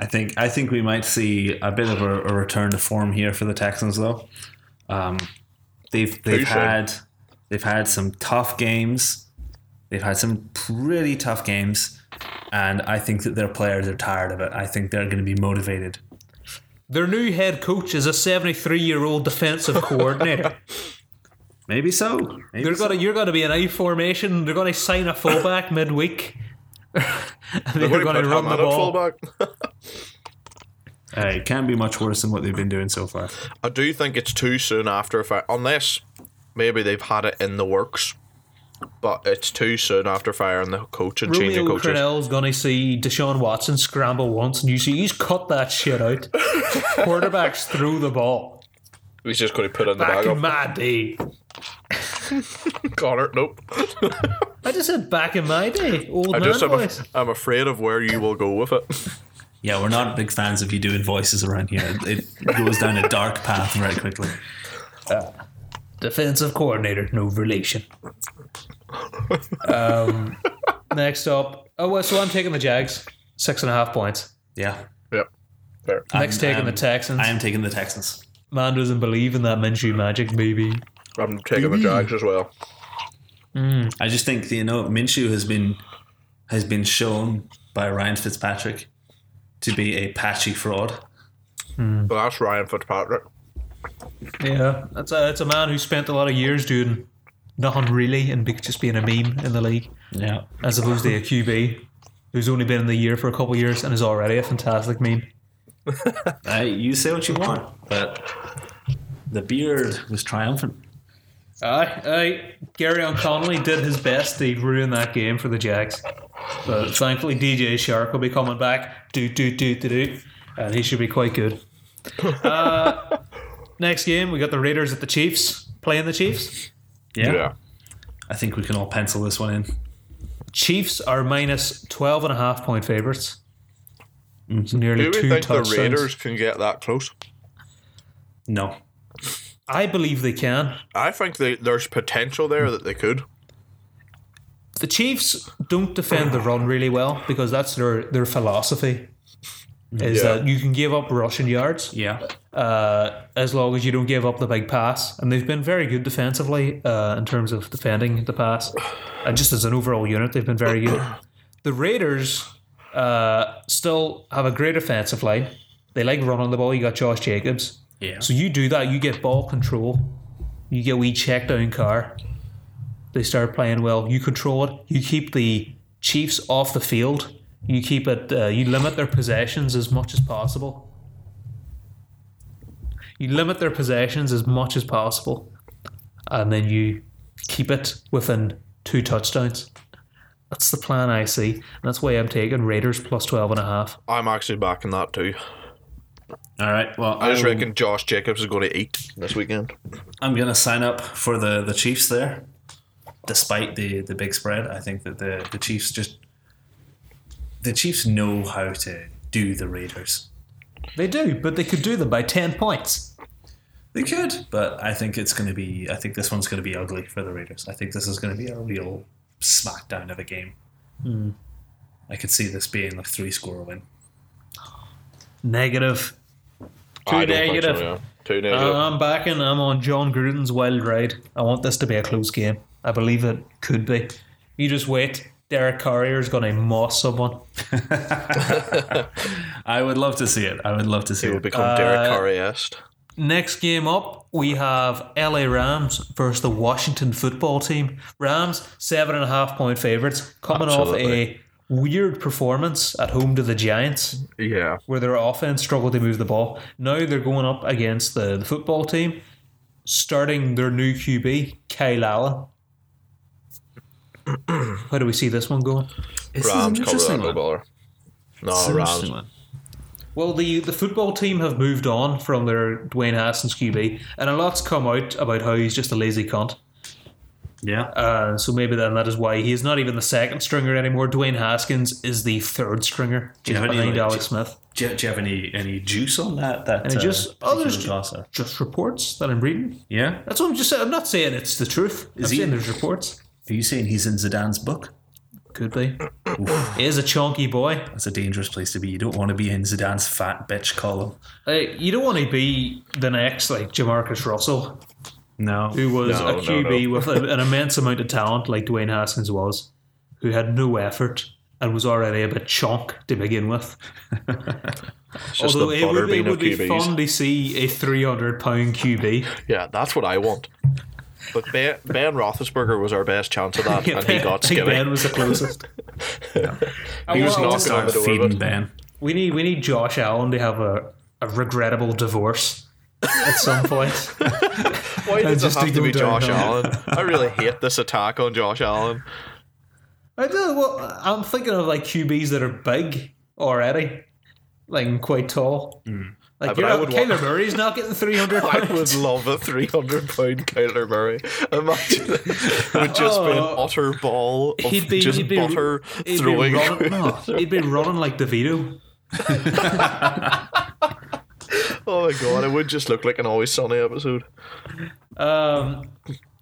S2: I think I think we might see a bit of a, a return to form here for the Texans, though. Um, they've they've
S3: should.
S2: had they've had some tough games. They've had some pretty tough games, And I think that their players are tired of it. I think they're going to be motivated.
S1: Their new head coach is a 73 year old defensive coordinator.
S2: Maybe so. Maybe
S1: They're
S2: so.
S1: gonna, you're going to be in I formation. They're going to sign a fullback midweek. And they're
S3: They're
S1: going to run the ball.
S3: fullback.
S2: Uh, it can't be much worse than what they've been doing so far.
S3: I do think it's too soon after a fact, unless maybe they've had it in the works. But it's too soon after firing the coach and changing
S1: Romeo
S3: coaches.
S1: Cornell's going to see Deshaun Watson scramble once, and you see he's cut that shit out. Quarterbacks threw the ball.
S3: He's just going to put it in the
S1: Back
S3: bag
S1: in
S3: of
S1: my day.
S3: Connor. Nope.
S1: I just said back in my day. Old
S3: I
S1: man
S3: just am
S1: voice.
S3: af- I'm afraid of where you will go with it.
S2: Yeah, we're not big fans of you doing voices around here. It it goes down a dark path very quickly.
S1: Defensive coordinator, no relation. Um, next up. Oh, well, so I'm taking the Jags. Six and a half points.
S2: Yeah.
S3: Yep. Fair.
S1: Next,
S2: I'm-
S1: taking
S2: I'm-
S1: the Texans.
S2: I am taking the Texans.
S1: Man doesn't believe in that Minshew magic, baby.
S3: I'm taking the Jags as well.
S2: I just think you know Minshew has been has been shown by Ryan Fitzpatrick to be a patchy fraud.
S3: But that's Ryan Fitzpatrick.
S1: Yeah, that's a that's a man who spent a lot of years doing nothing really and be, just being a meme in the league,
S2: Yeah.
S1: as opposed to a QB who's only been in the year for a couple of years and is already a fantastic meme.
S2: I, you say what you want, but the beard was triumphant.
S1: Aye, aye. Gary O'Connelly did his best to ruin that game for the Jags, but thankfully DJ Shark will be coming back. Do do do do do, and he should be quite good. Uh, next game we got the Raiders at the Chiefs playing the Chiefs.
S2: Yeah. I think we can all pencil this one in.
S1: Chiefs are minus 12 and a half point favorites. It's nearly
S3: Do we
S1: two
S3: think
S1: touchdowns.
S3: the Raiders can get that close?
S2: No.
S1: I believe they can.
S3: I think they, there's potential there that they could.
S1: The Chiefs don't defend the run really well because that's their, their philosophy. Is
S3: Yeah.
S1: that you can give up rushing yards
S2: Yeah.
S1: uh, as long as you don't give up the big pass, and they've been very good defensively uh, in terms of defending the pass, and just as an overall unit, they've been very good. The Raiders uh, still have a great offensive line. They like running the ball. You got Josh Jacobs.
S2: Yeah.
S1: So you do that, you get ball control. You get we check down car. They start playing well. You control it. You keep the Chiefs off the field. You keep it. Uh, you limit their possessions as much as possible. You limit their possessions as much as possible, and then you keep it within two touchdowns. That's the plan I see. And that's why I'm taking Raiders plus 12 and a half.
S3: I'm actually backing that too.
S2: All right. Well,
S3: I just
S2: will-
S3: reckon Josh Jacobs is going to eat this weekend.
S2: I'm gonna sign up for the the Chiefs there, despite the the big spread. I think that the the Chiefs just the Chiefs know how to do the Raiders.
S1: They do, but they could do them by 10 points.
S2: They could, but I think it's gonna be. I think this one's gonna be ugly for the Raiders. I think this is gonna be a real smackdown of a game. Hmm. I could see this being like three score win.
S1: Negative. Too
S3: I don't think so,
S1: negative.
S3: yeah. Too negative.
S1: Uh, I'm backing. I'm on John Gruden's wild ride. I want this to be a close game. I believe it could be. You just wait. Derek Carrier's going to moss someone.
S2: I would love to see it. I would love to see
S3: It will
S2: it.
S3: become
S2: uh,
S3: Derek Carriest.
S1: Next game up, we have LA Rams versus the Washington football team. Rams, seven and a half point favourites, coming off
S3: Absolutely.
S1: a weird performance at home to the Giants,
S3: Yeah.
S1: where their offense struggled to move the ball. Now they're going up against the, the football team, starting their new QB, Kyle Allen. How do we see this one going?
S2: This is an
S3: Rams cover
S2: interesting
S3: that
S2: one. This
S3: no No,
S2: is an
S3: Rams.
S2: interesting one.
S1: Well, the, the football team have moved on from their Dwayne Haskins QB, and a lot's come out about how he's just a lazy cunt.
S2: Yeah.
S1: Uh, so maybe then that is why he's not even the second stringer anymore. Dwayne Haskins is the third stringer,
S2: you
S1: just
S2: have any,
S1: behind
S2: like,
S1: Alex Smith.
S2: Do you, do you have any any juice on that? That
S1: And it just
S2: uh,
S1: others ju-
S2: particular gossip?
S1: just reports that I'm reading.
S2: Yeah.
S1: That's what I'm just saying. I'm not saying it's the truth. I'm
S2: he-
S1: saying there's reports.
S2: Are you saying he's in Zidane's book?
S1: Could be. he is a chunky boy.
S2: That's a dangerous place to be. You don't want to be in Zidane's fat bitch column.
S1: Uh, you don't want to be the next like Jamarcus Russell,
S2: No.
S1: who was
S3: No,
S1: a
S3: no,
S1: QB
S3: no.
S1: with a- an immense amount of talent, like Dwayne Haskins was, who had no effort, and was already a bit chonk to begin with.
S3: It's just
S1: Although
S3: the
S1: it would, it
S3: butterbean
S1: would
S3: of
S1: be
S3: QBs.
S1: fun to see a 300 pound QB.
S3: Yeah, that's what I want. But Ben, ben Roethlisberger was our best chance of that, and he
S1: I
S3: got
S1: think Ben
S3: skinny.
S1: was the closest.
S3: He was
S1: Well,
S3: knocking on
S2: Start
S3: the door.
S2: feeding
S3: but-
S2: Ben.
S1: We need we need Josh Allen to have a, a regrettable divorce at some point.
S3: Why does it
S1: just
S3: have to
S1: go
S3: be
S1: down,
S3: Josh
S1: yeah.
S3: Allen? I really hate this attack on Josh Allen.
S1: I do. Well, I'm thinking of like QBs that are big already, like quite tall. Like
S3: Hmm. Ah, but
S1: you're
S3: I
S1: not,
S3: would
S1: Kyler
S3: want-
S1: Murray's not getting 300
S3: I
S1: pounds.
S3: would love a 300 pound Kyler Murray. Imagine it would just be an
S1: Oh.
S3: utter ball of
S1: He'd be-
S3: just
S1: he'd be-
S3: butter
S1: He'd
S3: throwing.
S1: be running, no, he'd be running like DeVito.
S3: Oh my god, it would just look like an Always Sunny episode.
S1: Um,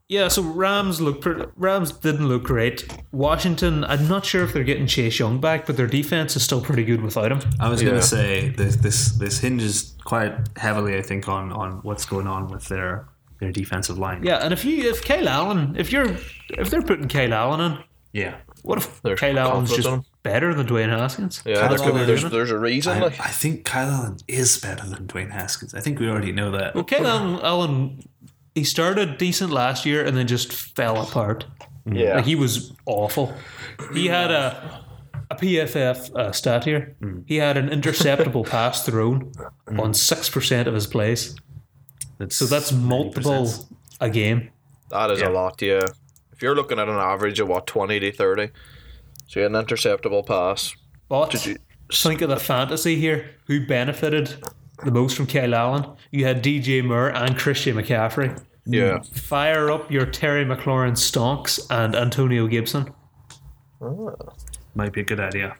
S1: yeah, so Rams look pretty, Rams didn't look great. Washington, I'm not sure if they're getting Chase Young back, but their defense is still pretty good without him.
S4: I was going
S3: Yeah.
S4: to say this this this hinges quite heavily, I think, on on what's going on with their their defensive line.
S1: Yeah, and if you if Kyle Allen, if you're if they're putting Kyle Allen in,
S4: yeah.
S1: what if
S3: They're
S1: Kyle Allen's
S3: confident
S1: just
S3: in him.
S1: better than Dwayne Haskins?
S3: Yeah, there could be-
S4: Allen,
S3: there's,
S4: isn't
S3: there's a reason.
S4: I,
S3: Like,
S4: I think Kyle Allen is better than Dwayne Haskins. I think we already know that.
S1: Well, Kyle Allen, Allen, he started decent last year and then just fell apart.
S3: yeah.
S1: Like he was awful. He had a a PFF uh, stat here. He had an interceptable pass thrown on six percent of his plays.
S4: That's-
S1: So that's multiple
S4: 90%.
S1: a game.
S3: That is a lot, yeah. If you're looking at an average of what twenty to thirty, so you had an interceptable pass.
S1: But
S3: you-
S1: think of the fantasy here. Who benefited the most from Kyle Allen? You had DJ Moore and Christian McCaffrey.
S3: Yeah,
S1: Fire up your Terry McLaurin stonks and Antonio Gibson.
S4: might be a good idea.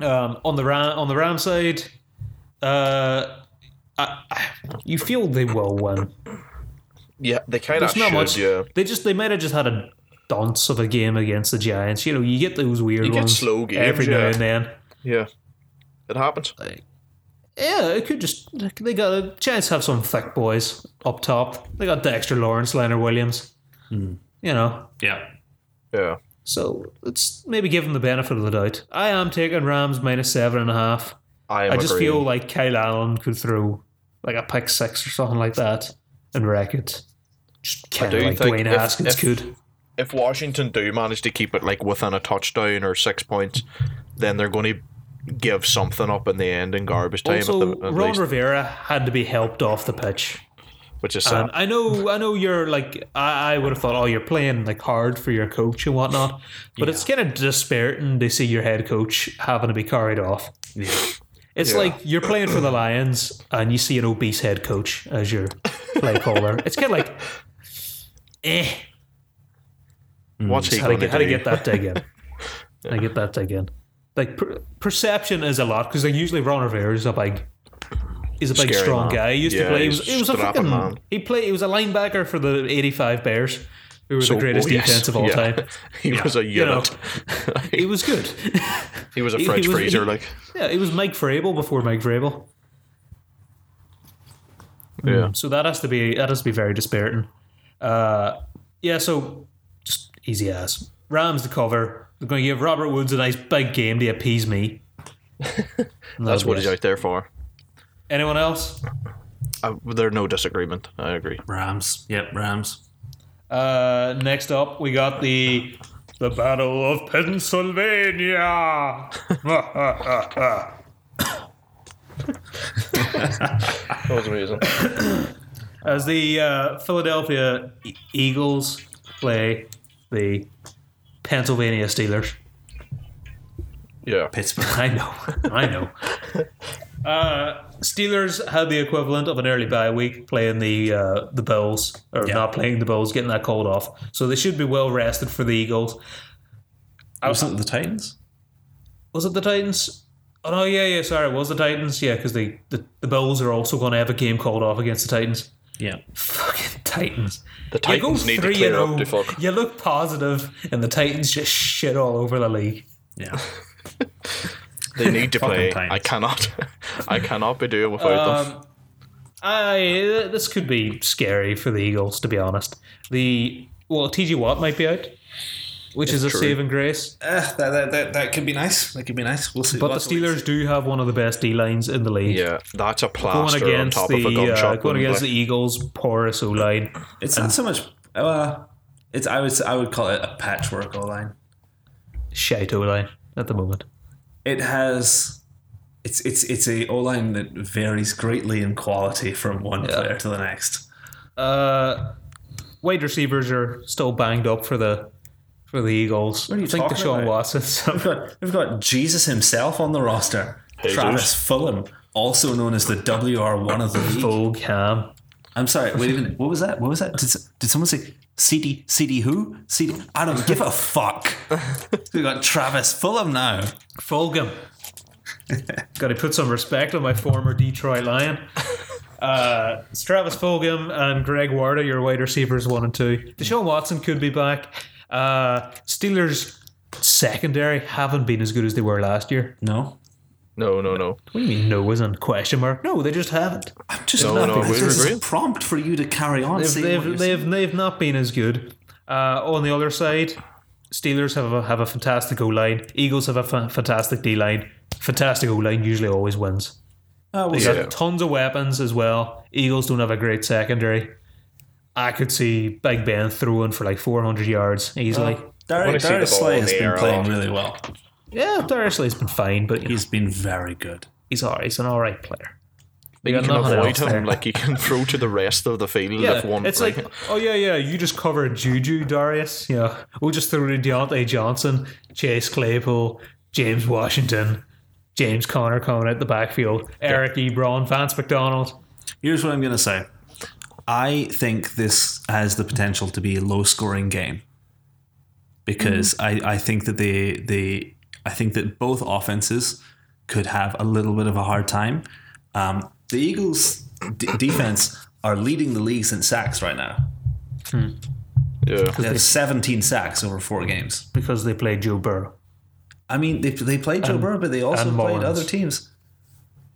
S1: Um, on the Ram on the Ram side, uh, I, I, you feel they will win.
S3: yeah. They kind of
S1: There's not
S3: should.
S1: much.
S3: Yeah,
S1: They just they might have just had a dunce of a game against the Giants. You know, you get those weird
S3: You get
S1: ones
S3: slow games,
S1: every now
S3: yeah.
S1: and then.
S3: yeah. It happens.
S1: Yeah, it could just they got a Giants have some thick boys up top. They got Dexter Lawrence, Leonard Williams. You know,
S4: Yeah.
S3: Yeah,
S1: so let's maybe give them the benefit of the doubt. I am taking Rams minus seven and a half.
S3: I am.
S1: I just
S3: agreeing.
S1: feel like Kyle Allen could throw like a pick six or something like that and wreck it. Just kind
S3: do
S1: of like
S3: think
S1: Dwayne
S3: if-
S1: Haskins
S3: if-
S1: could.
S3: if Washington do manage to keep it like within a touchdown or six points, then they're going to give something up in the end in garbage time.
S1: Also,
S3: at the, at
S1: Ron
S3: least,
S1: Rivera had to be helped off the pitch.
S3: which is
S1: And
S3: sad.
S1: I know, I know, you're like I, I would have thought, oh, you're playing like hard for your coach and whatnot, but it's kind of dispiriting to see your head coach having to be carried off.
S4: Yeah.
S1: It's
S3: Yeah.
S1: like you're playing for the Lions and you see an obese head coach as your play caller. It's kind of like, eh,
S3: What's he
S1: how to
S3: going to
S1: get,
S3: do?
S1: how to get that dig in. I get that dig in. Like per, perception is a lot because like usually Ron Rivera is a big, he's a big
S3: Scary
S1: strong
S3: man.
S1: guy. He used
S3: Yeah,
S1: to play. He
S3: he's
S1: was, he was a
S3: strapping
S1: fucking
S3: man.
S1: he played. He was a linebacker for the '85 Bears, who were
S3: Oh,
S1: the greatest
S3: oh, yes.
S1: defense of all
S3: Yeah.
S1: time.
S3: he was a
S1: You know,
S3: unit.
S1: he was good.
S3: he was a
S1: he-
S3: French
S1: he was-
S3: freezer.
S1: he-
S3: like
S1: yeah, he was Mike Vrabel before Mike Vrabel.
S3: yeah,
S1: So that has to be that has to be very dispiriting. Uh, yeah, so just easy as Rams to cover. They're going to give Robert Woods a nice big game to appease me. And
S3: that's
S1: that'll
S3: what
S1: be
S3: he's
S1: it.
S3: out there for.
S1: Anyone else?
S3: Uh, there's no disagreement. I agree.
S4: Rams. Yep. Rams.
S1: Uh, next up, we got the the Battle of Pennsylvania.
S3: That was amazing.
S1: As the uh, Philadelphia E- Eagles play the Pennsylvania Steelers.
S3: Yeah,
S4: Pittsburgh.
S1: I know. I know. Uh, Steelers had the equivalent of an early bye week playing the uh, the Bills or not playing the Bills, getting that cold off. So they should be well rested for the Eagles.
S4: Wasn't it the Titans?
S1: Was it the Titans? Oh no, yeah, yeah. Sorry, it was the Titans. Yeah, because the, the the Bills are also going to have a game called off against the Titans.
S4: Yeah.
S1: Fucking Titans.
S3: the
S1: You go
S3: Titans need to
S1: 3
S3: clear
S1: and
S3: up. The
S1: 0,
S3: fuck.
S1: You look positive, and the Titans just shit all over the league.
S4: Yeah.
S3: They need to
S4: Fucking
S3: play.
S4: Titans.
S3: I cannot. I cannot be doing without them.
S1: Um, I this could be scary for the Eagles, to be honest. The well, T.J. Watt might be out. which is a
S3: true.
S1: saving grace.
S2: Eh, that, that, that, that could be nice. That could be nice. We'll see.
S1: But
S2: We'll
S1: the
S2: have to wait
S1: Steelers do have one of the best D lines in the league.
S3: Yeah, that's a
S1: Going
S3: plaster on
S1: against
S3: top of a
S1: the uh,
S3: gunshot.
S1: going
S3: wound,
S1: against
S3: like-
S1: the Eagles' porous O line.
S4: It's
S2: and-
S4: not so much.
S2: Uh, it's I would I would call it a patchwork O line.
S1: shite O line at the moment.
S2: It has it's it's it's a O line that varies greatly in quality from one player to the next.
S1: Uh, wide receivers are still banged up for the for the Eagles.
S2: are you
S1: I think
S2: talking
S1: Deshaun
S2: about?
S1: Watson.
S2: We've got we've got Jesus himself on the roster. Travis Fulham, also known as the WR one of the league.
S1: Oh, Cam.
S2: I'm sorry. Wait a minute. What was that? What was that? Did, s- did someone say CD CD who? CD I don't give a fuck. We got Travis Fulham now.
S1: Fulgham. Got to put some respect on my former Detroit Lion. Uh, it's Travis Fulgham and Greg Warda, your wide receivers one and two. Deshaun Watson could be back. Uh, Steelers secondary haven't been as good as they were last year.
S2: No,
S3: no, no, no.
S1: What do you mean no isn't question mark? No, they just haven't.
S2: I'm just
S3: No,
S2: not
S3: no,
S2: because
S3: we
S2: this is
S3: agree.
S2: a prompt for you to carry on.
S1: They've
S2: saying what you're
S1: they've,
S2: saying.
S1: they've, they've not been as good. Uh, on the other side, Steelers have a, have a fantastic O line. Eagles have a fa- fantastic D line. Fantastic O line usually always wins.
S2: Oh, well,
S1: They
S3: Yeah.
S1: got tons of weapons as well. Eagles don't have a great secondary. I could see Big Ben throwing for like 400 yards easily.
S2: Uh,
S3: wanna
S2: Darius,
S3: see the
S2: Darius
S3: ball
S2: Slay
S3: in
S2: has
S3: the air
S2: been
S3: a
S2: playing
S3: lot.
S2: really well.
S1: yeah, Darius has been fine, but you know,
S2: He's been very good.
S1: he's all right. He's an all right player. They
S3: You
S1: got
S3: can
S1: nothing
S3: avoid
S1: else
S3: him
S1: there.
S3: like you can throw to the rest of the field
S1: yeah,
S3: if one.
S1: it's like, oh yeah, yeah. You just covered Juju, Darius. Yeah, we'll just throw to Deontay Johnson, Chase Claypool, James Washington, James Connor coming out the backfield, Eric Ebron, Vance McDonald.
S2: Here's what I'm going to say. I think this has the potential to be a low scoring game because
S1: Mm-hmm.
S2: I, I think that they they I think that both offenses could have a little bit of a hard time. Um, the Eagles d- defense are leading the leagues in sacks right now.
S3: yeah.
S2: They have 17 sacks over four games.
S1: because they play Joe Burrow.
S2: I mean, they, they played Joe Burrow, but they also
S1: and
S2: played
S1: Mullins.
S2: other teams.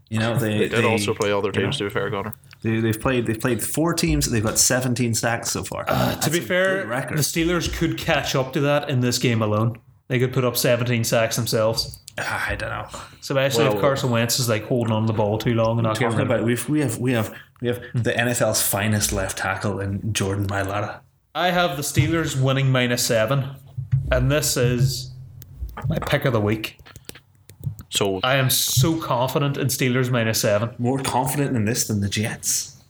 S2: You know, they,
S3: They did also play other teams to be fair, Connor.
S2: They, they've played. They've played four teams. They've got 17 sacks so far.
S1: Uh, to be fair,
S2: good record.
S1: the Steelers could catch up to that in this game alone. They could put up 17 sacks themselves,
S2: I don't know.
S1: especially
S3: Well-
S1: if Carson Wentz is like holding on to the ball too long and not getting
S2: Talking
S1: rid of it.
S2: about we've, we have we have we have the NFL's finest left tackle in Jordan Mailata.
S1: I have the Steelers winning minus seven, and this is my pick of the week.
S3: So
S1: I am so confident in Steelers minus seven.
S2: More confident in this than the Jets.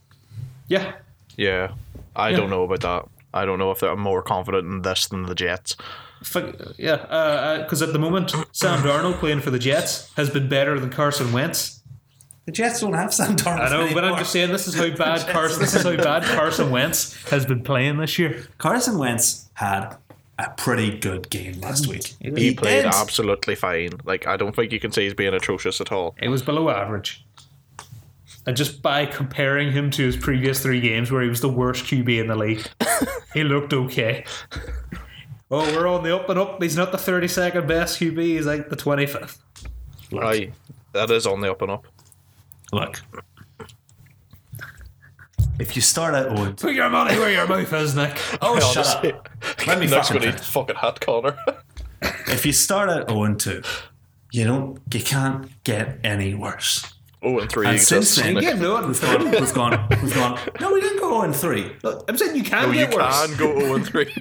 S1: Yeah,
S3: yeah, I don't know about that. I don't know if I'm more confident in this than the Jets.
S1: Fuck, yeah, because at the moment Sam Darnold playing for the Jets has been better than Carson Wentz.
S2: The Jets don't have Sam Darnold.
S1: I know, but I'm
S2: anymore.
S1: just saying this is how bad Carson. This is how bad Carson Wentz has been playing this year.
S2: Carson Wentz had a pretty good game last week.
S3: He, played
S2: did.
S3: absolutely fine. Like I don't think you can say he's being atrocious at all.
S1: It was below average. And just by comparing him to his previous three games where he was the worst QB in the league, he looked okay. Oh, we're on the up and up. He's not the 32nd best QB. He's like the 25th.
S3: Aye, that is on the up and up.
S2: Look, if you start out, oh,
S1: Put your money where your mouth is, Nick.
S2: oh shut
S3: Honestly,
S2: up. Let me
S3: Nick's
S2: fucking
S3: gonna
S2: finish.
S3: eat fucking hat, Connor.
S2: If you start out 0 and 2, you don't you can't get any worse.
S3: oh, and three
S2: And since
S3: exists.
S2: then,
S3: Nick.
S2: we've gone, we've gone, we've gone. No, we didn't go 0 and 3.
S1: I'm saying you can
S3: Oh, you
S1: get worse.
S3: can go zero and three.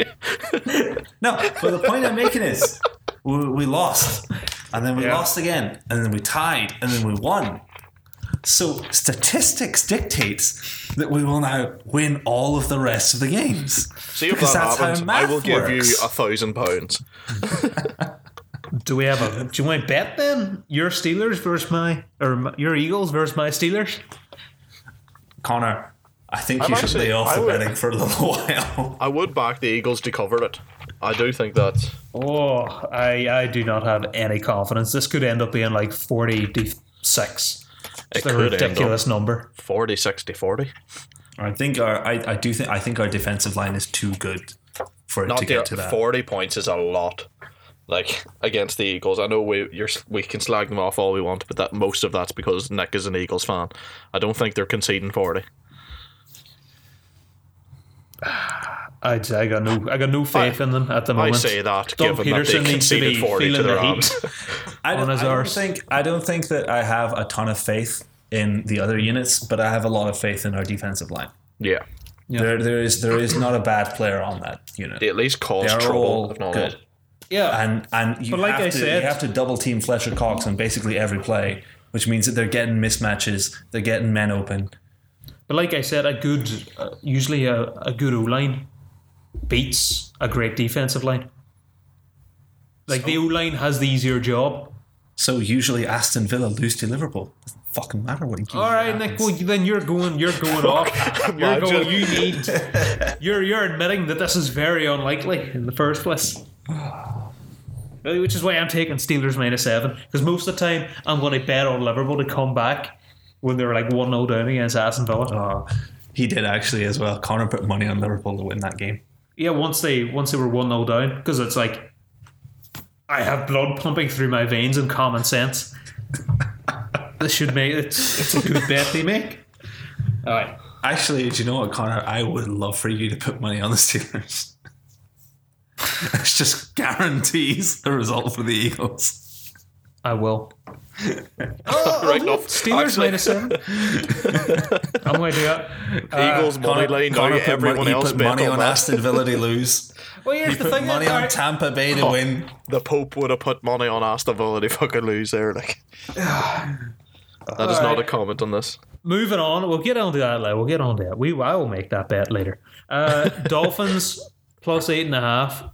S2: No, but the point I'm making is we, we lost, and then we
S1: Yeah.
S2: lost again, and then we tied, and then we won. So statistics dictates that we will now win all of the rest of the games.
S3: See if
S2: Because
S3: that
S2: that's how
S3: happens. I
S2: math
S3: will give you
S2: works.
S3: a thousand pounds.
S1: Do we have a? Do you want to bet then? Your Steelers versus my, or my- your Eagles versus my Steelers?
S2: Connor, I think you should
S3: actually-
S2: lay off
S3: I
S2: the
S3: would-
S2: betting for a little while.
S3: I would back the Eagles to cover it. I do think that.
S1: Oh, I I do not have any confidence. This could end up being like 46.
S3: It
S1: It's a
S3: could end up
S1: ridiculous number.
S3: 40, 60, 40.
S2: I think our, I, I do think, I think our defensive line is too good for it
S3: Not
S2: to
S3: the,
S2: get to that.
S3: 40 points is a lot. Like against the Eagles, I know we you're, we can slag them off all we want, but that most of that's because Nick is an Eagles fan. I don't think they're conceding forty.
S1: I'd say I got no, I got no faith in them at the
S3: I
S1: moment.
S3: say that
S1: Doug
S3: given
S1: Peterson
S3: that they
S1: needs to
S3: conceded
S1: be
S3: 40 to
S1: feeling
S3: the
S1: the heat.
S3: Rams.
S2: I don't,
S1: on his
S2: I don't
S1: arse.
S2: think I don't think that I have a ton of faith in the other units, but I have a lot of faith in our defensive line.
S3: yeah.
S2: There, there is there is not a bad player on that unit.
S3: They at least
S2: They
S3: caused
S2: are
S3: trouble.
S2: all
S3: If not,
S2: good,
S1: Yeah,
S2: and and you
S1: But like
S2: have
S1: I
S2: to
S1: said-
S2: you have to double team Fletcher Cox on basically every play, which means that they're getting mismatches, they're getting men open.
S1: but like I said, a good, uh, usually a, a good O line beats a great defensive line. Like the O line has the easier job.
S2: So usually Aston Villa lose to Liverpool. Doesn't fucking matter what.
S1: All right, Nick. Well, then you're going, you're going off. You're going. You need. You're you're admitting that this is very unlikely in the first place. Really, Which is why I'm taking Steelers minus seven because most of the time I'm going to bet on Liverpool to come back when they're like one 0 down against Aston Villa.
S2: Uh, he did actually as well. Connor put money on Liverpool to win that game.
S1: Yeah, once they once they were one 0 down because it's like I have blood pumping through my veins and common sense. this should make it's, it's a good bet they make. All right.
S2: Actually, do you know what, Connor? I would love for you to put money on the Steelers. It's just guarantees the result for the Eagles.
S1: I will.
S3: right now,
S1: Steelers
S3: actually,
S1: minus seven. I'm going to do that.
S2: uh,
S3: Uh, Eagles money line now.
S2: put
S3: Everyone
S2: mon- he
S3: else
S2: put
S3: bet
S2: money
S3: on,
S2: on
S3: that.
S2: Aston Villa to lose.
S1: Well, here's
S2: He
S1: the
S2: put
S1: thing.
S2: money on Tampa Bay
S3: Oh.
S2: to win.
S3: The Pope would have put money on Aston Villa. They fucking lose there. Like that is not
S1: Alright.
S3: a comment on this.
S1: Moving on, we'll get on to that. Later. We'll get on to that. We I will make that bet later. Uh, Dolphins plus eight and a half.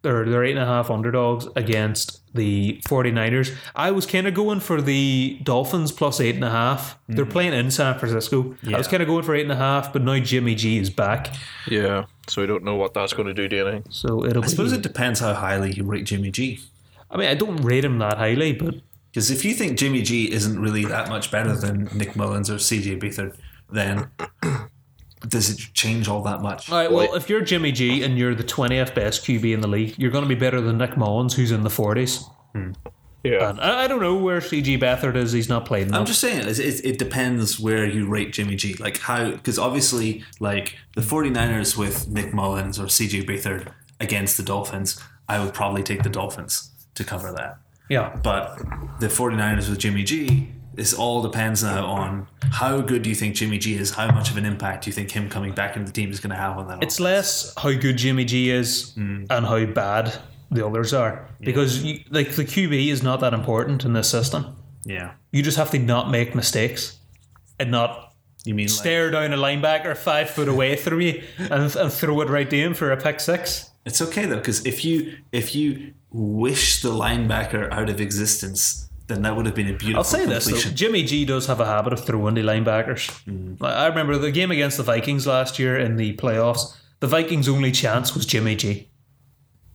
S1: They're, they're eight and a half underdogs against the 49ers. I was kind of going for the Dolphins plus eight and a half. They're playing in San Francisco. I was kind of going for eight and a half, but now Jimmy G is back.
S3: Yeah. So we don't know what that's going to do to anything.
S1: So it'll
S2: I suppose
S1: be.
S2: it depends how highly you rate Jimmy G.
S1: I mean, I don't rate him that highly, but
S2: Because if you think Jimmy G isn't really that much better than Nick Mullins or CJ Beathard, then does it change all that much?
S1: All right, well, if you're Jimmy G and you're the 20th best QB in the league, you're going to be better than Nick Mullins, who's in the 40s.
S3: Yeah.
S1: And I, I don't know where CG Beathard is. He's not playing
S2: I'm
S1: enough.
S2: just saying, it, it, it depends where you rate Jimmy G. Like, how, because obviously, like, the 49ers with Nick Mullins or CJ Beathard against the Dolphins, I would probably take the Dolphins to cover that.
S1: yeah.
S2: But the 49ers with Jimmy G, this all depends now on how good do you think Jimmy G is, how much of an impact do you think him coming back into the team is going to have on that.
S1: It's less how good Jimmy G is
S2: Hmm.
S1: and how bad the others are. Because, you, like, the QB is not that important in this system.
S2: yeah.
S1: You just have to not make mistakes and not
S2: You mean like,
S1: stare down a linebacker five foot away from you and, and throw it right to him for a pick six.
S2: It's okay though, because if you if you wish the linebacker out of existence, then that would have been a beautiful
S1: I'll say this: though,
S2: completion. Hmm.
S1: Jimmy G does have a habit of throwing the linebackers. Like, I remember the game against the Vikings last year in the playoffs. The Vikings' only chance was Jimmy G.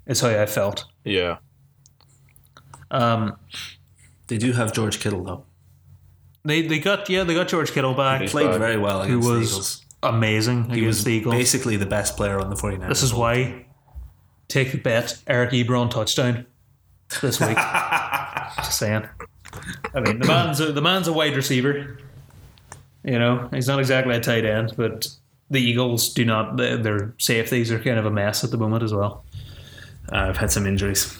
S1: Is how I felt.
S3: Yeah.
S1: Um,
S2: They do have George Kittle though.
S1: they they got yeah they got George Kittle back.
S2: Played
S3: back.
S2: very well
S1: He
S2: against the Eagles.
S1: was amazing against the Eagles.
S2: basically the best player on the 49ers.
S1: this is why take the bet Eric Ebron touchdown this week. Just saying. I mean the man's a, the man's a wide receiver. You know he's not exactly a tight end, but the Eagles do not their- their safeties are kind of a mess at the moment as well.
S2: Uh, I've had some injuries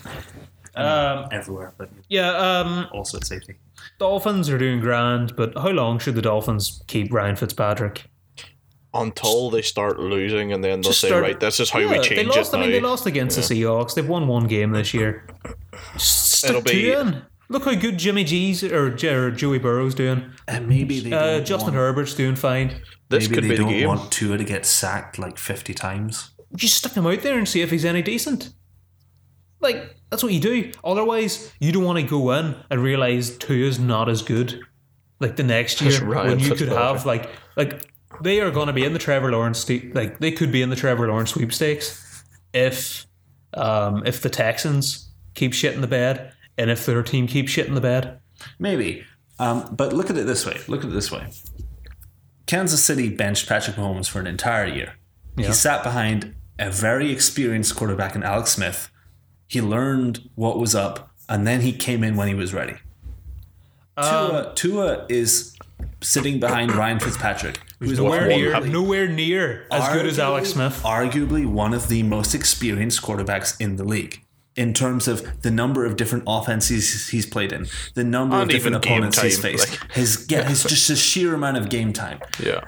S1: Um,
S2: everywhere, but
S1: yeah, um,
S2: also at safety.
S1: Dolphins are doing grand, but how long should the Dolphins keep Ryan Fitzpatrick?
S3: Until they start losing, and then they'll
S1: Just
S3: say,
S1: start-
S3: "Right, this is how we
S1: Yeah,
S3: change
S1: they lost,
S3: it
S1: I mean, they
S3: now."
S1: lost against the Seahawks. They've won one game this year. Stick
S3: It'll
S1: to
S3: be-
S1: it. Look how good Jimmy G's or, J- or Joey Burrow's doing.
S2: And maybe they
S1: Uh,
S2: don't
S1: Justin
S2: want,
S1: Herbert's doing fine.
S3: this
S2: maybe
S3: could
S2: they
S3: be the
S2: don't
S3: game.
S2: want Tua to get sacked like 50 times.
S1: You stick him out there and see if he's any decent. Like that's what you do. Otherwise, you don't want to go in and realize two is not as good. Like the next year,
S3: Ryan
S1: when you could
S3: Fitzpatrick.
S1: have like like they are going to be in the Trevor Lawrence ste- like they could be in the Trevor Lawrence sweepstakes if um if the Texans keep shit in the bed and if their team keeps shit in the bed.
S2: Maybe. Um, but look at it this way. Look at it this way. Kansas City benched Patrick Mahomes for an entire year.
S1: Yeah.
S2: He sat behind a very experienced quarterback in Alex Smith. He learned what was up, and then he came in when he was ready. Tua, Tua is sitting behind Ryan Fitzpatrick, who's
S3: What
S1: Nowhere
S3: one
S1: near,
S3: happened?
S1: nowhere near as good as Alex Smith.
S2: Arguably one of the most experienced quarterbacks in the league in terms of the number of different offenses he's played in, the number
S3: And
S2: of different
S3: even game
S2: opponents he's
S3: time,
S2: faced,
S3: like-
S2: his yeah, his just the sheer amount of game time.
S3: Yeah.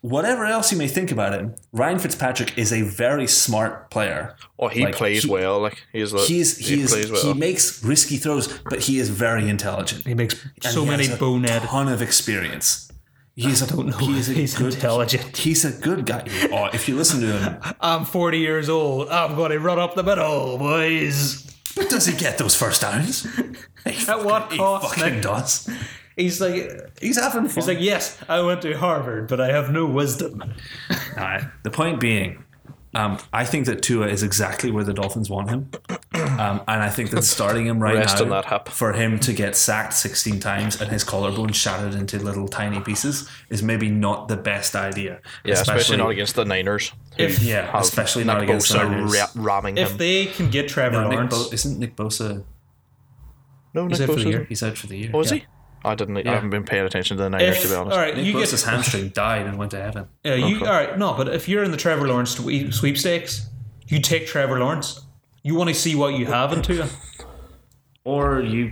S2: Whatever else you may think about him, Ryan Fitzpatrick is a very smart player.
S3: Oh, he
S2: Like,
S3: plays
S2: he-
S3: well. Like he's like
S2: He's
S3: he
S2: he, is,
S3: plays well.
S2: he makes risky throws, but he is very intelligent.
S1: He makes
S2: And
S1: so
S2: he
S1: many
S2: has a
S1: bonehead.
S2: ton of experience. He's a,
S1: don't know.
S2: He's, a
S1: He's
S2: good,
S1: intelligent.
S2: He's a good guy. Oh, if you listen to him,
S1: I'm 40 years old. I'm going to run up the middle, boys.
S2: But does he get those first downs? He
S1: At what
S2: fucking-
S1: cost,
S2: He fucking does.
S1: He's like,
S2: He's having fun.
S1: he's like, yes, I went to Harvard, but I have no wisdom.
S2: Alright, The point being, um, I think that Tua is exactly where the Dolphins want him, um, and I think that starting him right
S3: Rest
S2: now
S3: on that hip.
S2: for him to get sacked sixteen times and his collarbone shattered into little tiny pieces is maybe not the best idea.
S3: yeah, especially, not against the Niners. who
S1: If-
S2: yeah,
S3: have
S2: especially
S3: Nick
S2: not against the
S3: Bosa
S2: Niners.
S3: ra- ramming
S1: If
S3: him.
S1: they can get Trevor
S2: Um, No, Nick
S1: Lawrence,
S2: Bo- isn't Nick Bosa?
S3: no, Nick
S1: out for the
S3: Bosa.
S1: year.
S2: He's out for the year.
S3: Was
S2: Yeah.
S3: Oh, he? I didn't. I haven't been paying attention to the Niners
S1: if-
S3: to be
S1: all
S3: honest.
S1: right,
S2: Nick
S1: you get
S2: Bosa's hamstring died and went to heaven.
S1: Yeah, you all right? No, but if you're in the Trevor Lawrence swe- sweepstakes, you take Trevor Lawrence. You want to see what you have into him.
S2: or you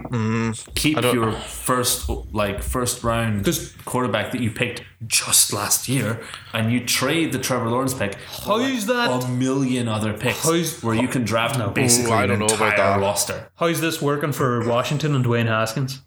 S2: keep
S3: don't-
S2: your first like first round
S1: Mm-hmm. 'Cause-
S2: quarterback that you picked just last year, and you trade the Trevor Lawrence pick. for, like,
S1: How's that-
S2: A million other picks
S1: How's-
S2: where you can draft basically
S3: Ooh, I
S2: an
S3: don't know about
S2: entire
S3: that.
S2: roster.
S1: How's this working for Washington and Dwayne Haskins?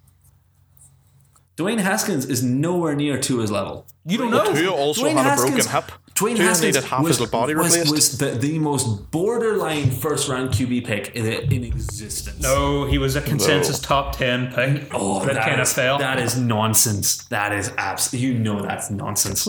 S2: Dwayne Haskins is nowhere near to his level.
S1: You don't know.
S3: Tua also had a broken hip.
S2: Dwayne
S3: Tua
S2: Haskins
S3: needed half
S2: was,
S3: his body
S2: was,
S3: replaced.
S2: was the, the most borderline first round QB pick in, in existence.
S1: No, Oh, he was a consensus top ten pick.
S2: Oh,
S1: that,
S2: that
S1: kind
S2: is-
S1: of fell.
S2: That is nonsense. That is abs. You know that's nonsense.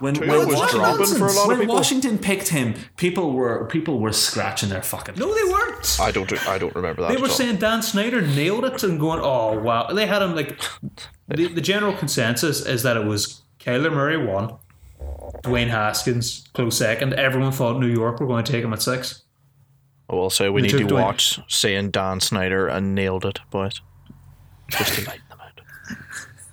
S2: When,
S3: Tua was
S2: Wa-
S3: dropping for a lot of
S2: when
S3: people.
S2: Washington picked him, people were people were scratching their fucking.
S1: no, they weren't.
S3: I don't. I don't remember that.
S1: They
S3: at
S1: were
S3: all.
S1: saying Dan Snyder nailed it and going, oh wow. They had him like the, the general consensus is that it was Kyler Murray one, Dwayne Haskins close second. Everyone thought New York were going to take him at six.
S3: I will say we need
S1: took
S3: to
S1: Dwayne-
S3: watch saying Dan Snyder and nailed it, but just to lighten them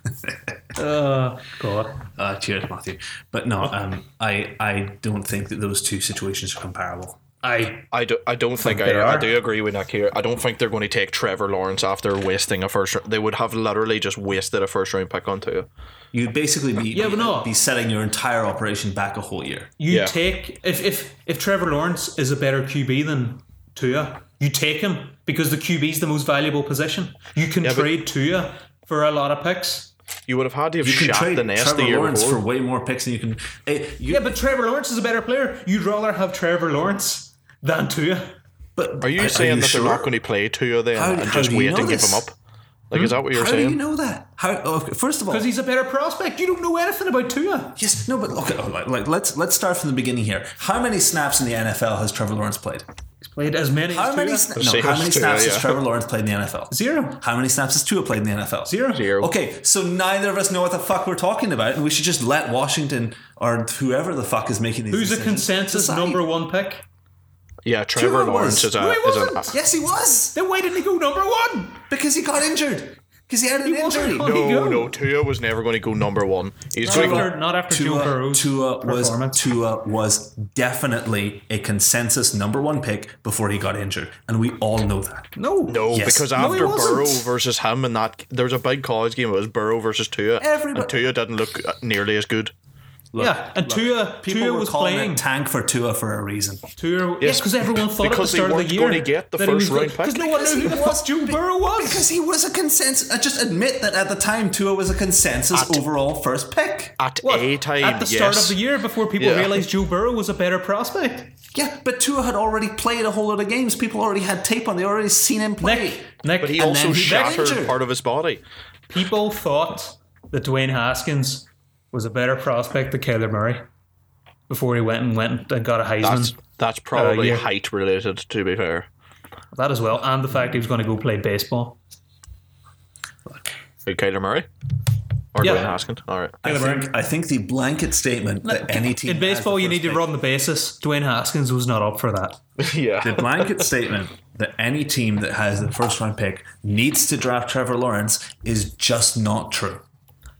S3: out.
S1: Oh God.
S2: Uh, cheers, Matthew. But no, um, I I don't think that those two situations are comparable.
S1: I
S3: I, do, I don't think
S1: they
S3: I, I
S1: are.
S3: do agree with Nick here. I don't think they're going to take Trevor Lawrence after wasting a first round. They would have literally just wasted a first round pick on Tua.
S2: You'd basically be
S1: Yeah, but no.
S2: be setting your entire operation back a whole year.
S1: you
S3: Yeah.
S1: take if, if if Trevor Lawrence is a better QB than Tua, you take him because the QB is the most valuable position. You can
S3: but-
S1: trade Tua for a lot of picks.
S3: You would have had to have
S2: You can
S3: shot
S2: trade
S3: the nest
S2: Trevor
S3: the year
S2: Lawrence
S3: before.
S2: for way more picks than you can. eh, you-
S1: Yeah, but Trevor Lawrence is a better player. You'd rather have Trevor Lawrence than Tua.
S2: but
S3: Are you saying that
S2: sure?
S3: they're not going to play Tua then
S2: How-
S3: and
S2: how
S3: just
S2: do you
S3: wait
S2: know
S3: and give
S2: this?
S3: him up? Like, is that what you're
S2: How
S3: saying?
S2: do you know that? How? Okay, first of all,
S1: Because he's a better prospect. You don't know anything about Tua.
S2: Yes, no, but okay, like, like let's let's start from the beginning here. How many snaps in the NFL has Trevor Lawrence played?
S1: Played as many
S2: How
S1: as
S2: many
S1: Tua.
S2: sna-
S3: say
S2: no, how many
S3: it's two,
S2: snaps
S3: yeah.
S2: has Trevor Lawrence played in the NFL?
S1: Zero.
S2: How many snaps has Tua played in the NFL?
S1: Zero.
S3: Zero.
S2: Okay, so neither of us know what the fuck we're talking about, and we should just let Washington or whoever the fuck is making these.
S1: Who's a
S2: decisions
S1: consensus
S2: decide.
S1: number one pick?
S3: Yeah, Trevor
S2: was.
S3: Lawrence is a.
S1: No, he
S3: is an,
S1: wasn't.
S2: Yes, he was
S1: Then why didn't he go number one?
S2: because he got injured because he had an
S1: wasn't
S2: injury.
S1: on There you
S3: no,
S1: go.
S3: no, Tua was never going to go number one. He's
S1: Not
S3: going to go
S1: after, not after Joe
S2: Tua,
S1: Burrow's
S2: Tua was
S1: performance.
S2: Tua was definitely a consensus number one pick before he got injured, and we all know that.
S1: No,
S3: No,
S2: Yes.
S3: because
S2: No,
S1: he
S3: after
S1: wasn't.
S3: Burrow versus him and that there was a big college game. It was Burrow versus Tua,
S2: Everybody-
S3: and Tua didn't look nearly as good.
S1: yeah, and Tua,
S2: People
S1: Tua
S2: were
S1: was
S2: calling
S1: playing.
S2: it tank for Tua for a reason.
S1: Tua, yes, because everyone thought
S3: because
S1: at the start
S3: they
S1: of
S3: weren't
S1: the year
S3: gonna get the
S1: that he was
S3: first round
S1: good,
S3: pick.
S1: because no one
S2: Because
S1: knew who
S2: he
S1: the fuck
S2: was-
S1: Joe Burrow was.
S2: Because he was a consensus. I just admit that at the time Tua was a consensus overall first pick.
S3: At
S1: What?
S3: a time,
S1: at the
S3: yes.
S1: start of the year before people
S3: Yeah.
S1: realized Joe Burrow was a better prospect.
S2: Yeah, but Tua had already played a whole lot of games. People already had tape on. They already seen him play.
S1: Nick, Nick,
S3: but he
S1: and
S3: also
S1: then
S3: shattered
S2: injured.
S3: part of his body.
S1: people thought that Dwayne Haskins was a better prospect than Kyler Murray before he went and went and got a Heisman.
S3: That's that's probably
S1: Hmm. Uh, yeah.
S3: height related. To be fair,
S1: that as well, and the fact he was going to go play baseball.
S3: Who, Kyler Murray or
S1: Yeah.
S3: Dwayne Haskins. All right,
S2: I think, I think the blanket statement that any team
S1: In
S2: has the
S1: baseball, you
S2: first
S1: need to
S2: pick-
S1: run the bases. Dwayne Haskins was not up for that.
S3: yeah.
S2: The blanket statement that any team that has the first round pick needs to draft Trevor Lawrence is just not true.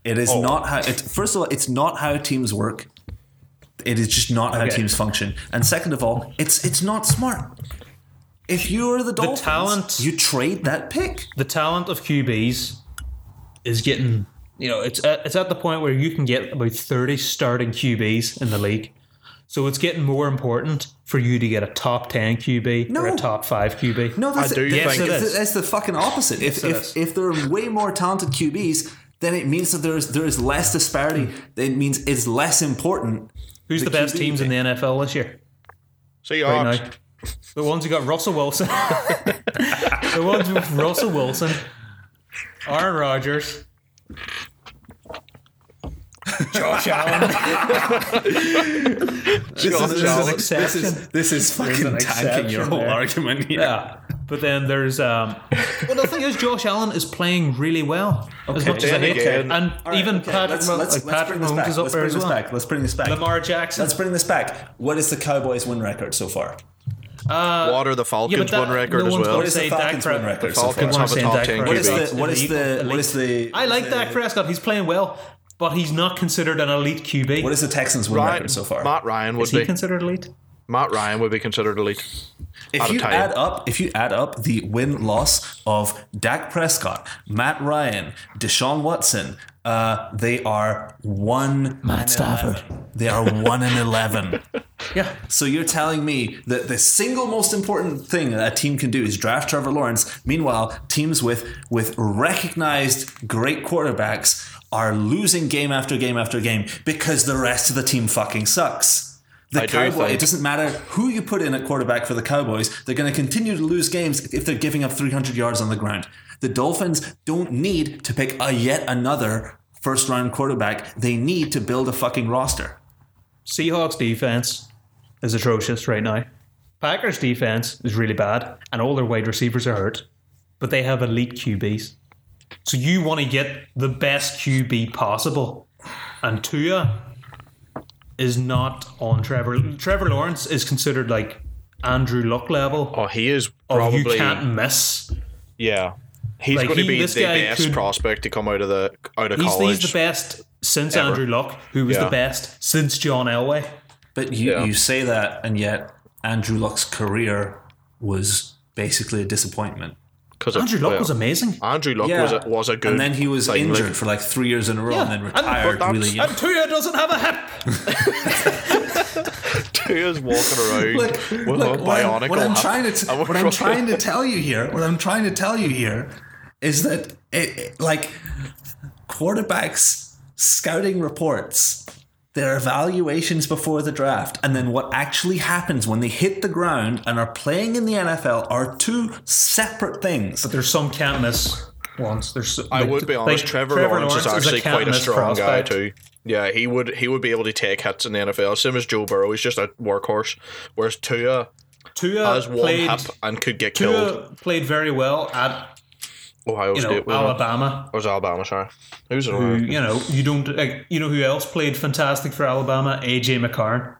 S2: It is
S1: Oh.
S2: not how. It's, first of all, it's not how teams work. It is just not how
S1: Okay.
S2: teams function. And second of all, it's it's not smart. If you're the Dolphins,
S1: talent-
S2: you trade that pick.
S1: the talent of QBs is getting you know it's at, it's at the point where you can get about 30 starting QBs in the league. So it's getting more important for you to get a top 10 QB or
S2: No.
S1: a top 5 QB.
S2: No, that's,
S3: I do
S2: that's,
S3: think-
S2: that's,
S1: Yes, it is.
S2: that's the fucking opposite. If,
S1: it
S2: if,
S1: is.
S2: if there are way more talented QBs, then it means that there is there is less disparity. It means it's less important.
S1: Who's the, best
S2: QB
S1: teams in the NFL this year?
S3: See,
S1: Right
S3: right
S1: now? The ones who got Russell Wilson. the ones with Russell Wilson, Aaron Rodgers, Josh Allen.
S2: This
S3: Josh Allen.
S1: This
S2: this
S1: is-
S2: is this is
S1: an
S2: fucking tanking
S1: exception
S2: your whole
S1: there.
S2: argument. Yeah.
S1: Yeah. But then there's um Well the thing is Josh Allen is playing really well. As much as I
S3: Then
S1: hate
S3: again-
S1: to. And
S2: All right,
S1: even
S2: okay,
S1: Patrick,
S2: let's,
S1: Mah-
S2: let's,
S1: like
S2: let's
S1: Patrick
S2: bring this
S1: Mahomes
S2: back.
S1: is up
S2: let's
S1: there
S2: bring
S1: as
S2: this
S1: well.
S2: back. Let's bring this back.
S1: Lamar Jackson.
S2: Let's bring this back. What is the Cowboys' win record so far?
S1: uh,
S3: Water the Falcons
S1: that-
S3: won record
S1: no
S3: as
S1: one's
S3: well.
S1: gonna
S2: What is
S1: say
S2: the
S1: Dak
S2: Falcons'
S1: Pre-
S2: win record so
S1: I
S2: far?
S3: Falcons have a
S1: wanna say
S3: top
S1: Dak
S3: ten
S1: Prescott.
S2: What is
S1: Elite.
S3: QB.
S2: the what is the what is the
S1: I like Dak Prescott. He's playing well, but he's not considered an elite QB.
S2: what is the Texans' win
S3: Ryan-
S2: record so far?
S3: Matt Ryan would
S1: is he
S3: be
S1: considered elite?
S3: Matt Ryan would be considered elite.
S2: if
S3: out of
S2: you
S3: time.
S2: add up if you add up the win loss of Dak Prescott, Matt Ryan, Deshaun Watson, uh, they are one Matt Stafford. They are one and eleven.
S1: Yeah.
S2: So you're telling me that the single most important thing that a team can do is draft Trevor Lawrence. Meanwhile, teams with with recognized great quarterbacks are losing game after game after game because the rest of the team fucking sucks. The
S3: I do
S2: Cowboys,
S3: think-
S2: it doesn't matter who you put in at quarterback for the Cowboys, they're going to continue to lose games if they're giving up 300 yards on the ground. The Dolphins don't need to pick a yet another first round quarterback. They need to build a fucking roster.
S1: Seahawks defense is atrocious right now. Packers defense is really bad, and all their wide receivers are hurt, but they have elite QBs. So you want to get the best QB possible, and Tua is not on Trevor. Trevor Lawrence is considered like Andrew Luck level.
S3: Oh, he is
S1: of
S3: probably
S1: you can't miss.
S3: yeah. He's
S1: Like,
S3: going to
S1: he-
S3: be
S1: this
S3: the
S1: guy
S3: best
S1: could-
S3: prospect to come out of the out of
S1: He's,
S3: college.
S1: he's the best since Andrew Luck, who was
S3: Yeah.
S1: the best since John Elway.
S2: But you,
S3: Yeah.
S2: you say that, and yet Andrew Luck's career was basically a disappointment.
S3: 'Cause of-
S1: Andrew Luck
S3: well,
S1: was amazing.
S3: Andrew Luck was a, was a good.
S2: And then he was
S3: thing, like-
S2: injured for like three years in a row, and then
S1: but
S2: retired
S3: that's-
S2: really young.
S1: And Tua doesn't have a hip.
S3: Tua's walking around with a
S2: what
S3: bionicle
S2: I'm, what I'm
S3: hat.
S2: trying to t-
S3: And we're
S2: what I'm
S3: fucking-
S2: trying to tell you here, what I'm trying to tell you here, is that it, it- like quarterbacks scouting reports, their evaluations before the draft, and then what actually happens when they hit the ground and are playing in the NFL are two separate things.
S1: There's some can't miss ones. There's
S3: I would be honest. Trevor, Lawrence, is actually quite a strong guy too. Yeah, he would he would be able to take hits in the NFL. Same as Joe Burrow, he's just a workhorse. Whereas Tua
S1: Tua
S3: has one
S1: Uh, played,
S3: hip and could get killed.
S1: Tua played very well at
S3: Ohio
S1: you know
S3: State was it?
S1: Alabama.
S3: Or was it Alabama? Sorry, who's it?
S1: Who,
S3: Ohio?
S1: you know you don't like, you know who else played fantastic for Alabama? AJ McCarron.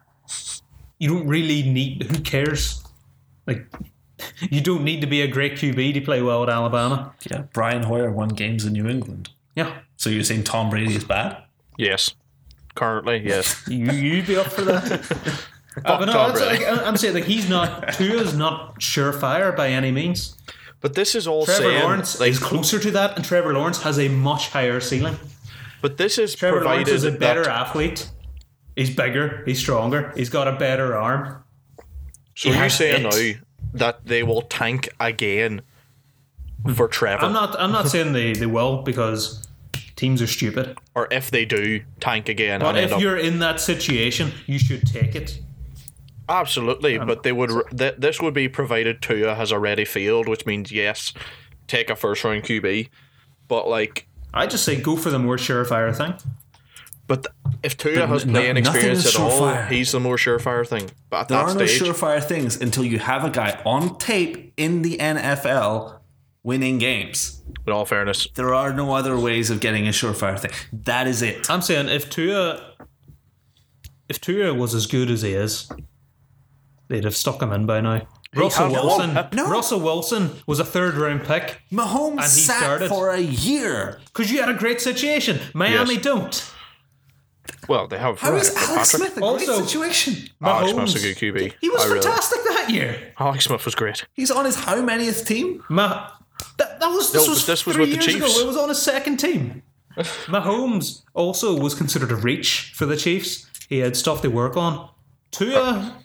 S1: You don't really need. Who cares? Like you don't need to be a great QB to play well at Alabama.
S2: Yeah, Brian Hoyer won games in New England.
S1: Yeah,
S2: So you're saying Tom Brady is bad?
S3: Yes, currently yes.
S1: you you'd be up for that. Uh, but no,
S3: Tom
S1: that's,
S3: Brady.
S1: like, I- I'm saying like he's not Tua's not surefire by any means.
S3: But this is all
S1: Trevor
S3: saying,
S1: Lawrence
S3: like,
S1: is closer to that, and Trevor Lawrence has a much higher ceiling.
S3: but this is
S1: Trevor
S3: provided
S1: Lawrence is a better
S3: that,
S1: athlete. He's bigger. He's stronger. He's got a better arm.
S3: So you
S1: has
S3: saying
S1: it.
S3: now that they will tank again for Trevor,
S1: I'm not. I'm not saying they, they will because teams are stupid.
S3: or if they do tank again,
S1: But
S3: and end
S1: if
S3: up
S1: you're in that situation, you should take it.
S3: Absolutely, but they would. Th- this would be provided Tua has already failed, which means yes, take a first round QB. But like,
S1: I just say go for the more surefire thing.
S3: but th- if Tua has
S2: n-
S3: playing
S2: nothing
S3: experience
S2: is
S3: at all,
S2: surefire.
S3: he's the more surefire thing. But at
S2: There
S3: that
S2: are no
S3: stage,
S2: surefire things until you have a guy on tape in the NFL winning games.
S3: in all fairness,
S2: There are no other ways of getting a surefire thing. That is it.
S1: I'm saying if Tua, if Tua was as good as he is, they'd have stuck him in by now. Russell
S3: had one
S1: Wilson.
S3: pick.
S2: No.
S1: Russell Wilson was a third round pick
S2: Mahomes
S1: And he
S2: sat
S1: started.
S2: for a year.
S1: because you had a great situation. Miami
S3: Yes.
S1: don't.
S3: Well, they have.
S2: How
S3: Ryan
S2: is Alex
S3: Fitzpatrick.
S2: Smith a
S1: Also-
S2: great situation?
S1: Mahomes.
S3: Alex Smith's a good QB.
S1: He was
S3: I really-
S1: fantastic that year.
S3: Alex Smith was great.
S2: He's on his how manyth team?
S1: Ma- that, that was this
S3: No,
S1: was
S3: but this was
S1: three
S3: with the
S1: years
S3: Chiefs.
S1: ago. It was on his second team. Mahomes also was considered a reach for the Chiefs. He had stuff to work on. Tua,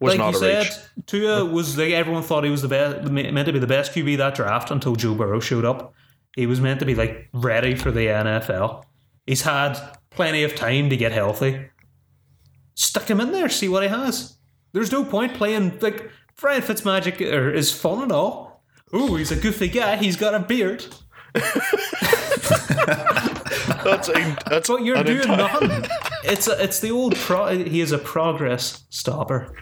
S3: Was
S1: like
S3: not
S1: you
S3: a reach.
S1: said, Tua was like everyone thought he was the best, meant to be the best QB that draft until Joe Burrow showed up. He was meant to be like ready for the NFL. He's had plenty of time to get healthy. Stick him in there, see what he has. There's no point playing like Brian Fitzmagic er, is fun and all. Ooh, he's a goofy guy. He's got a beard,
S3: That's a, that's
S1: but you're
S3: an
S1: doing
S3: entire-
S1: nothing. It's a, it's the old pro. He is a progress stopper.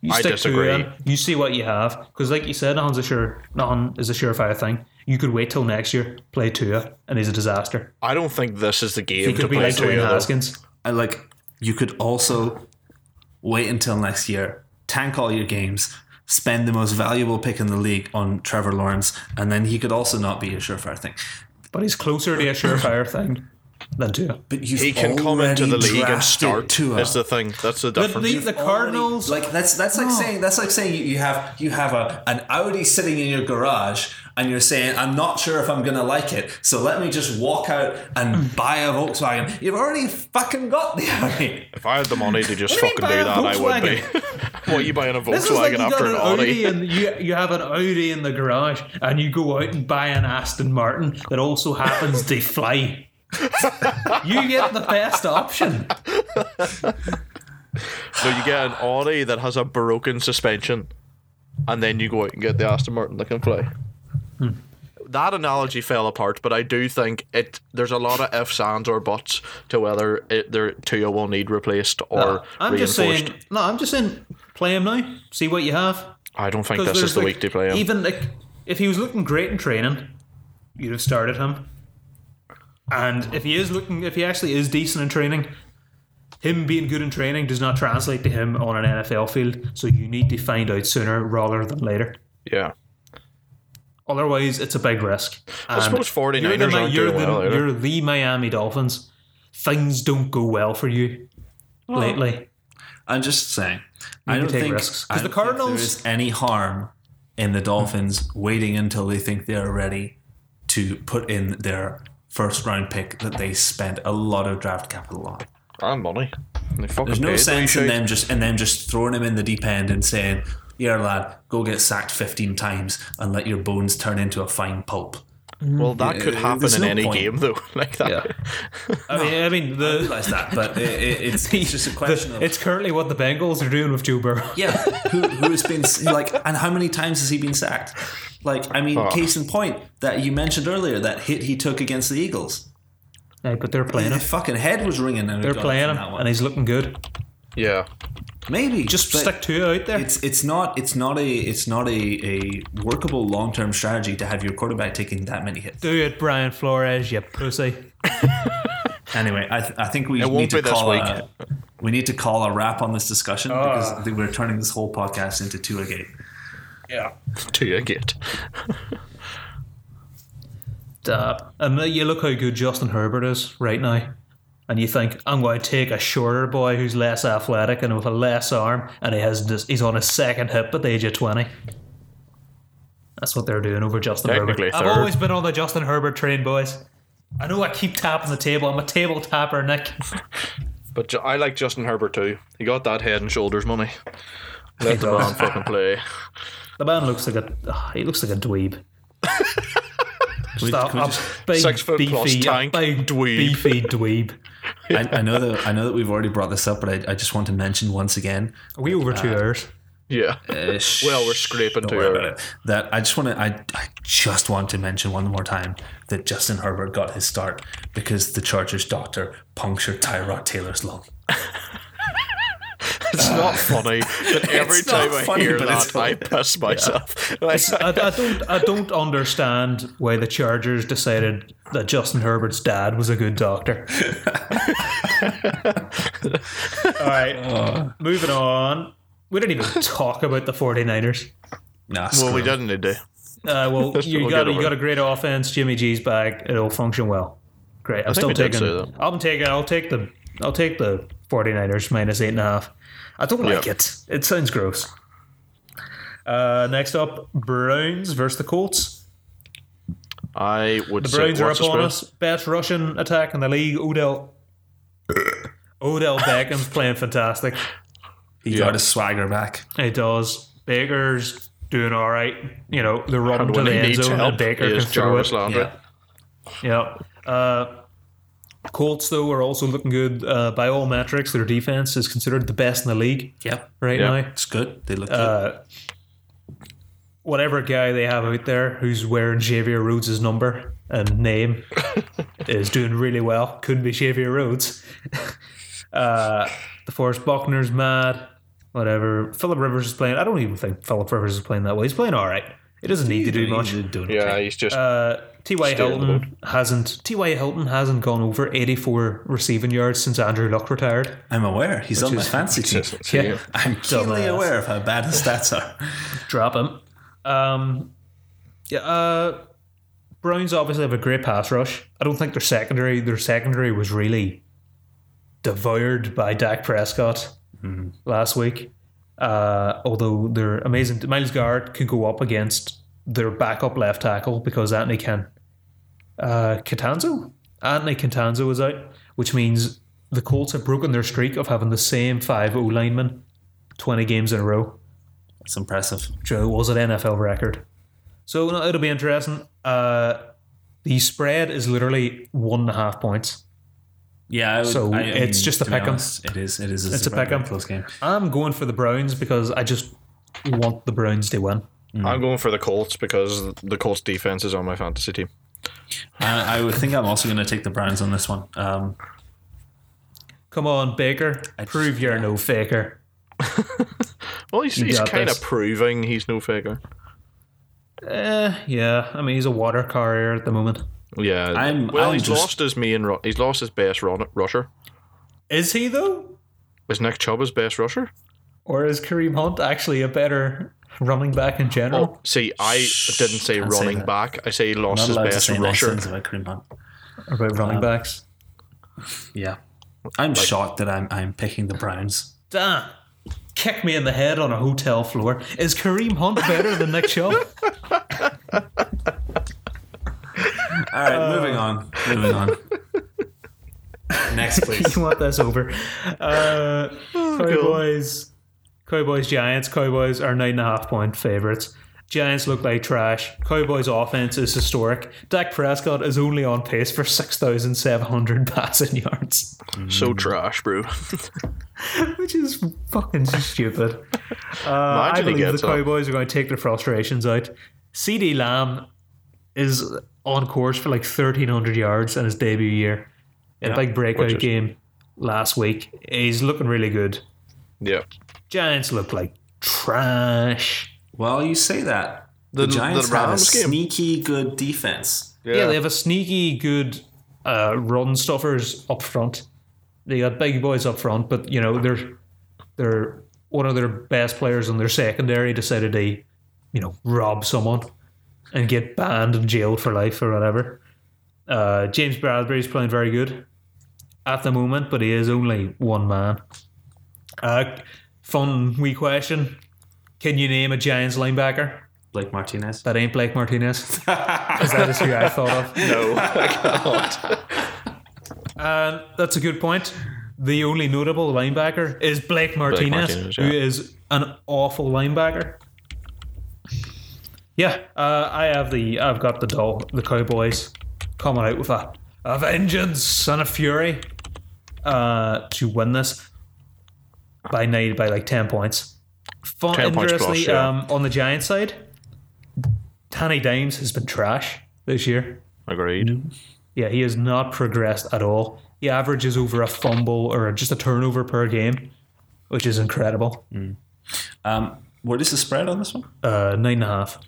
S1: You
S3: I
S1: stick
S3: disagree.
S1: To him, you see what you have, because like you said, nothing's a sure, nothing is a surefire thing. You could wait till next year, play Tua, and he's a disaster.
S3: I don't think this is the game
S1: He
S3: to
S1: could be
S3: play
S1: like
S3: to
S1: Dwayne
S3: you.
S1: Haskins.
S2: I like you could also wait until next year, tank all your games, spend the most valuable pick in the league on Trevor Lawrence, and then he could also not be a surefire thing.
S1: But he's closer to a surefire thing than Tua.
S2: But you've
S3: He can come into the
S2: already
S3: league and
S2: drafted
S3: start.
S2: Tua.
S3: Is the thing. That's the
S1: But
S3: difference.
S1: the, the Cardinals,
S2: Like that's that's like saying that's like saying you, you have you have a an Audi sitting in your garage and you're saying I'm not sure if I'm gonna like it, so let me just walk out and buy a Volkswagen. You've already fucking got the Audi.
S3: if I had the money to just
S1: What do you
S3: fucking
S1: mean
S3: do that,
S1: buy a
S3: I would be. what are you buying a
S1: This is like
S3: Volkswagen
S1: you got
S3: after
S1: an
S3: an
S1: Audi
S3: Audi?
S1: and you, you have an Audi in the garage and you go out and buy an Aston Martin that also happens to fly. you get the best option.
S3: So you get an Audi that has a broken suspension, and then you go out and get the Aston Martin that can fly.
S1: Hmm.
S3: That analogy fell apart, but I do think it. There's a lot of ifs, ands, or buts to whether it, their Tua will need replaced or
S1: I'm
S3: reinforced.
S1: just saying. No, I'm just saying. Play him now. See what you have.
S3: I don't think
S1: 'Cause
S3: this
S1: there's,
S3: is the
S1: like,
S3: week to play him.
S1: Even like, if he was looking great in training, you'd have started him. And if he is looking, if he actually is decent in training, him being good in training does not translate to him on an NFL field. So you need to find out sooner rather than later.
S3: yeah.
S1: Otherwise, it's a big risk. And
S3: suppose 49ers
S1: you're the, Mi-
S3: aren't
S1: you're
S3: doing
S1: the,
S3: well either.
S1: You're the Miami Dolphins. Things don't go well for you lately.
S2: I'm just saying. I
S1: can
S2: don't
S1: take
S2: think
S1: risks. 'Cause
S2: I
S1: the
S2: don't think
S1: Cardinals-
S2: there is any harm in the Dolphins waiting until they think they are ready to put in their first round pick that they spent a lot of draft capital on.
S3: And money. They fucking
S2: There's no
S3: paid.
S2: sense in
S3: Shoot.
S2: them just and them just throwing him in the deep end and saying, "Yeah, lad, go get sacked 15 times and let your bones turn into a fine pulp."
S3: Well, that could
S2: Yeah,
S3: happen
S2: there's
S3: in
S2: no
S3: any
S2: point.
S3: game, though. like that.
S1: Yeah. I mean, I mean the.
S2: Realize that, but it, it, it's, it's just a question of
S1: It's currently what the Bengals are doing with Joe Burrow.
S2: yeah, who, who has been like, and how many times has he been sacked? Like, I mean, case in point that you mentioned earlier that hit he took against the Eagles.
S1: Right, but they're playing
S2: The
S1: him.
S2: fucking head was ringing. And
S1: They're playing him, and he's looking good.
S3: Yeah.
S2: Maybe
S1: Just
S2: but-
S1: stick two out there.
S2: it's it's not it's not a it's not a, a workable long term strategy to have your quarterback taking that many hits.
S1: Do it, Brian Flores, you pussy.
S2: Anyway, I, th- I think we
S3: won't
S2: need to
S3: be this
S2: call a, we need to call a wrap on this discussion
S1: Ah.
S2: because I think we're turning this whole podcast into two a game.
S1: Yeah.
S3: To your gate.
S1: and then you look how good Justin Herbert is right now. And you think, I'm going to take a shorter boy who's less athletic and with a less arm, and he has this, he's on his second hip at the age of 20. That's what they're doing over Justin Herbert.
S3: Technically
S1: I've
S3: third.
S1: always been on the Justin Herbert train, boys. I know I keep tapping the table. I'm a table tapper, Nick.
S3: But ju- I like Justin Herbert too. He got that head and shoulders money. Let the man fucking play.
S1: The man looks like a ah, he looks like a dweeb. Just a-
S2: can we
S1: a big,
S3: Six foot plus
S1: beefy, a
S3: tank
S1: big,
S3: dweeb.
S1: beefy dweeb.
S2: I, I know that I know that we've already brought this up, but I, I just want to mention once again.
S1: Are we over two hours?
S3: Yeah.
S2: uh, sh-
S3: Well, we're scraping
S2: don't worry
S3: to
S2: about
S3: it.
S2: it. That I just want to I, I just want to mention one more time that Justin Herbert got his start because the Chargers doctor punctured Tyrod Taylor's lung.
S3: It's not funny, but every
S2: It's
S3: time
S2: not
S3: I
S2: funny,
S3: hear
S2: but it's
S3: that, I piss myself. Like,
S1: I, I don't. I don't understand why the Chargers decided that Justin Herbert's dad was a good doctor. All right, moving on. Uh, We didn't even talk about the 49ers.
S4: Nah,
S3: Well, we
S4: did.
S3: didn't need to.
S1: Uh, well,
S3: That's
S1: you
S3: what we'll
S1: got you
S3: get over.
S1: got a great offense. Jimmy G's back. It'll function well. Great. I'm
S3: think
S1: still
S3: we did
S1: taking.
S3: say that.
S1: I'm taking. I'll take the. I'll take the 49ers minus eight and a half. I don't like
S3: Yeah.
S1: it. It sounds gross. Uh, next up, Browns versus the Colts.
S3: I would
S1: The Browns
S3: say,
S1: are
S3: what's
S1: up
S3: the
S1: on
S3: spread?
S1: us. Best Russian attack in the league. Odell. Odell Beckham's playing fantastic.
S4: He
S3: Yeah.
S4: got his swagger back.
S1: It does. Baker's doing all right. You know they're running
S3: And
S1: to
S3: when
S1: the
S3: he
S1: end
S3: needs
S1: zone. and
S3: help,
S1: Baker
S3: he
S1: can
S3: is
S1: throw it.
S3: Jarvis Landry.
S4: Yeah.
S1: Yeah. Uh, Colts though are also looking good uh, by all metrics. Their defense is considered the best in the league
S4: Yep.
S1: right
S3: Yeah.
S1: now.
S4: It's good. They look
S1: Uh, whatever guy they have out there who's wearing Xavier Rhodes' number and name is doing really well. Could be Xavier Rhodes. uh, the Forest Buckner's mad. Whatever. Philip Rivers is playing. I don't even think Philip Rivers is playing that well. He's playing all right. He doesn't need to do much.
S4: good. Doing
S3: Yeah, he's just
S1: Uh, T.Y.
S3: Stay on the
S1: Hilton hasn't T.Y. Hilton hasn't gone over 84 receiving yards since Andrew Luck retired.
S4: I'm aware. He's on my fancy team.
S1: Yeah,
S4: I'm keenly
S1: Dumbass.
S4: aware of how bad his stats are.
S1: drop him. Um, yeah, uh, Browns obviously have a great pass rush. I don't think their secondary their secondary was really devoured by Dak Prescott last week. Uh, although they're amazing, Miles Garrett could go up against their backup left tackle because Anthony can uh, Catanzo. Anthony Catanzo is out, which means the Colts have broken their streak of having the same five O linemen twenty games in a row.
S4: It's impressive.
S1: Joe was an NFL record. So no, it'll be interesting. Uh, the spread is literally one and a half points.
S4: Yeah. I would,
S1: So
S4: I
S1: it's just a
S4: to be
S1: pick 'em.
S4: honest, It is. It is.
S1: It's a
S4: very, very
S1: pick 'em.
S4: Close game.
S1: I'm going for the Browns because I just want the Browns to win.
S3: I'm going for the Colts because the Colts defense is on my fantasy team.
S4: Uh, I, I would think I'm also going to take the Browns on this one. Um,
S1: Come on, Baker,
S4: just-
S1: prove you're no faker.
S3: Well, he's, he's
S1: got
S3: kind
S1: this.
S3: of proving he's no faker.
S1: Eh, yeah. I mean, he's a water carrier at the moment.
S3: Yeah,
S4: I'm-
S3: well,
S4: I'm
S3: he's
S4: just-
S3: lost his main. Ru- he's lost his best run- rusher.
S1: Is he though,
S3: Is Nick Chubb his best rusher?
S1: or is Kareem Hunt actually a better running back in general?
S3: Oh, see, I didn't say
S4: say
S3: running
S4: that.
S3: back. I say he
S4: not
S3: lost his
S4: allowed to
S3: best
S4: say nice
S3: rusher.
S4: things about Kareem Hunt.
S1: About running backs.
S4: Yeah. I'm shocked that I'm I'm picking the Browns.
S1: Dan, kick me in the head on a hotel floor. Is Kareem Hunt better than Nick Chubb?
S4: All right, moving on. Uh, Moving on. Next, please.
S1: you want this over. Uh, Cowboys, Cowboys, Giants. Cowboys are nine and a half point favorites. Giants look like trash. Cowboys offense is historic. Dak Prescott is only on pace for six thousand seven hundred passing yards,
S3: So trash, bro.
S1: which is fucking stupid. Uh, I
S3: he
S1: believe the
S3: gets up.
S1: Cowboys are going to take their frustrations out. C.D. Lamb is on course for like thirteen hundred yards in his debut year. In a big breakout
S3: which is-
S1: game last week, he's looking really good.
S3: yeah,
S1: Giants look like trash.
S4: Well, you say that the,
S3: The-
S4: Giants
S3: the
S4: have a
S3: Rams game.
S4: sneaky good defense.
S1: Yeah, they have a sneaky good uh, run stuffers up front. They got big boys up front, but you know they're they're one of their best players in their secondary decided to you know rob someone and get banned and jailed for life or whatever. Uh, James Bradbury's playing very good at the moment, but he is only one man. Uh, fun wee question: Can you name a Giants linebacker?
S4: Blake Martinez.
S1: That ain't Blake Martinez. Is that is who I thought of.
S3: no, I can't.
S1: Uh, that's a good point. The only notable linebacker is Blake Martinez,
S3: Martinez,
S1: who
S3: yeah.
S1: is an awful linebacker. Yeah, uh, I have the I've got the doll the Cowboys coming out with a, a vengeance and a fury uh, to win this by nine by like ten points. Fun,
S3: 10 points
S1: interestingly,
S3: plus, yeah.
S1: um, on the Giants side, Tanny Dimes has been trash this year.
S3: Agreed.
S4: Mm.
S1: Yeah, he has not progressed at all. He averages over a fumble or just a turnover per game, which is incredible.
S4: Um, what is the spread on this one?
S1: Uh, nine and a half.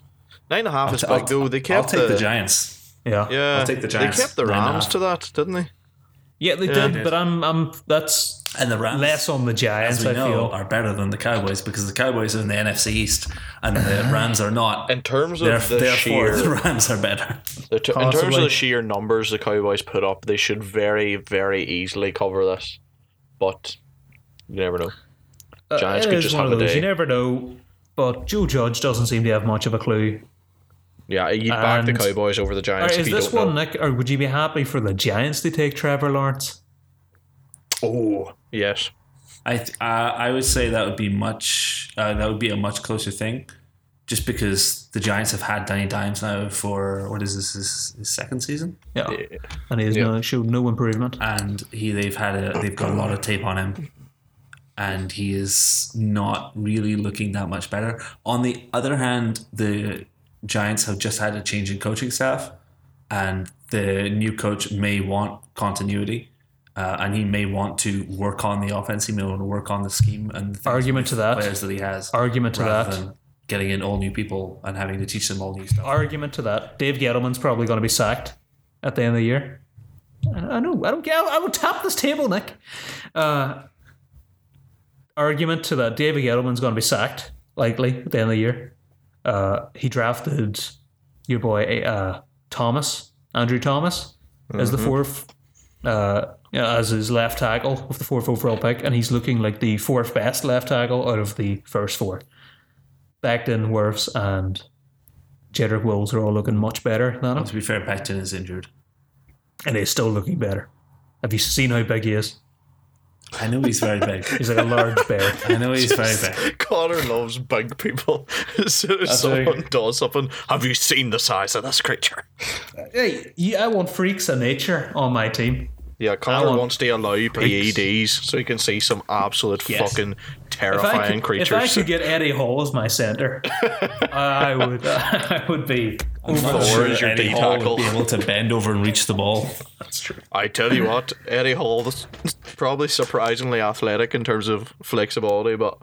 S3: Nine and a half is
S4: I'll-
S3: big though. They
S4: I'll
S3: kept
S4: take the, Giants.
S1: Yeah.
S3: Yeah,
S4: I'll take the
S3: They
S4: Giants.
S3: kept the
S4: Nine and a
S3: Rams
S4: half.
S3: to that, didn't they?
S1: Yeah, they did, but I'm I'm that's
S2: And the Rams,
S1: Less on the Giants,
S2: as we
S1: I
S2: know,
S1: feel.
S2: are better than the Cowboys because the Cowboys are in the NFC East and the Rams are not.
S3: In terms of
S2: Theref-
S3: the
S2: therefore,
S3: sheer,
S2: Uh-huh. the Rams are better.
S3: the t- in terms of
S1: Possibly.
S3: the sheer numbers the Cowboys put up, they should very, very easily cover this. But you never know.
S1: Uh,
S3: Giants
S1: it
S3: could
S1: is
S3: just
S1: one
S3: have
S1: of
S3: a
S1: those.
S3: day.
S1: You never know. But Joe Judge doesn't seem to have much of a clue.
S3: Yeah, you'd back the
S1: And-
S3: Cowboys over the
S1: Or
S3: Giants if
S1: is
S3: you
S1: this
S3: don't
S1: one,
S3: know.
S1: Nick? Or would you be happy for the Giants to take Trevor Lawrence?
S3: Oh, yes.
S2: I th- uh, I would say that would be much uh, that would be a much closer thing, just because the Giants have had Danny Dimes now for what is this his, his second season,
S1: Yeah, and he has no, showed no improvement.
S2: and he they've had a they've got a lot of tape on him, and he is not really looking that much better. On the other hand, the Giants have just had a change in coaching staff, and the new coach may want continuity. Uh, and he may want to work on the offense. He may want to work on the scheme and the things
S1: Argument to that.
S2: players that he has.
S1: Argument to
S2: rather
S1: that.
S2: than getting in all new people and having to teach them all new stuff.
S1: argument to that. Dave Gettleman's probably going to be sacked at the end of the year. I I know. I don't get. I will tap this table, Nick. Uh, argument to that. David Gettleman's going to be sacked likely at the end of the year. Uh, he drafted your boy uh, Thomas Andrew Thomas as the fourth. Uh, yeah, as his left tackle with the fourth overall pick, and he's looking like the fourth best left tackle out of the first four. Becton, Werfs, and Jedrick Wills are all looking much better than him,
S2: to be fair, Becton is injured.
S1: and he's still looking better. Have you seen how big he is?
S2: I know he's very big.
S1: He's like a large bear.
S2: I know he's very big.
S3: Connor loves big people. As soon as
S2: right.
S3: someone does something, have you seen the size of this creature?
S1: Hey, yeah, I want freaks of nature on my team.
S3: Yeah, Connor
S1: want
S3: wants to allow
S1: E
S3: PEDs so he can see some absolute
S1: Yes.
S3: fucking
S1: If I,
S3: terrifying
S1: could, if I
S3: creatures.
S1: could get Eddie Hall as my center, I would. I would be.
S3: Thor is your
S2: Eddie
S3: D
S2: Hall
S3: tackle.
S2: would be able to bend over and reach the ball.
S3: I tell you what, Eddie Hall is probably surprisingly athletic in terms of flexibility, but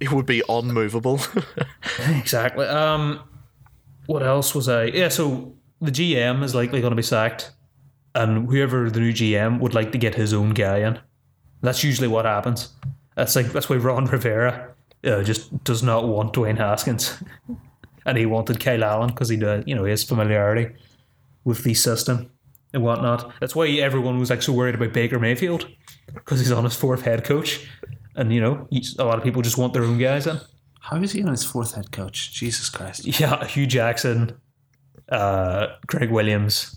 S3: he would be unmovable.
S1: Exactly. Um, what else was I? Yeah, so the GM is likely going to be sacked, and whoever the new GM would like to get his own guy in. That's usually what happens. That's like that's why Ron Rivera uh, just does not want Dwayne Haskins, and he wanted Kyle Allen because he did, you know, he has familiarity with the system and whatnot. That's why everyone was like so worried about Baker Mayfield because he's on his fourth head coach, and you know, he's- a lot of people just want their own guys in.
S2: How is he on his fourth head coach? Jesus Christ.
S1: Yeah, Hugh Jackson, uh, Greg Williams.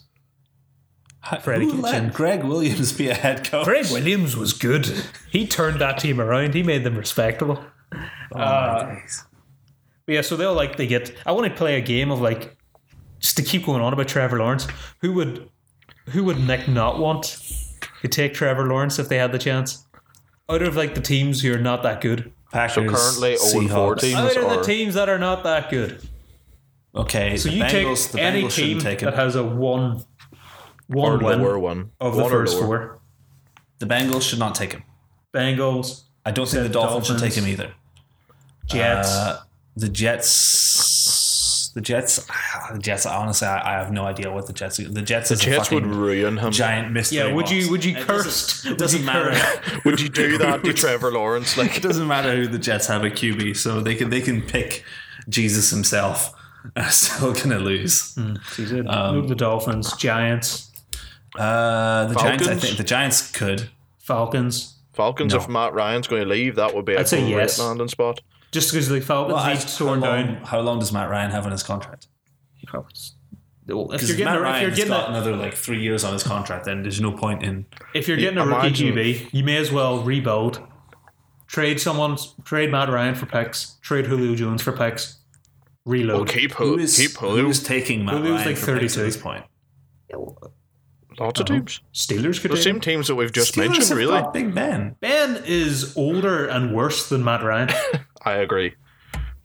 S1: Freddie
S2: Who let
S1: Kitchen.
S2: Greg Williams be a head coach?
S1: Greg Williams was good. He turned that team around. He made them respectable.
S2: Oh, my days.
S1: But yeah, so they'll like they get. I want to play a game of like just to keep going on about Trevor Lawrence. Who would who would Nick not want to take Trevor Lawrence if they had the chance? Out of like the teams who are not that good,
S2: Packers,
S3: Currently 0
S2: Seahawks.
S3: 4
S1: out
S3: teams
S1: of
S3: are
S1: the teams that are not that good.
S2: Okay,
S1: So
S2: the
S1: you
S2: Bengals,
S1: take
S2: the
S1: any
S2: Bengals
S1: team
S2: shouldn't take him.
S1: that has a one one
S3: or
S1: win
S3: lower one.
S1: of the
S3: One or
S1: first
S3: lower.
S1: four.
S2: the Bengals should not take him.
S1: Bengals,
S2: I don't think
S1: Said
S2: the Dolphins, should
S1: Dolphins.
S2: take him either.
S1: Jets.
S2: Uh, the Jets. The Jets. ah, The Jets. Honestly, I, I have no idea what the Jets. The Jets. The is
S3: Jets
S2: a
S3: would
S2: fucking
S3: ruin him.
S2: giant mystery.
S1: Yeah, would you
S2: box.
S1: would you
S2: It
S1: cursed?
S2: Doesn't, it doesn't matter.
S3: Would you do that to Trevor Lawrence? Like,
S2: It doesn't matter who the Jets have a QB, so they can they can pick Jesus himself. Are still gonna lose.
S1: Hmm. move the Dolphins, Giants,
S2: Uh, the Giants. I
S3: Falcons?
S2: think the Giants could.
S1: Falcons.
S3: Falcons, if Matt Ryan's going to leave, that would be a
S1: I'd say
S3: great
S1: yes.
S3: landing spot.
S1: Just because the Falcons
S2: I-
S1: need to torn
S2: how long,
S1: down.
S2: How long does Matt Ryan have on his contract?
S1: Well, If
S2: Because
S1: you're
S2: if Matt
S1: getting, a, if
S2: Ryan
S1: you're
S2: has
S1: getting,
S2: got
S1: a,
S2: another like three years on his contract, then there's no point in.
S1: if you're getting a
S3: Imagine-
S1: rookie QB, you may as well rebuild. Trade someone, trade Matt Ryan for picks. Trade Julio Jones for picks. Reload.
S3: Well, keep
S2: Who
S3: Hulu.
S2: is
S3: keep
S2: who
S3: Hulu.
S2: is taking Matt
S1: Hulu's
S2: Ryan
S1: like
S2: for picks
S1: 32.
S2: at this point?
S3: Lots of teams.
S1: Steelers could
S3: The
S1: take
S3: same
S1: him.
S3: teams that we've just
S2: uh-huh. Steelers
S3: mentioned,
S2: have
S3: really.
S2: got Big Ben.
S1: Ben is older and worse than Matt Ryan.
S3: I agree.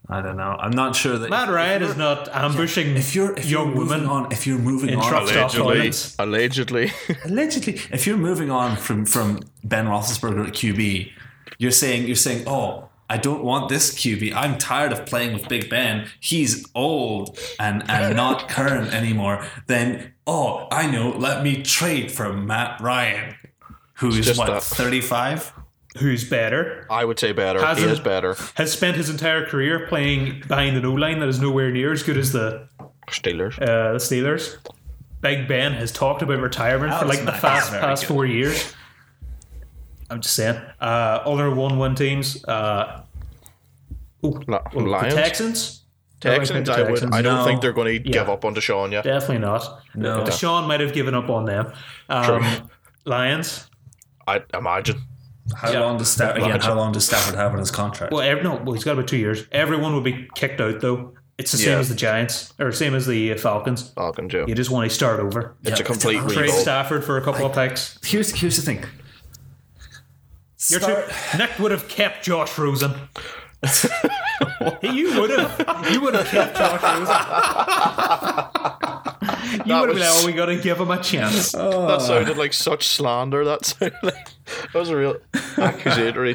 S2: I don't know. I'm not sure that
S1: Matt Ryan is not ambushing
S2: if you're if
S1: young
S2: you're moving
S1: women.
S2: on if you're moving
S1: in
S2: on
S1: traffic. Stop
S3: Allegedly.
S1: violence.
S3: Allegedly.
S2: allegedly if you're moving on from from Ben Roethlisberger at QB, you're saying you're saying oh. I don't want this QB. I'm tired of playing with Big Ben. He's old and, and not current anymore. Then, oh, I know, let me trade for Matt Ryan. who's
S3: just
S2: what
S3: that.
S2: thirty five.
S1: who's better,
S3: I would say better.
S1: Hasn't-
S3: he is better.
S1: has spent his entire career playing behind an O line that is nowhere near as good as the
S3: Steelers.
S1: uh, the Steelers. Big Ben has talked about retirement for
S2: Alex
S1: like the
S2: Mack is
S1: past,
S2: very
S1: past
S2: good.
S1: four years. I'm just saying. Uh, other one-win teams. Uh, ooh,
S3: La-
S1: ooh,
S3: Lions?
S1: The Texans.
S3: Texans,
S1: I
S3: I
S1: think the
S3: would. I don't
S2: Texans,
S3: think
S2: no.
S3: they're going to give
S1: Yeah.
S3: up on Deshaun yet.
S1: Definitely not.
S2: No.
S1: Deshaun might have given up on them. Um, Lions.
S3: I imagine.
S2: How long does Stafford again? How long does Stafford have on his contract?
S1: Well, every, no, well, he's got about two years. Everyone would be kicked out though. It's the same
S3: Yeah.
S1: as the Giants or same as the uh, Falcons.
S3: Falcon Joe.
S1: You just want to start over.
S3: It's a
S2: Yeah.
S3: complete
S1: Trade
S3: rebuild.
S1: Stafford for a couple of picks.
S2: here's here's the thing.
S1: Your
S2: Start-
S1: two, Nick would have kept Josh Rosen. you would have. You would have kept Josh Rosen. you would have been
S3: was-
S1: like, oh, we got to give him a chance.
S2: "Oh,
S3: That sounded like such slander. That sounded like that was a real accusatory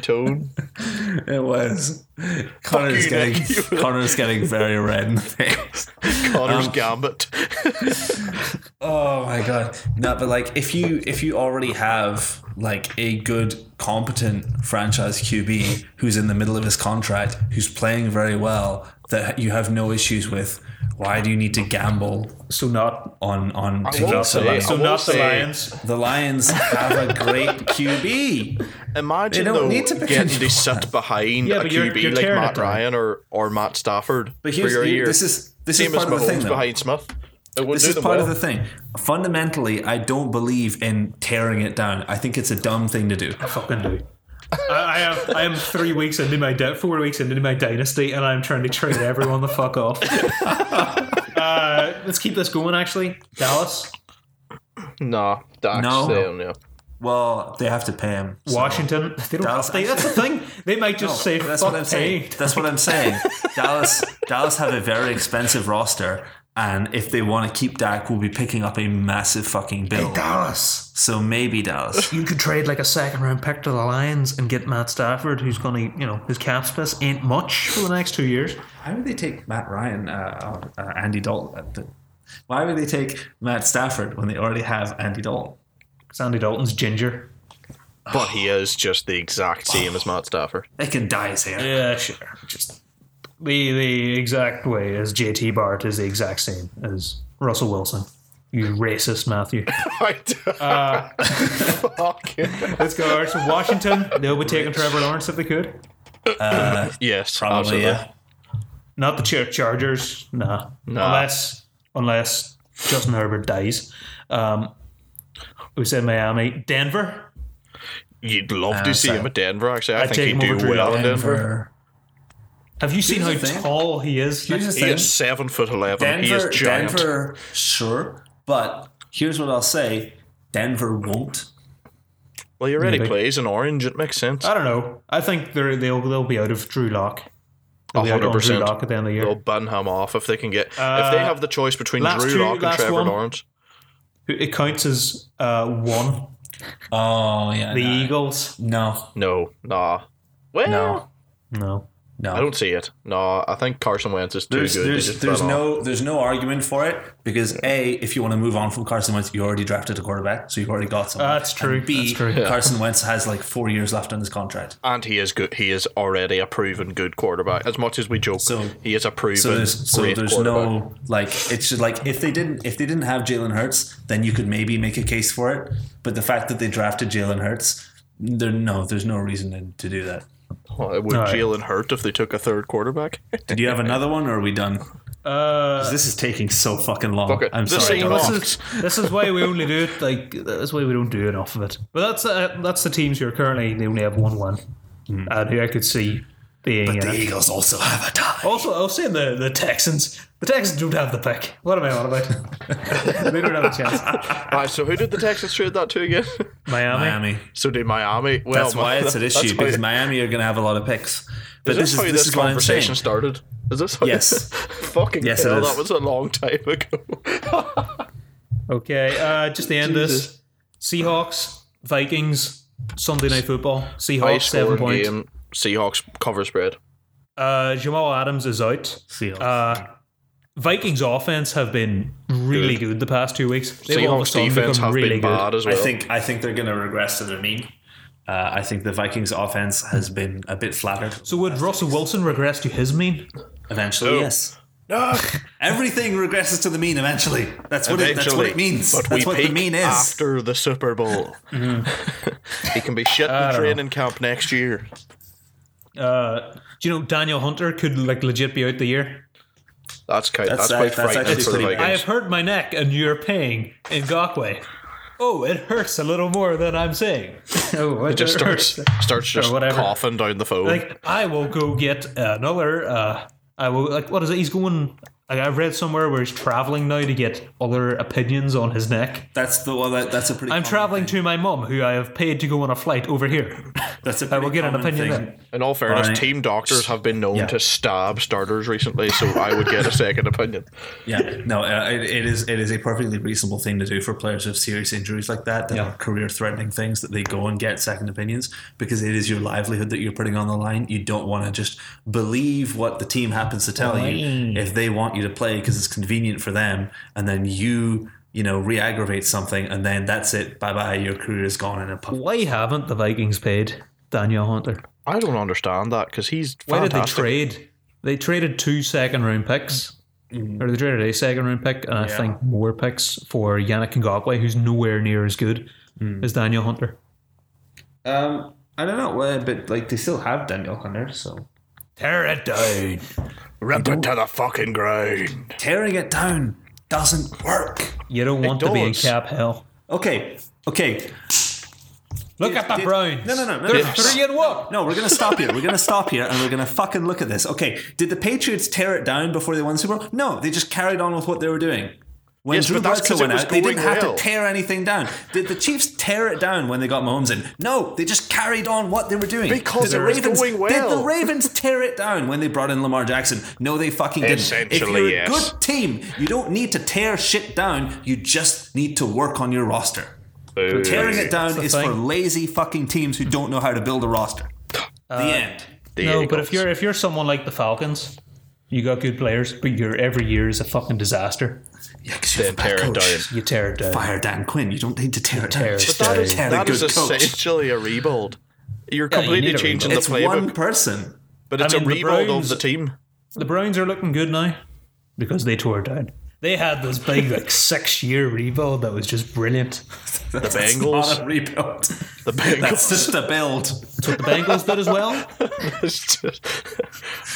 S3: tone.
S2: It was. Connor is
S3: you,
S2: getting
S3: Nick.
S2: Connor is getting very red in the face. Um,
S3: Connor's gambit.
S2: Oh my god. No, but like if you if you already have like a good competent franchise QB who's in the middle of his contract, who's playing very well, that you have no issues with, why do you need to gamble
S1: So not.
S2: on on
S3: will
S2: the,
S3: say-
S2: Lions?
S3: I
S1: So
S3: will
S1: not the
S3: say-
S1: Lions.
S2: the Lions have a great QB.
S3: Imagine
S2: They don't
S3: though
S2: need to pick
S3: getting
S2: anyone.
S3: to sit behind
S1: Yeah,
S3: a
S1: but you're-
S3: QB
S1: you're
S3: like
S1: tearing it
S3: Matt
S1: down.
S3: Ryan or, or Matt Stafford
S2: But
S3: for
S2: here's
S3: your year.
S2: this is this
S3: Same
S2: is
S3: as
S2: part of the thing.
S3: Mahomes
S2: though.
S3: behind Smith. It would
S2: This
S3: do
S2: is
S3: them
S2: part
S3: well.
S2: of the thing. Fundamentally, I don't believe in tearing it down. I think it's a dumb thing to do.
S1: Fucking do. I, I have. I am three weeks into my di- four weeks into my dynasty, and I'm trying to trade everyone the fuck off. uh, let's keep this going. Actually, Dallas,
S3: Nah, Dax.
S2: No.
S3: No. They don't know.
S2: Well, they have to pay him. so-
S1: Washington. They don't.
S2: Dallas
S1: have to- that's the thing. They might just say
S2: that's
S1: fuck
S2: what I'm saying.
S1: paying.
S2: That's what I'm saying. Dallas, Dallas have a very expensive roster, and if they want to keep Dak, we'll be picking up a massive fucking bill.
S1: Dallas.
S2: So maybe Dallas.
S1: You could trade like a second round pick to the Lions and get Matt Stafford, who's going to, you know, his cap space ain't much for the next two years.
S2: Why would they take Matt Ryan, uh, uh, Andy Dalton? uh, the- Why would they take Matt Stafford when they already have Andy Dalton?
S1: Sandy Dalton's ginger.
S3: But he is just the exact same as Matt Stafford.
S2: They can dye his hair.
S1: Yeah, sure. Just the the exact way as JT Barrett is the exact same as Russell Wilson. You racist, Matthew.
S3: I do- Fuck.
S1: Let's go. All right, so Washington, they'll be taking Trevor Lawrence if they could.
S3: Yes,
S2: Probably,
S3: absolutely.
S2: yeah.
S1: Not the Char- Chargers, nah.
S3: Nah.
S1: Unless unless Justin Herbert dies. Um, we said Miami, Denver.
S3: You'd love
S2: Uh,
S3: to see
S2: so-
S3: him at Denver. Actually, I,
S1: I'd take him
S3: think he'd
S1: over
S3: do
S1: Drew
S3: well in Denver.
S2: Denver.
S1: Have you seen
S2: Here's
S1: how
S2: the thing.
S1: tall he is?
S2: Here's the
S3: He
S2: thing.
S3: is seven foot eleven. he is
S2: Denver,
S3: giant.
S2: Denver, sure, but here's what I'll say: Denver won't.
S3: Well, he already
S1: Yeah, but-
S3: plays in orange. It makes sense.
S1: I don't know. I think they're, they'll they'll be out of Drew Lock. They'll be out on Drew
S3: 100%.
S1: Lock at the end of the
S3: They'll
S1: year.
S3: ban him off if they can get.
S1: Uh,
S3: if they have the choice between
S1: last
S3: Drew
S1: two-
S3: Lock and
S1: last
S3: Trevor
S1: one.
S3: Lawrence,
S1: It counts as uh, one.
S2: Oh yeah,
S1: The
S2: no.
S1: Eagles.
S2: No,
S3: no, nah. Well,
S2: No.
S1: No.
S2: no.
S3: I don't see it. No, I think Carson Wentz is too
S2: there's
S3: good. They
S2: there's,
S3: just
S2: there's
S3: ban him.
S2: no there's no argument for it because a if you want to move on from Carson Wentz, you already drafted a quarterback, so you've already got someone.
S1: That's true.
S2: And B
S1: That's true.
S2: Carson Wentz has like four years left on his contract.
S3: and he is good. He is already a proven good quarterback. As much as we joke,
S2: So-
S3: he is a proven
S2: So there's so
S3: great
S2: there's
S3: quarterback.
S2: no like it's just like if they didn't if they didn't have Jalen Hurts, then you could maybe make a case for it. But the fact that they drafted Jalen Hurts, there no there's no reason to- to do that.
S3: Oh, it would
S1: All right.
S3: Jalen Hurt if they took a third quarterback.
S2: Did you have another one, or are we done?
S1: Uh,
S2: This is taking so fucking long.
S3: Fuck it.
S2: I'm
S3: This
S2: sorry.
S3: ain't
S2: Dom.
S3: long.
S1: this is this is why we only do it like that's why we don't do enough of it. But that's uh, that's the teams who are currently they only have one one, and who I could see being. in
S2: The
S1: it.
S2: Eagles also have a tie.
S1: Also, I was saying the the Texans. The Texans don't have the pick. What am I on about? they don't have a chance.
S3: Alright, so who did the Texans trade that to again?
S1: Miami.
S2: Miami.
S3: so did Miami. Well,
S2: That's why it's an
S3: Oh, that's
S2: issue
S3: why-
S2: because Miami are going to have a lot of picks. But
S3: Is
S2: this
S3: this,
S2: is
S3: how
S2: this,
S3: this,
S2: is what I'm saying.
S3: conversation started? Is this how
S2: Yes.
S3: fucking
S2: Yes, it
S3: hell,
S2: is.
S3: that was a long time ago.
S1: Okay, uh, just to end this, Seahawks, Vikings, Sunday Night Football,
S3: High
S1: Seahawks seven
S3: scoring
S1: points.
S3: game. Seahawks cover spread.
S1: Uh, Jamal Adams is out.
S2: Seahawks.
S1: Uh, Vikings offense have been really good, the past two weeks. They've all of a
S3: Seahawks
S1: sudden
S3: defense
S1: become
S3: have
S1: really
S3: been
S1: good.
S3: bad as well.
S2: I think I think they're going to regress to their mean. Uh, I think the Vikings' offense has been a bit flattered.
S1: So would Russell Wilson regress to his mean?
S2: Eventually, yes.
S3: No,
S2: Everything regresses to the mean eventually. That's what, it, that's what
S3: eventually.
S2: it means.
S3: But
S2: that's
S3: we
S2: what the
S3: peak
S2: mean is. Mm-hmm.
S3: after the Super Bowl. he can be shit in
S1: don't
S3: training camp next year.
S1: Uh, do you know Daniel Hunter could like legit be out the year?
S3: That's quite.
S2: That's
S3: That's,
S2: act-
S3: quite
S2: that's
S3: frightening
S2: actually
S3: for the
S2: pretty bad.
S3: Vikings.
S1: I have hurt my neck, and you're paying in Gakwe. Oh, it hurts a little more than I'm saying. Oh, it
S3: just starts
S1: hurts.
S3: starts just
S1: whatever.
S3: coughing down the phone.
S1: like I will go get another. Uh, I will like what is it? He's going. Like, I've read somewhere where he's traveling now to get other opinions on his neck.
S2: That's the well. That, that's a pretty.
S1: I'm
S2: common-
S1: traveling to my mum, who I have paid to go on a flight over here.
S2: That's a
S1: I will
S2: pretty
S1: get an
S2: common
S1: opinion
S2: thing.
S1: then.
S3: In all fairness,
S2: Alright.
S3: team doctors have been known
S2: Yeah.
S3: to stab starters recently, so I would get a second opinion.
S2: Yeah, no, uh, it, it is it is a perfectly reasonable thing to do for players with serious injuries like that, that
S1: Yeah.
S2: are career threatening things, that they go and get second opinions because it is your livelihood that you're putting on the line. You don't want to just believe what the team happens to tell you if they want you to play because it's convenient for them, and then you you know re-aggravate something, and then that's it. Bye bye, your career is gone in a puff.
S1: Why haven't the Vikings paid Daniel Hunter?
S3: I don't understand that because he's
S1: Why did they
S3: fantastic.
S1: trade? They traded two second round picks,
S2: Mm.
S1: or they traded a second round pick and I think more picks for Yannick Ngakwe, who's nowhere near as good
S2: Mm.
S1: as Daniel Hunter.
S2: Um, I don't know, uh, but like they still have Daniel Hunter, so
S1: Tear it down.
S3: Rip it to the fucking ground.
S2: tearing it down doesn't work.
S1: You don't want to be in
S3: does.
S1: cap hell.
S2: Okay, okay.
S1: Look at the
S2: did-
S1: Browns.
S2: No, no, no, no,
S1: They're
S2: no.
S1: three and one.
S2: No, we're gonna stop here. We're gonna stop here, and we're gonna fucking look at this. Okay, did the Patriots tear it down before they won the Super Bowl? No, they just carried on with what they were doing. When
S3: Yes,
S2: Drew
S3: but that's
S2: Bledsoe
S3: 'cause it
S2: went
S3: was
S2: out, they didn't
S3: going
S2: have
S3: well.
S2: to tear anything down. Did the Chiefs tear it down when they got Mahomes in? No, they just carried on what they were doing.
S3: Because
S2: did the
S3: it was
S2: Ravens,
S3: going well.
S2: Did the Ravens tear it down when they brought in Lamar Jackson? No, they fucking didn't. if
S3: Essentially,
S2: you're a
S3: yes.
S2: good team, you don't need to tear shit down. You just need to work on your roster. Tearing it down
S1: the
S2: is
S1: thing.
S2: for lazy fucking teams who don't know how to build a roster. the end.
S1: No, but if you're if you're someone like the Falcons, you got good players, but your every year is a fucking disaster.
S2: Yeah, because you have a
S3: tear
S2: bad
S3: it
S2: coach.
S3: down.
S1: You tear it down.
S2: Fire Dan Quinn. You don't need to tear it down.
S1: Tear
S2: Just
S1: it
S3: that
S1: down.
S3: is,
S2: tear
S3: that
S2: a
S3: is
S2: good coach.
S3: essentially a rebuild. You're
S1: you
S3: completely
S1: need a
S3: changing the
S2: It's
S3: playbook,
S2: one person.
S3: but it's
S1: I mean,
S3: a
S1: the
S3: rebuild
S1: Browns-
S3: of the team.
S1: The Browns are looking good now because they tore it down. They had this big like six year rebuild that was just brilliant.
S2: The
S3: Bengals.
S2: Not a rebuild.
S3: The Bengals.
S2: That's just a build.
S1: That's what the Bengals did as well.
S3: It's just-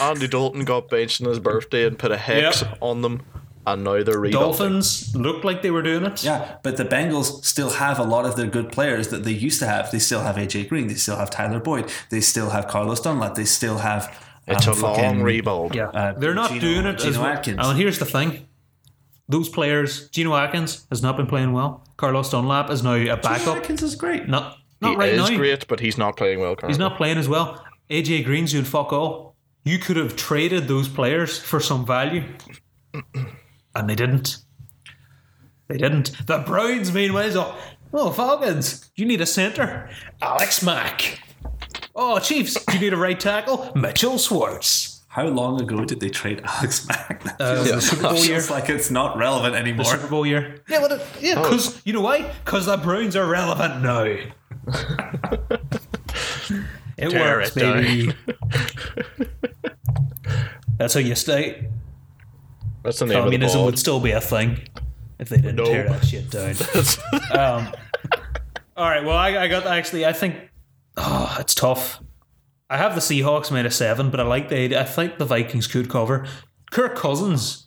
S3: Andy Dalton got benched on his birthday and put a hex
S1: Yep.
S3: on them, and now they're rebuilding.
S1: Dolphins looked like they were doing it.
S2: Yeah, but the Bengals still have a lot of their good players that they used to have. They still have AJ Green. They still have Tyler Boyd. They still have Carlos Dunlap. They still have.
S3: It's
S2: um,
S3: a long
S2: fucking-
S3: rebuild.
S1: Yeah,
S2: Uh,
S1: they're not
S2: Geno-
S1: doing it. as
S2: Geno
S1: well.
S2: Atkins.
S1: And here's the thing: those players, Geno Atkins has not been playing well. Carlos Dunlap is now a
S2: Geno
S1: backup.
S2: Atkins is great.
S1: Not not
S3: He
S1: right
S3: is
S1: now.
S3: great, but he's not playing well currently.
S1: He's not playing as well. AJ Green's doing fuck all. You could have traded those players for some value, and they didn't. They didn't. The Browns, meanwhile, are oh Falcons, you need a center, Alex Mack. Oh Chiefs, you need a right tackle, Mitchell Schwartz.
S2: How long ago did they trade Alex Mack? That
S1: Uh,
S2: feels-
S1: the Super Bowl year.
S2: feels like it's not relevant anymore.
S1: Super Bowl year. Yeah, well, yeah,
S3: Oh.
S1: because you know why? Because the Browns are relevant now. it
S3: Tear
S1: works,
S3: it down.
S1: baby. That's how you stay.
S3: That's the name of the
S1: Communism
S3: ball.
S1: would still be a thing if they didn't
S3: No.
S1: tear that shit down. um, all right. Well, I, I got actually. I think oh, it's tough. I have the Seahawks made a seven, but I like the. I think the Vikings could cover. Kirk Cousins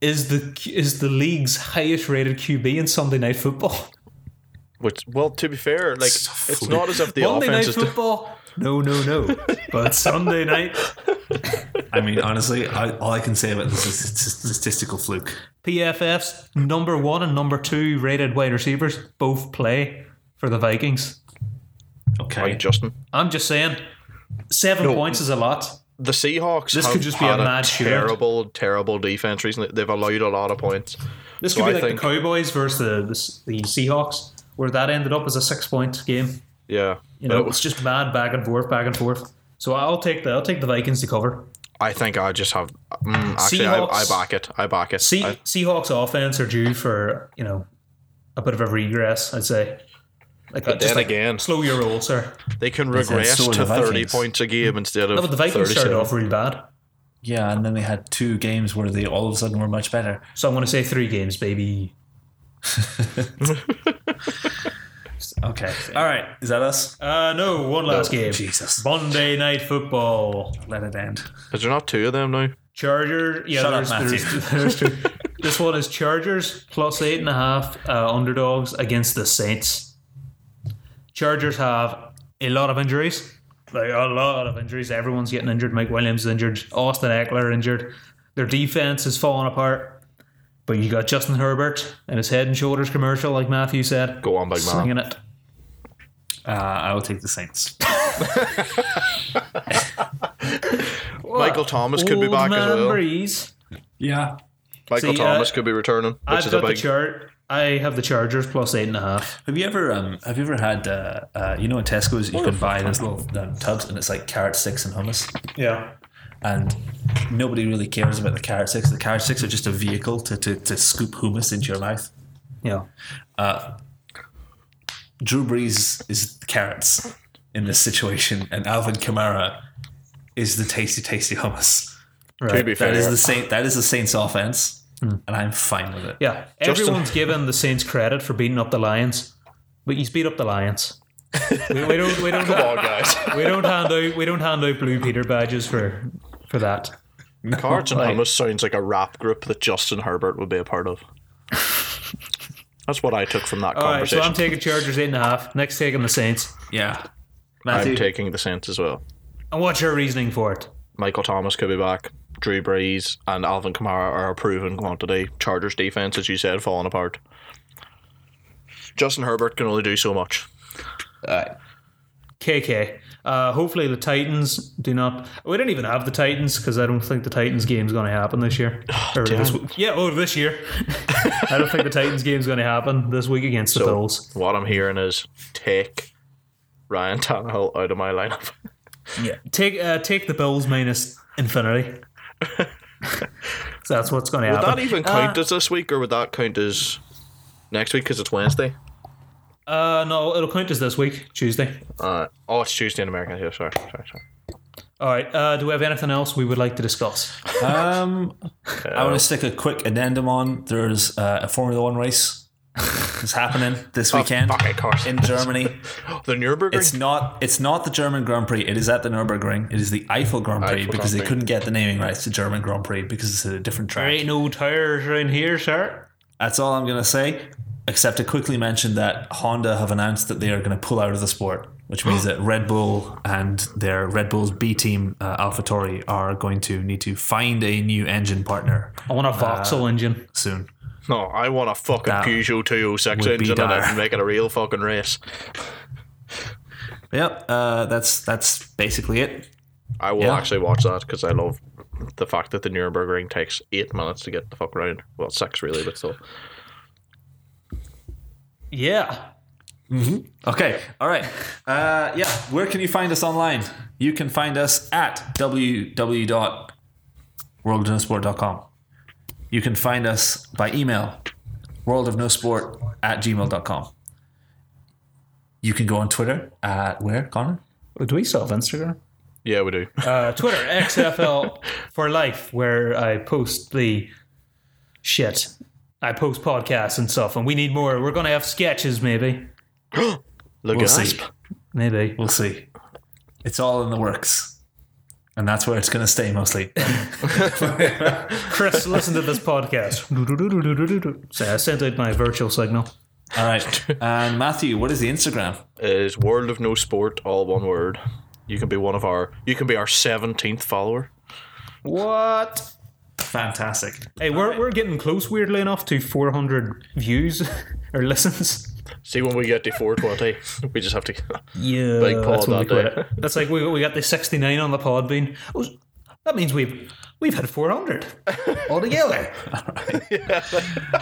S1: is the is the league's highest rated QB in Sunday Night Football.
S3: Which, well, to be fair, like it's not as if the
S1: Monday
S3: offense
S1: Night
S3: is.
S1: Football. No, no, no. But Sunday night,
S2: I mean, honestly, I, all I can say about this is it's a statistical fluke.
S1: PFF's number one and number two rated wide receivers both play for the Vikings.
S3: Like
S2: Okay.
S3: Justin,
S1: I'm just saying, seven points is a lot.
S3: the Seahawks.
S1: This
S3: have
S1: could just be
S3: had
S1: a mad shootout.
S3: terrible, terrible defense recently. They've allowed a lot of points.
S1: This
S3: So
S1: could be
S3: I
S1: like
S3: think-
S1: the Cowboys versus the, the the Seahawks, where that ended up as a six point game.
S3: Yeah,
S1: You know, it's just mad back and forth, back and forth. So I'll take the I'll take the Vikings to cover.
S3: I think I just have. Mm, actually, I, I
S1: Seahawks.
S3: back it. I back it.
S1: Se-
S3: I-
S1: Seahawks offense are due for you know a bit of a regress, I'd say. Like,
S3: but
S1: just
S3: then
S1: like,
S3: again,
S1: slow your roll, sir.
S3: they can
S2: That's it,
S3: regress
S2: so are
S3: to
S2: the
S3: thirty
S2: Vikings.
S3: points a game instead of
S1: No, but Mm. the Vikings started
S3: 37.
S1: off really bad,
S2: Yeah, and then they had two games where they all of a sudden were much better.
S1: so I'm going to say three games, baby.
S2: Okay. All right. Is that us?
S1: Uh, no, one last game.
S2: Jesus.
S1: Monday Night Football.
S2: Let it end.
S3: Is there not two of them now?
S1: Chargers. Yeah,
S2: Shut up,
S1: there's, there's, there's two. This one is Chargers plus eight and a half uh, underdogs against the Saints. Chargers have a lot of injuries. Like a lot of injuries. Everyone's getting injured. Mike Williams is injured. Austin Eckler injured. Their defense is falling apart. But you got Justin Herbert and his head and shoulders commercial, like Matthew said.
S3: Go on, big man.
S1: Slinging it.
S2: Uh, I will take the Saints.
S3: Michael Thomas could be
S1: Old
S3: back as
S1: man
S3: well.
S1: Breeze.
S2: Yeah.
S3: Michael
S1: See, uh,
S3: Thomas could be returning, which
S1: I've
S3: is a
S1: got the
S3: big.
S1: chart. I have the Chargers plus eight and a half.
S2: Have you ever um Have you ever had uh, uh you know in Tesco's you can buy those little um, tubs and it's like carrot sticks and hummus
S1: Yeah.
S2: and nobody really cares about the carrot sticks. The carrot sticks are just a vehicle to to, to scoop hummus into your mouth.
S1: Yeah.
S2: Drew Brees is the carrots in this situation, and Alvin Kamara is the tasty, tasty hummus.
S3: to be
S2: That
S3: fair, Hmm.
S2: is the Saint. That is the Saints' offense, and I'm fine with it.
S1: Yeah,
S3: Justin-
S1: everyone's given the Saints credit for beating up the Lions, but he's beat up the Lions. we, we don't, we don't,
S3: come on, guys.
S1: we don't hand out, we don't hand out blue Peter badges for, for that.
S3: Cards and Hummus sounds like a rap group that Justin Herbert would be a part of. That's what I took from that
S1: All right, so
S3: conversation.
S1: I'm taking Chargers eight and a half. Next, taking the Saints.
S2: Yeah,
S3: I'm,
S2: Matthew.
S3: taking the Saints as well.
S1: And what's your reasoning for it?
S3: Michael Thomas could be back. Drew Brees and Alvin Kamara are a proven quantity. Chargers defense, as you said, falling apart. Justin Herbert can only do so much.
S1: KK. Uh, hopefully the Titans do not. We don't even have the Titans because I don't think the Titans game's going to happen this year. Or this
S3: damn.
S1: w- yeah, oh, this year. I don't think the Titans game's going to happen this week against the Bills.
S3: What I'm hearing is take Ryan Tannehill out of my lineup.
S1: Take uh, take the Bills minus infinity. so that's what's going to
S3: Would that
S1: happen.
S3: even count as this week, or would that count as next week because it's Wednesday?
S1: uh, no, it'll count as this week, Tuesday.
S3: Uh, oh, it's Tuesday in America. Yeah, sorry, sorry, sorry.
S1: All right. Uh, do we have anything else we would like to discuss?
S2: Um, I want to stick a quick addendum on. There's uh, a Formula One race that's happening this weekend
S3: Oh, Fuck, of course.
S2: in Germany.
S3: The Nürburgring.
S2: It's not. It's not the German Grand Prix. It is at the Nürburgring. It is the Eiffel Grand Prix
S3: Eiffel
S2: because
S3: Grand
S2: they
S3: Prix.
S2: couldn't get the naming rights to German Grand Prix because it's a different track.
S1: There ain't no tires around here, sir.
S2: That's all I'm going to say, except to quickly mention that Honda have announced that they are going to pull out of the sport, which means that Red Bull and their Red Bull's B team, uh, AlphaTauri, are going to need to find a new engine partner
S1: I want a Vauxhall engine.
S2: soon.
S3: no, Oh, I want a fucking
S2: That
S3: Peugeot 206
S2: would be
S3: engine in it
S2: dire.
S3: and make it a real fucking race.
S2: Yep, uh, that's that's basically it.
S3: I will
S2: Yeah.
S3: actually watch that because I love the fact that the Nürburgring takes eight minutes to get the fuck around. Well, six really, but still.
S1: Yeah.
S2: Okay, all right. Uh, yeah, where can you find us online? You can find us at www.worldofnosport.com. You can find us by email, worldofnosport at gmail.com. You can go on Twitter at where, Connor?
S1: Do we still have Instagram?
S3: Yeah, we do.
S1: Uh, Twitter XFL for life, where I post the shit. I post podcasts and stuff, and we need more. We're gonna have sketches, maybe,
S3: Look
S2: We'll
S3: at
S2: see.
S3: that.
S1: maybe.
S2: We'll see. It's all in the works. And that's where it's going to stay mostly.
S1: Chris, listen to this podcast. so I sent out my virtual signal.
S2: All right. And Matthew, what is the Instagram?
S3: Is World of No Sport all one word? You can be one of our. You can be our seventeenth follower.
S1: What?
S2: Fantastic.
S1: Hey, we're, we're getting close, weirdly enough, to 400 views or listens.
S3: See when we get to four twenty, we just have to.
S1: Yeah,
S3: Big Paul
S1: that's when we
S3: that
S1: quit
S3: day.
S1: it. That's like we, we got the 69 on the pod bean. Oh, that means we've we've had 400 altogether.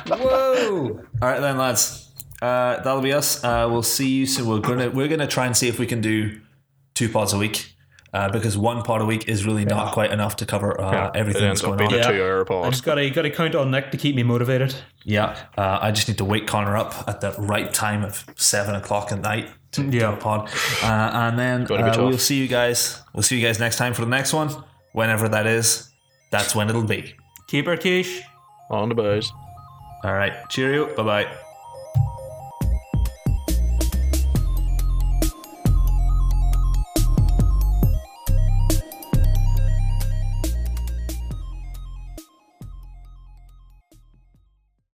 S1: Whoa!
S2: All right then, lads. Uh, that'll be us. Uh, we'll see you soon. We're gonna we're gonna try and see if we can do two pods a week. uh, because one pod a week is really not quite enough to cover uh, everything
S3: it
S2: that's
S3: ends up
S2: going on.
S3: being
S1: Yeah.
S3: a two-hour
S1: I
S3: pod.
S1: just gotta gotta count on Nick to keep me motivated.
S2: Yeah, uh, I just need to wake Connor up at the right time of seven o'clock at night to do
S1: Yeah.
S2: a pod, uh, and then
S3: Gotta be
S2: uh,
S3: tough.
S2: we'll see you guys. We'll see you guys next time for the next one, whenever that is. That's when it'll be.
S1: Keep her quiche.
S3: On the boys.
S2: All right, cheerio, bye bye.